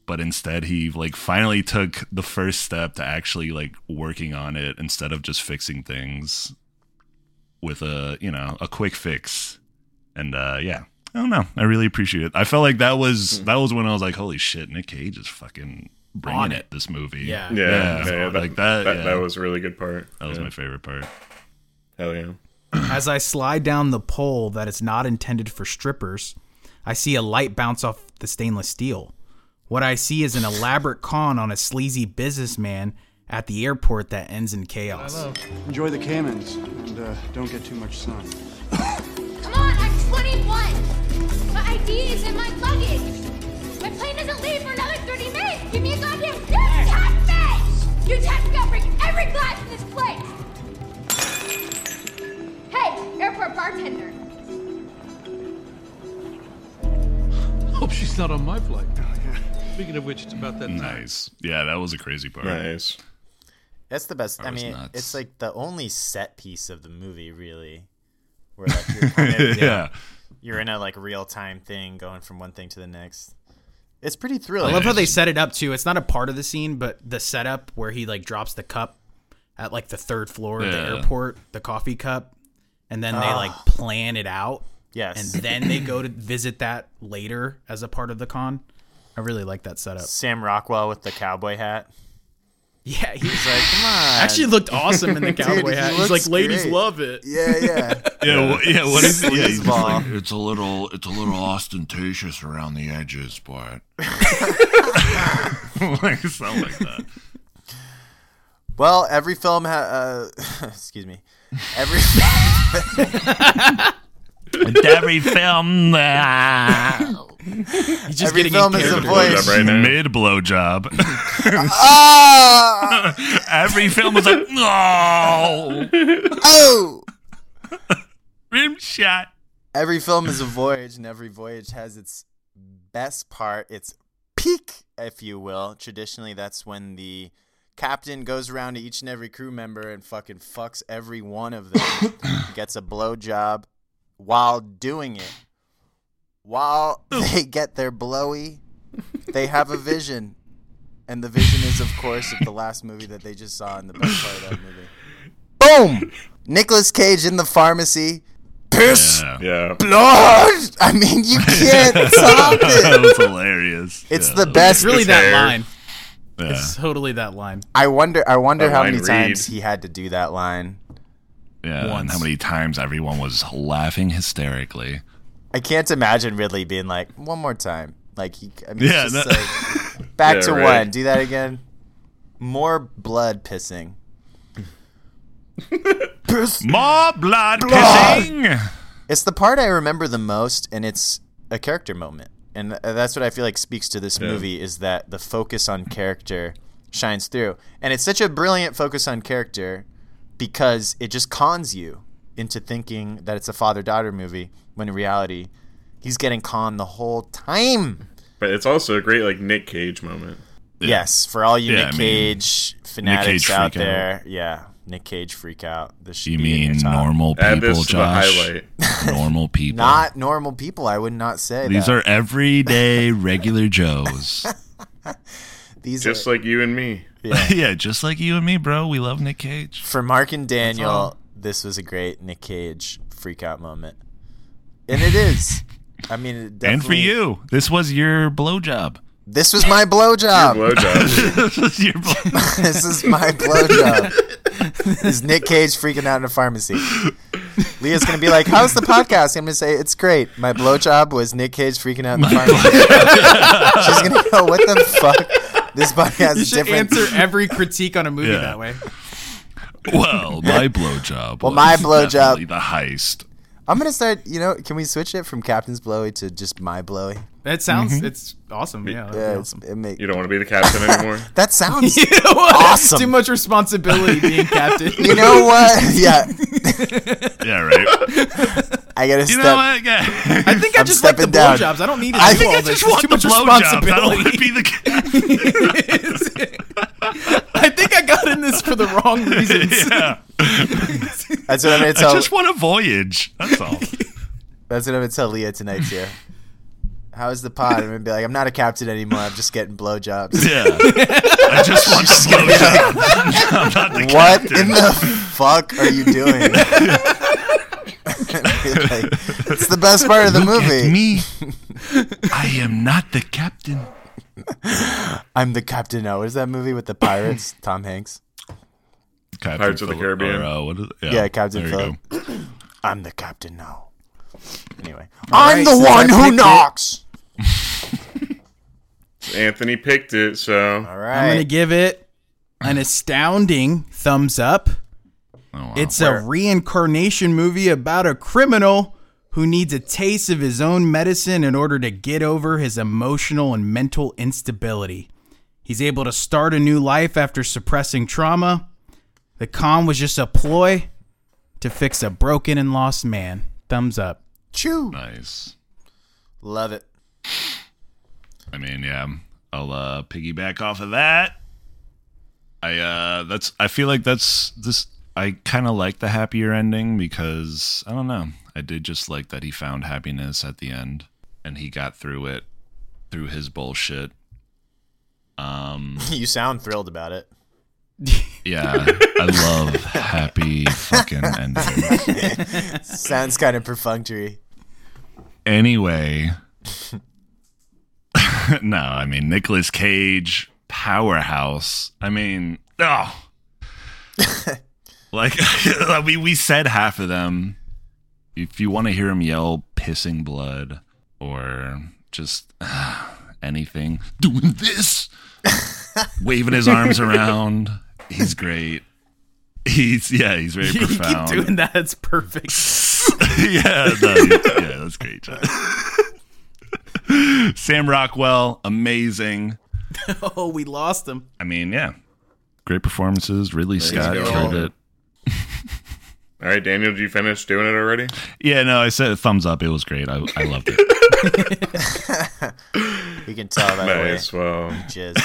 Speaker 8: but instead he like finally took the first step to actually like working on it instead of just fixing things with a you know a quick fix and uh yeah i don't know i really appreciate it i felt like that
Speaker 2: Hmm.
Speaker 8: was that was when i was like holy shit nick cage is fucking bringing it this movie
Speaker 1: Yeah.
Speaker 2: Yeah, yeah, yeah, that,
Speaker 8: like that
Speaker 2: That,
Speaker 8: yeah.
Speaker 2: that was a really good part.
Speaker 8: that was
Speaker 2: yeah.
Speaker 8: my favorite part
Speaker 2: Hell yeah.
Speaker 1: As I slide down the pole that is not intended for strippers, I see a light bounce off the stainless steel. What I see is an elaborate con on a sleazy businessman at the airport that ends in chaos.
Speaker 12: Enjoy the Caymans and uh, don't get too much sun.
Speaker 13: Come on, I'm 21. My ID is in my luggage. My plane doesn't leave for another 30 minutes. Give me a goddamn you catfish! You to break every glass in this place. Hey, airport bartender.
Speaker 11: Hope she's not on my flight. Speaking of which, it's about that time.
Speaker 8: nice yeah that was a crazy part
Speaker 2: Nice.
Speaker 3: That's the best. I,
Speaker 8: was
Speaker 3: mean,
Speaker 8: nuts.
Speaker 3: it's like the only set piece of the movie, really, where like you're kind of
Speaker 8: yeah
Speaker 3: you're in a like real time thing, going from one thing to the next. It's pretty thrilling.
Speaker 1: I love how they set it up too. It's not a part of the scene, but the setup where he like drops the cup at like the third floor of
Speaker 8: Yeah.
Speaker 1: the airport, the coffee cup, and then they like plan it out, and
Speaker 3: Ah. yes,
Speaker 1: then they go to visit that later as a part of the con. I really like that setup.
Speaker 3: Sam Rockwell with the cowboy hat.
Speaker 1: Yeah, he's
Speaker 3: Like,
Speaker 1: like
Speaker 3: come on.
Speaker 1: actually looked awesome in the cowboy
Speaker 3: he
Speaker 1: hat. He's like,
Speaker 3: looks
Speaker 1: ladies
Speaker 3: great."
Speaker 1: love it.
Speaker 3: yeah, yeah.
Speaker 8: Yeah, wha- yeah. What is it?
Speaker 3: Sleaze
Speaker 8: Yeah, he's just
Speaker 3: ball.
Speaker 8: like, it's a little, it's a little ostentatious around the edges, but like something like that.
Speaker 3: Well, every film ha- uh, excuse me, every
Speaker 8: Every film,
Speaker 1: He's just
Speaker 3: every
Speaker 1: getting in
Speaker 3: film is a
Speaker 1: character.
Speaker 3: voice.
Speaker 2: Right now.
Speaker 8: mid blowjob.
Speaker 3: Ah,
Speaker 8: Every film is like, no,
Speaker 3: oh.
Speaker 8: rim shot.
Speaker 3: Every film is a voyage, and every voyage has its best part. Its peak, if you will. Traditionally, that's when the captain goes around to each and every crew member and fucking fucks every one of them, gets a blowjob while doing it. While they get their blowy, they have a vision. And the vision is, of course, of the last movie that they just saw in the best part of that movie. Boom! Nicolas Cage in the pharmacy. Piss!
Speaker 2: Yeah.
Speaker 3: Blood! I mean, you can't stop
Speaker 8: that
Speaker 3: it.
Speaker 8: was hilarious.
Speaker 3: It's
Speaker 8: Yeah,
Speaker 3: the
Speaker 8: that was-
Speaker 3: best.
Speaker 1: Really,
Speaker 2: His
Speaker 1: that
Speaker 2: hair.
Speaker 1: line.
Speaker 8: yeah.
Speaker 1: It's totally that line.
Speaker 3: I wonder. I wonder
Speaker 2: That
Speaker 3: how
Speaker 2: line
Speaker 3: many
Speaker 2: read.
Speaker 3: times he had to do that line.
Speaker 8: Yeah, and how
Speaker 1: Once.
Speaker 8: many times everyone was laughing hysterically.
Speaker 3: I can't imagine Ridley being like, "One more time." Like he. I mean,
Speaker 8: Yeah,
Speaker 3: it's
Speaker 8: that-
Speaker 3: just like, back
Speaker 2: Yeah,
Speaker 3: to
Speaker 2: right.
Speaker 3: one. Do that again. More blood pissing. Piss.
Speaker 8: More blood,
Speaker 3: Blood!
Speaker 8: pissing!
Speaker 3: It's the part I remember the most, and it's a character moment, and th- that's what I feel like speaks to this movie is that the focus on character shines through, and it's such a brilliant focus on character because it just cons you into thinking that it's a father-daughter movie when in reality he's getting conned the whole time.
Speaker 2: But it's also a great like Nick Cage moment.
Speaker 3: Yes, for all you
Speaker 8: Yeah, I
Speaker 3: Nick
Speaker 8: mean,
Speaker 3: Cage fanatics
Speaker 8: Cage
Speaker 3: out
Speaker 8: freak out.
Speaker 3: there, yeah, Nick Cage freak out. This should
Speaker 8: You
Speaker 3: be in your
Speaker 8: mean
Speaker 3: top.
Speaker 8: normal
Speaker 2: Add
Speaker 8: people,
Speaker 2: this to the
Speaker 8: Josh?
Speaker 2: highlight.
Speaker 8: Normal people.
Speaker 3: Not normal people. I would not say
Speaker 8: These
Speaker 3: that.
Speaker 8: are everyday regular Joes.
Speaker 3: these
Speaker 2: Just
Speaker 3: are,
Speaker 2: like you and me.
Speaker 3: yeah.
Speaker 8: yeah, just like you and me, bro. We love Nick Cage.
Speaker 3: for Mark and Daniel, this was a great Nick Cage freak out moment. And it is. I mean, it definitely,
Speaker 8: And for you, this was your blowjob.
Speaker 3: This was my blowjob.
Speaker 2: Blowjob.
Speaker 8: this was your blow-
Speaker 3: this is my blowjob. is Nick Cage freaking out in a pharmacy? Leah's going to be like, How's the podcast? I'm going to say, It's great. My blowjob was Nick Cage freaking out in the pharmacy. She's going to go, What the fuck? This podcast
Speaker 1: You
Speaker 3: is
Speaker 1: should
Speaker 3: different.
Speaker 1: answer every critique on a movie
Speaker 8: Yeah.
Speaker 1: that way.
Speaker 8: well, my blowjob.
Speaker 3: Well,
Speaker 8: was
Speaker 3: my blowjob-
Speaker 8: definitely The heist.
Speaker 3: I'm going to start, you know, can we switch it from Captain's Blowy to just my blowy?
Speaker 1: That sounds. It's awesome. Yeah. that'd be
Speaker 3: Mm-hmm. Yeah,
Speaker 1: awesome.
Speaker 3: it's, it make,
Speaker 2: You don't want to be the captain anymore.
Speaker 3: that sounds
Speaker 1: You know what?
Speaker 3: Awesome.
Speaker 1: Too much responsibility being captain.
Speaker 3: You know what? Yeah,
Speaker 8: Yeah, right.
Speaker 3: I gotta
Speaker 8: you
Speaker 3: step.
Speaker 8: know what? Yeah.
Speaker 1: I think I
Speaker 3: I'm
Speaker 1: just like the
Speaker 3: stepping down.
Speaker 1: blowjobs. I don't need to
Speaker 3: I
Speaker 1: do
Speaker 3: think
Speaker 1: all
Speaker 8: I
Speaker 1: this.
Speaker 8: just
Speaker 1: It's
Speaker 8: want
Speaker 1: too
Speaker 8: the
Speaker 1: much
Speaker 8: blowjobs. I don't want
Speaker 1: responsibility.
Speaker 8: to be the.
Speaker 1: I think I got in this for the wrong reasons.
Speaker 8: yeah.
Speaker 3: That's what I'm gonna
Speaker 8: I
Speaker 3: tell.
Speaker 8: just want a voyage. That's all.
Speaker 3: That's what I'm gonna tell Leah tonight too. How's the pod? I'm gonna be like, I'm not a captain anymore. I'm just getting blowjobs.
Speaker 8: Yeah. I just want the blowjob. I'm not the
Speaker 3: What
Speaker 8: captain.
Speaker 3: in the fuck are you doing? Like, it's the best part of the
Speaker 8: Look
Speaker 3: movie.
Speaker 8: At me. I am not the captain.
Speaker 3: I'm the captain now. What is that movie with the pirates? Tom Hanks.
Speaker 8: Captain
Speaker 2: Pirates of the
Speaker 8: Phillip-
Speaker 2: Caribbean.
Speaker 8: or, uh, what is- yeah,
Speaker 3: Yeah, Captain
Speaker 8: there you
Speaker 3: Phillip.
Speaker 8: go.
Speaker 3: I'm the captain now. Anyway, I'm the one who
Speaker 1: picked it-
Speaker 3: knocks.
Speaker 2: Anthony picked it, so
Speaker 3: All
Speaker 1: I'm gonna
Speaker 3: right.
Speaker 1: give it an astounding thumbs up.
Speaker 8: Oh, wow.
Speaker 1: It's a reincarnation movie about a criminal who needs a taste of his own medicine in order to get over his emotional and mental instability. He's able to start a new life after suppressing trauma. The con was just a ploy to fix a broken and lost man. Thumbs up.
Speaker 3: Chew.
Speaker 8: nice.
Speaker 3: Love it.
Speaker 8: I mean, yeah, I'll uh, piggyback off of that. I uh, that's I feel like that's this. I kind of like the happier ending because I don't know. I did just like that he found happiness at the end and he got through it through his bullshit. Um.
Speaker 3: You sound thrilled about it.
Speaker 8: Yeah, I love happy fucking endings.
Speaker 3: Sounds kind of perfunctory.
Speaker 8: Anyway, no, I mean Nicolas Cage powerhouse. I mean, oh, like we we said half of them. If you want to hear him yell "pissing blood" or just anything, doing this, waving his arms around, he's great. He's yeah, he's very
Speaker 1: You
Speaker 8: profound.
Speaker 1: keep doing that. It's perfect.
Speaker 8: yeah, no, you- yeah, that's great. John. Sam Rockwell, amazing.
Speaker 1: Oh, we lost him.
Speaker 8: I mean, yeah, great performances. Ridley Scott
Speaker 2: go.
Speaker 8: killed it.
Speaker 2: all right, Daniel, did you finish doing it already?
Speaker 8: Yeah, no, I said thumbs up. It was great. I, I loved it.
Speaker 3: We can tell that
Speaker 2: May
Speaker 3: way.
Speaker 2: as well.
Speaker 3: Jizz.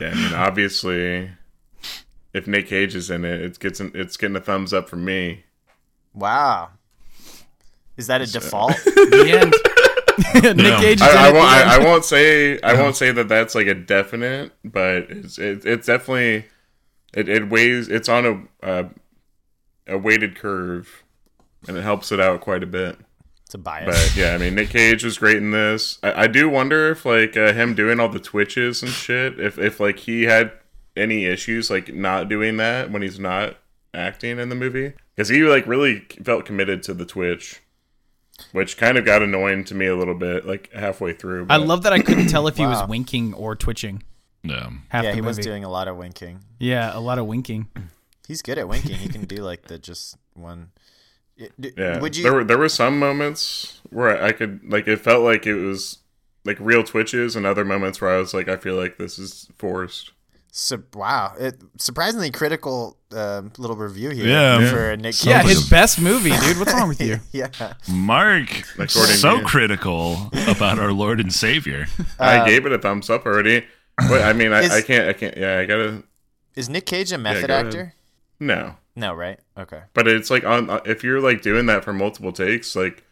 Speaker 2: Yeah, I mean, obviously, if Nick Cage is in it, it's getting it's getting a thumbs up from me.
Speaker 3: Wow. Is that a default?
Speaker 1: The end. Nick
Speaker 8: No.
Speaker 1: Cage. is in
Speaker 2: I, I
Speaker 1: it.
Speaker 2: won't. I, I won't say. I won't say that that's like a definite, but it's it, it's definitely it, it weighs. It's on a uh, a weighted curve, and it helps it out quite a bit.
Speaker 3: It's a bias.
Speaker 2: But yeah, I mean, Nick Cage was great in this. I, I do wonder if like uh, him doing all the twitches and shit, if if like he had any issues like not doing that when he's not acting in the movie, because he like really felt committed to the twitch, which kind of got annoying to me a little bit like halfway through.
Speaker 1: I
Speaker 2: but-
Speaker 1: love that I couldn't tell if he was
Speaker 3: Wow.
Speaker 1: winking or twitching
Speaker 8: Yeah.
Speaker 1: half
Speaker 3: yeah,
Speaker 1: the
Speaker 3: he
Speaker 1: movie.
Speaker 3: was doing a lot of winking.
Speaker 1: yeah, a lot of winking.
Speaker 3: He's good at winking. He can do like the just one. Y- d-
Speaker 2: Yeah,
Speaker 3: Would you?
Speaker 2: there were there were some moments where I could like it felt like it was like real twitches, and other moments where I was like, I feel like this is forced.
Speaker 3: Su- wow, it, surprisingly critical um, little review here
Speaker 8: Yeah.
Speaker 3: for a Nick. Cage.
Speaker 1: Yeah,
Speaker 8: Sounds
Speaker 1: his
Speaker 8: like a-
Speaker 1: best movie, dude. What's wrong with you?
Speaker 3: yeah.
Speaker 8: Mark,
Speaker 2: According
Speaker 8: so
Speaker 2: to you.
Speaker 8: critical about our Lord and Savior.
Speaker 2: I gave it a thumbs up already. But I mean, I,
Speaker 3: Is-
Speaker 2: I can't, I can't. Yeah, I gotta.
Speaker 3: Is Nick Cage a method
Speaker 2: go ahead.
Speaker 3: actor?
Speaker 2: No,
Speaker 3: No, right? Okay.
Speaker 2: but it's like on uh, if you're like doing that for multiple takes, like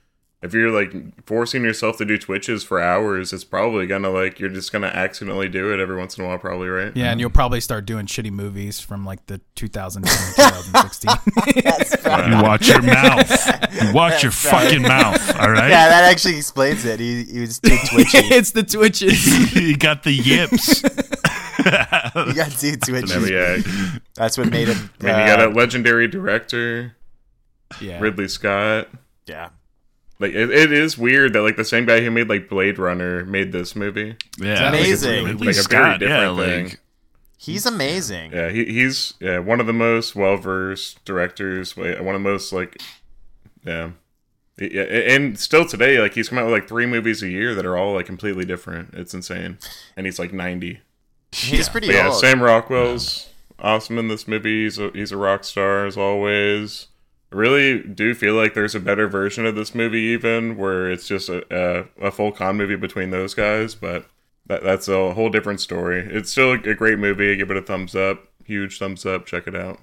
Speaker 2: if you're like forcing yourself to do twitches for hours, it's probably gonna like you're just gonna accidentally do it every once in a while, probably, right?
Speaker 8: Mm.
Speaker 1: Yeah, and you'll probably start doing shitty movies from like the 2010 2016.
Speaker 8: You watch your mouth. You watch your fucking mouth, all right?
Speaker 3: Yeah, that actually explains it. He, he was too twitchy.
Speaker 1: it's the twitches.
Speaker 8: you got the yips.
Speaker 3: he got too twitchy.
Speaker 2: Never yet.
Speaker 3: That's what made him.
Speaker 2: I mean,
Speaker 3: uh,
Speaker 2: you got a legendary director,
Speaker 1: Yeah.
Speaker 2: Ridley Scott.
Speaker 3: yeah.
Speaker 2: Like it, it is weird that like the same guy who made like Blade Runner made this movie.
Speaker 8: Yeah.
Speaker 3: amazing.
Speaker 8: Ridley
Speaker 2: Like a very
Speaker 8: Scott, yeah,
Speaker 2: different thing.
Speaker 8: like
Speaker 3: He's amazing.
Speaker 2: Yeah, he, he's yeah, one of the most well versed directors. like, One of the most like, yeah, yeah, and still today, like he's come out with like three movies a year that are all like completely different. It's insane, and he's like ninety.
Speaker 3: He's pretty
Speaker 2: But yeah,
Speaker 3: old.
Speaker 2: Sam Rockwell's awesome in this movie. He's a, he's a rock star as always. I really do feel like there's a better version of this movie, even where it's just a a, a full con movie between those guys. But that, that's a whole different story. It's still a great movie. I give it a thumbs up, huge thumbs up. Check it out.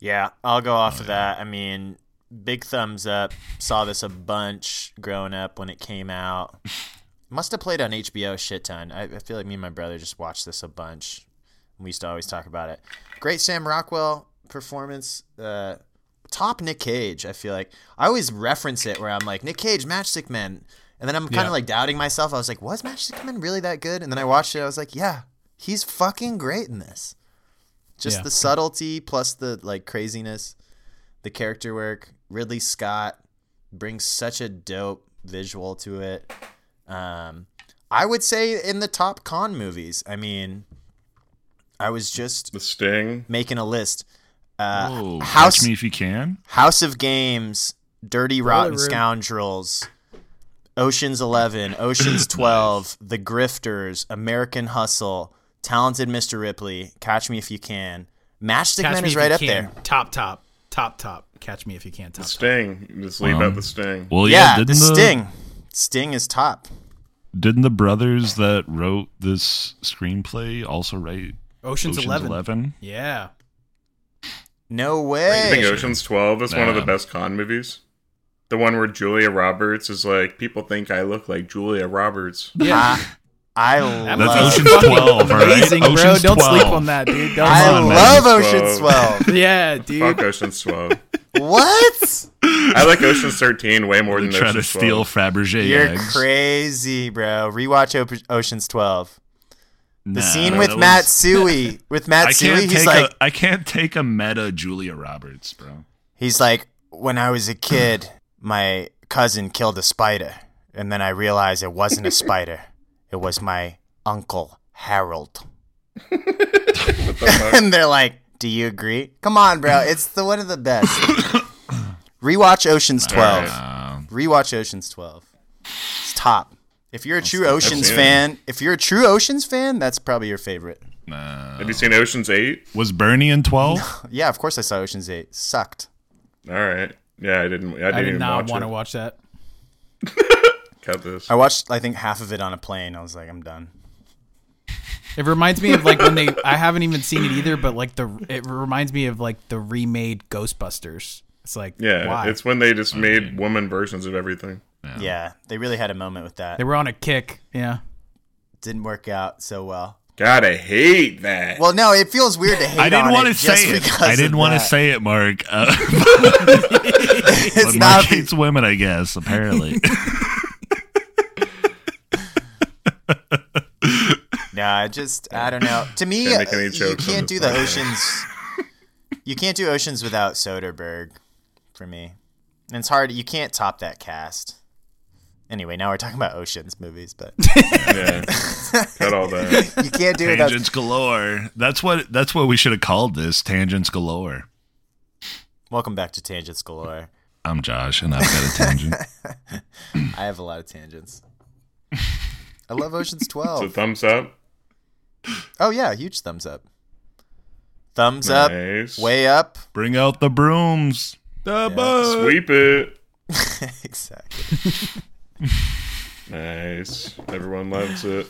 Speaker 3: Yeah, I'll go off of that. I mean, big thumbs up. Saw this a bunch growing up when it came out. Must have played on HBO a shit ton. I, I feel like me and my brother just watched this a bunch. We used to always talk about it. Great Sam Rockwell performance. Uh, top Nick Cage. I feel like I always reference it where I'm like Nick Cage, Matchstick Men, and then I'm kind of like doubting myself. I was like, was Matchstick Men really that good? And then I watched it. I was like, yeah, he's fucking great in this. Just
Speaker 1: Yeah.
Speaker 3: the subtlety plus the like craziness, the character work. Ridley Scott brings such a dope visual to it. Um, I would say in the top con movies. I mean, I was just
Speaker 2: The Sting.
Speaker 3: making a list. Uh,
Speaker 8: Whoa,
Speaker 3: House
Speaker 8: Catch oh, me if you can.
Speaker 3: House of Games, Dirty Rotten
Speaker 1: Room.
Speaker 3: Scoundrels, Ocean's Eleven, Ocean's Twelve, The Grifters, American Hustle, Talented Mr. Ripley, Catch Me If You Can, Matchstick
Speaker 1: Catch
Speaker 3: Men
Speaker 1: me
Speaker 3: is
Speaker 1: if
Speaker 3: right
Speaker 1: you
Speaker 3: up
Speaker 1: can.
Speaker 3: there.
Speaker 1: Top, top, top, top. Catch me if you can. Top, top.
Speaker 2: Sting. Just leave
Speaker 8: Wow.
Speaker 2: out the Sting.
Speaker 8: Well, Oh, yeah,
Speaker 3: Yeah, the
Speaker 8: didn't
Speaker 3: Sting. Sting is top.
Speaker 8: Didn't the brothers that wrote this screenplay also write
Speaker 1: Ocean's,
Speaker 8: Ocean's
Speaker 1: 11.
Speaker 8: Eleven?
Speaker 1: Yeah.
Speaker 3: No
Speaker 2: I think
Speaker 3: way.
Speaker 2: Ocean's Twelve is one of the
Speaker 8: Nah.
Speaker 2: best con movies. The one where Julia Roberts is like, people think I look like Julia Roberts.
Speaker 1: Yeah.
Speaker 3: I love.
Speaker 8: That's
Speaker 1: Wow.
Speaker 8: Ocean's
Speaker 1: Fucking
Speaker 8: Twelve, all right?
Speaker 1: Amazing, bro.
Speaker 8: Ocean's
Speaker 1: Don't
Speaker 8: 12.
Speaker 1: sleep on that, dude. Don't
Speaker 3: I
Speaker 1: sleep.
Speaker 8: on, man.
Speaker 3: love
Speaker 2: Twelve.
Speaker 3: Ocean's Twelve.
Speaker 1: Yeah, dude.
Speaker 2: Fuck Ocean's Twelve.
Speaker 3: what?
Speaker 2: I like Ocean's Thirteen way more
Speaker 8: They're
Speaker 2: than
Speaker 8: trying to
Speaker 2: Ocean's
Speaker 8: steal
Speaker 2: Twelve.
Speaker 8: Fabergé
Speaker 3: You're
Speaker 8: eggs.
Speaker 3: crazy, bro. Rewatch Op- Ocean's Twelve. The
Speaker 8: Nah,
Speaker 3: scene
Speaker 8: that
Speaker 3: with
Speaker 8: was-
Speaker 3: Matt Suey. With Matt
Speaker 8: I
Speaker 3: Suey,
Speaker 8: can't
Speaker 3: he's
Speaker 8: take
Speaker 3: like,
Speaker 8: a I can't take a meta Julia Roberts, bro.
Speaker 3: He's like, when I was a kid, my cousin killed a spider, and then I realized it wasn't a spider. It was my uncle Harold. and they're like, "Do you agree? Come on, bro. It's the one of the best." Rewatch Ocean's Twelve.
Speaker 8: Um,
Speaker 3: Rewatch Ocean's Twelve. It's top. If you're a true Ocean's
Speaker 2: it.
Speaker 3: fan, if you're a true Ocean's fan, that's probably your favorite.
Speaker 8: nah.
Speaker 2: Have you seen Ocean's Eight?
Speaker 8: Was Bernie in twelve?
Speaker 3: Yeah, of course I saw Ocean's Eight. Sucked.
Speaker 2: All right. Yeah, I didn't. I didn't
Speaker 1: I did
Speaker 2: even
Speaker 1: not
Speaker 2: watch
Speaker 1: want
Speaker 2: it.
Speaker 1: to watch that.
Speaker 2: Cut this.
Speaker 3: I watched, I think, half of it on a plane. I was like, I'm done.
Speaker 1: It reminds me of like when they. I haven't even seen it either, but like the. It reminds me of like the remade Ghostbusters. It's like
Speaker 2: Yeah,
Speaker 1: why?
Speaker 2: it's when they just made woman versions of everything.
Speaker 3: Yeah. they really had a moment with that.
Speaker 1: they were on a kick. Yeah,
Speaker 3: Didn't work out so well.
Speaker 2: God, I hate that.
Speaker 3: Well, no, it feels weird to hate.
Speaker 8: I didn't
Speaker 3: want to
Speaker 8: say it. I didn't want to say it, Mark. Uh, it's
Speaker 3: not-
Speaker 8: Mark hates women, I guess. Apparently,
Speaker 3: Nah, just I don't know. To me,
Speaker 2: Can't make any
Speaker 3: uh, you
Speaker 2: jokes on
Speaker 3: can't
Speaker 2: this
Speaker 3: do the
Speaker 2: podcast.
Speaker 3: oceans. you can't do oceans without Soderbergh, for me. And it's hard. You can't top that cast. Anyway, now we're talking about oceans movies, but
Speaker 2: Yeah, cut all that.
Speaker 3: you can't do it without
Speaker 8: tangents galore. That's what. That's what we should have called this. Tangents galore.
Speaker 3: Welcome back to Tangents Galore.
Speaker 8: I'm Josh, and I've got a tangent.
Speaker 3: I have a lot of tangents. I love Ocean's
Speaker 2: So
Speaker 3: 12.
Speaker 2: thumbs up.
Speaker 3: Oh, yeah, huge thumbs up. Thumbs
Speaker 2: Nice.
Speaker 3: up, way up.
Speaker 8: Bring out the brooms. The boat.
Speaker 2: Sweep it.
Speaker 3: exactly.
Speaker 2: Nice. Everyone loves it.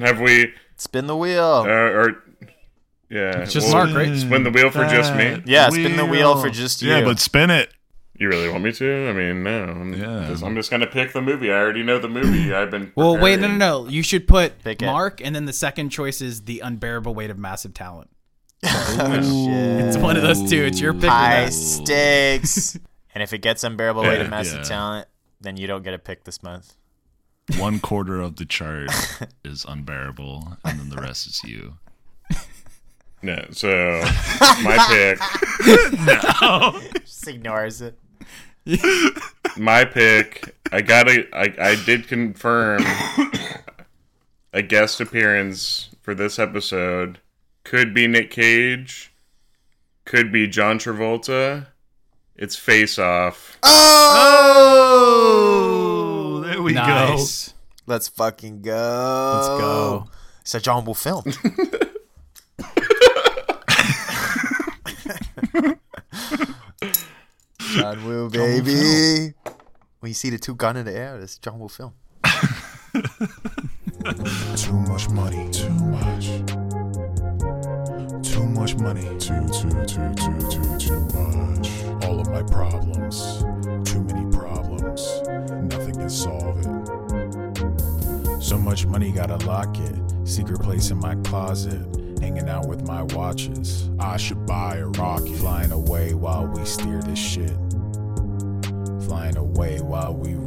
Speaker 2: Have we?
Speaker 3: Spin the wheel.
Speaker 2: Uh, or yeah,
Speaker 1: It's just
Speaker 2: well,
Speaker 1: Mark, right?
Speaker 2: Spin the wheel for just me.
Speaker 3: Yeah, spin the wheel for just
Speaker 8: Yeah,
Speaker 3: you.
Speaker 8: but spin it.
Speaker 2: You really want me to? I mean, no. I'm,
Speaker 8: Yeah.
Speaker 2: just, I'm just gonna pick the movie. I already know the movie. I've been.
Speaker 1: Well, wait, no, no,
Speaker 2: preparing.
Speaker 1: no. You should put
Speaker 3: Pick it.
Speaker 1: Mark, and then the second choice is the unbearable weight of massive talent.
Speaker 3: Shit.
Speaker 1: It's one of those two. It's your pick. or
Speaker 3: High
Speaker 1: not.
Speaker 3: stakes. and if it gets unbearable weight
Speaker 8: Yeah,
Speaker 3: of massive
Speaker 8: yeah.
Speaker 3: talent, then you don't get a pick this month.
Speaker 8: One quarter of the chart is unbearable, and then the rest is you.
Speaker 2: No. So my pick.
Speaker 3: Just ignores it.
Speaker 2: my pick. I gotta. I, I did confirm a guest appearance for this episode. Could be Nick Cage. Could be John Travolta. It's Face Off.
Speaker 8: Oh, there we
Speaker 1: Nice.
Speaker 3: Let's fucking go.
Speaker 1: Let's go.
Speaker 3: C'est John beau film. John Woo, baby. When you see the two gun in the air, it's John Woo film.
Speaker 4: Too much money. Too much. Too much money. Too, too, too, too, too, too much. All of my problems. Too many problems. Nothing can solve it. So much money, gotta lock it. Secret place in my closet. Hanging out with my watches. I should buy a rocket. Flying away while we steer this shit. Flying away while we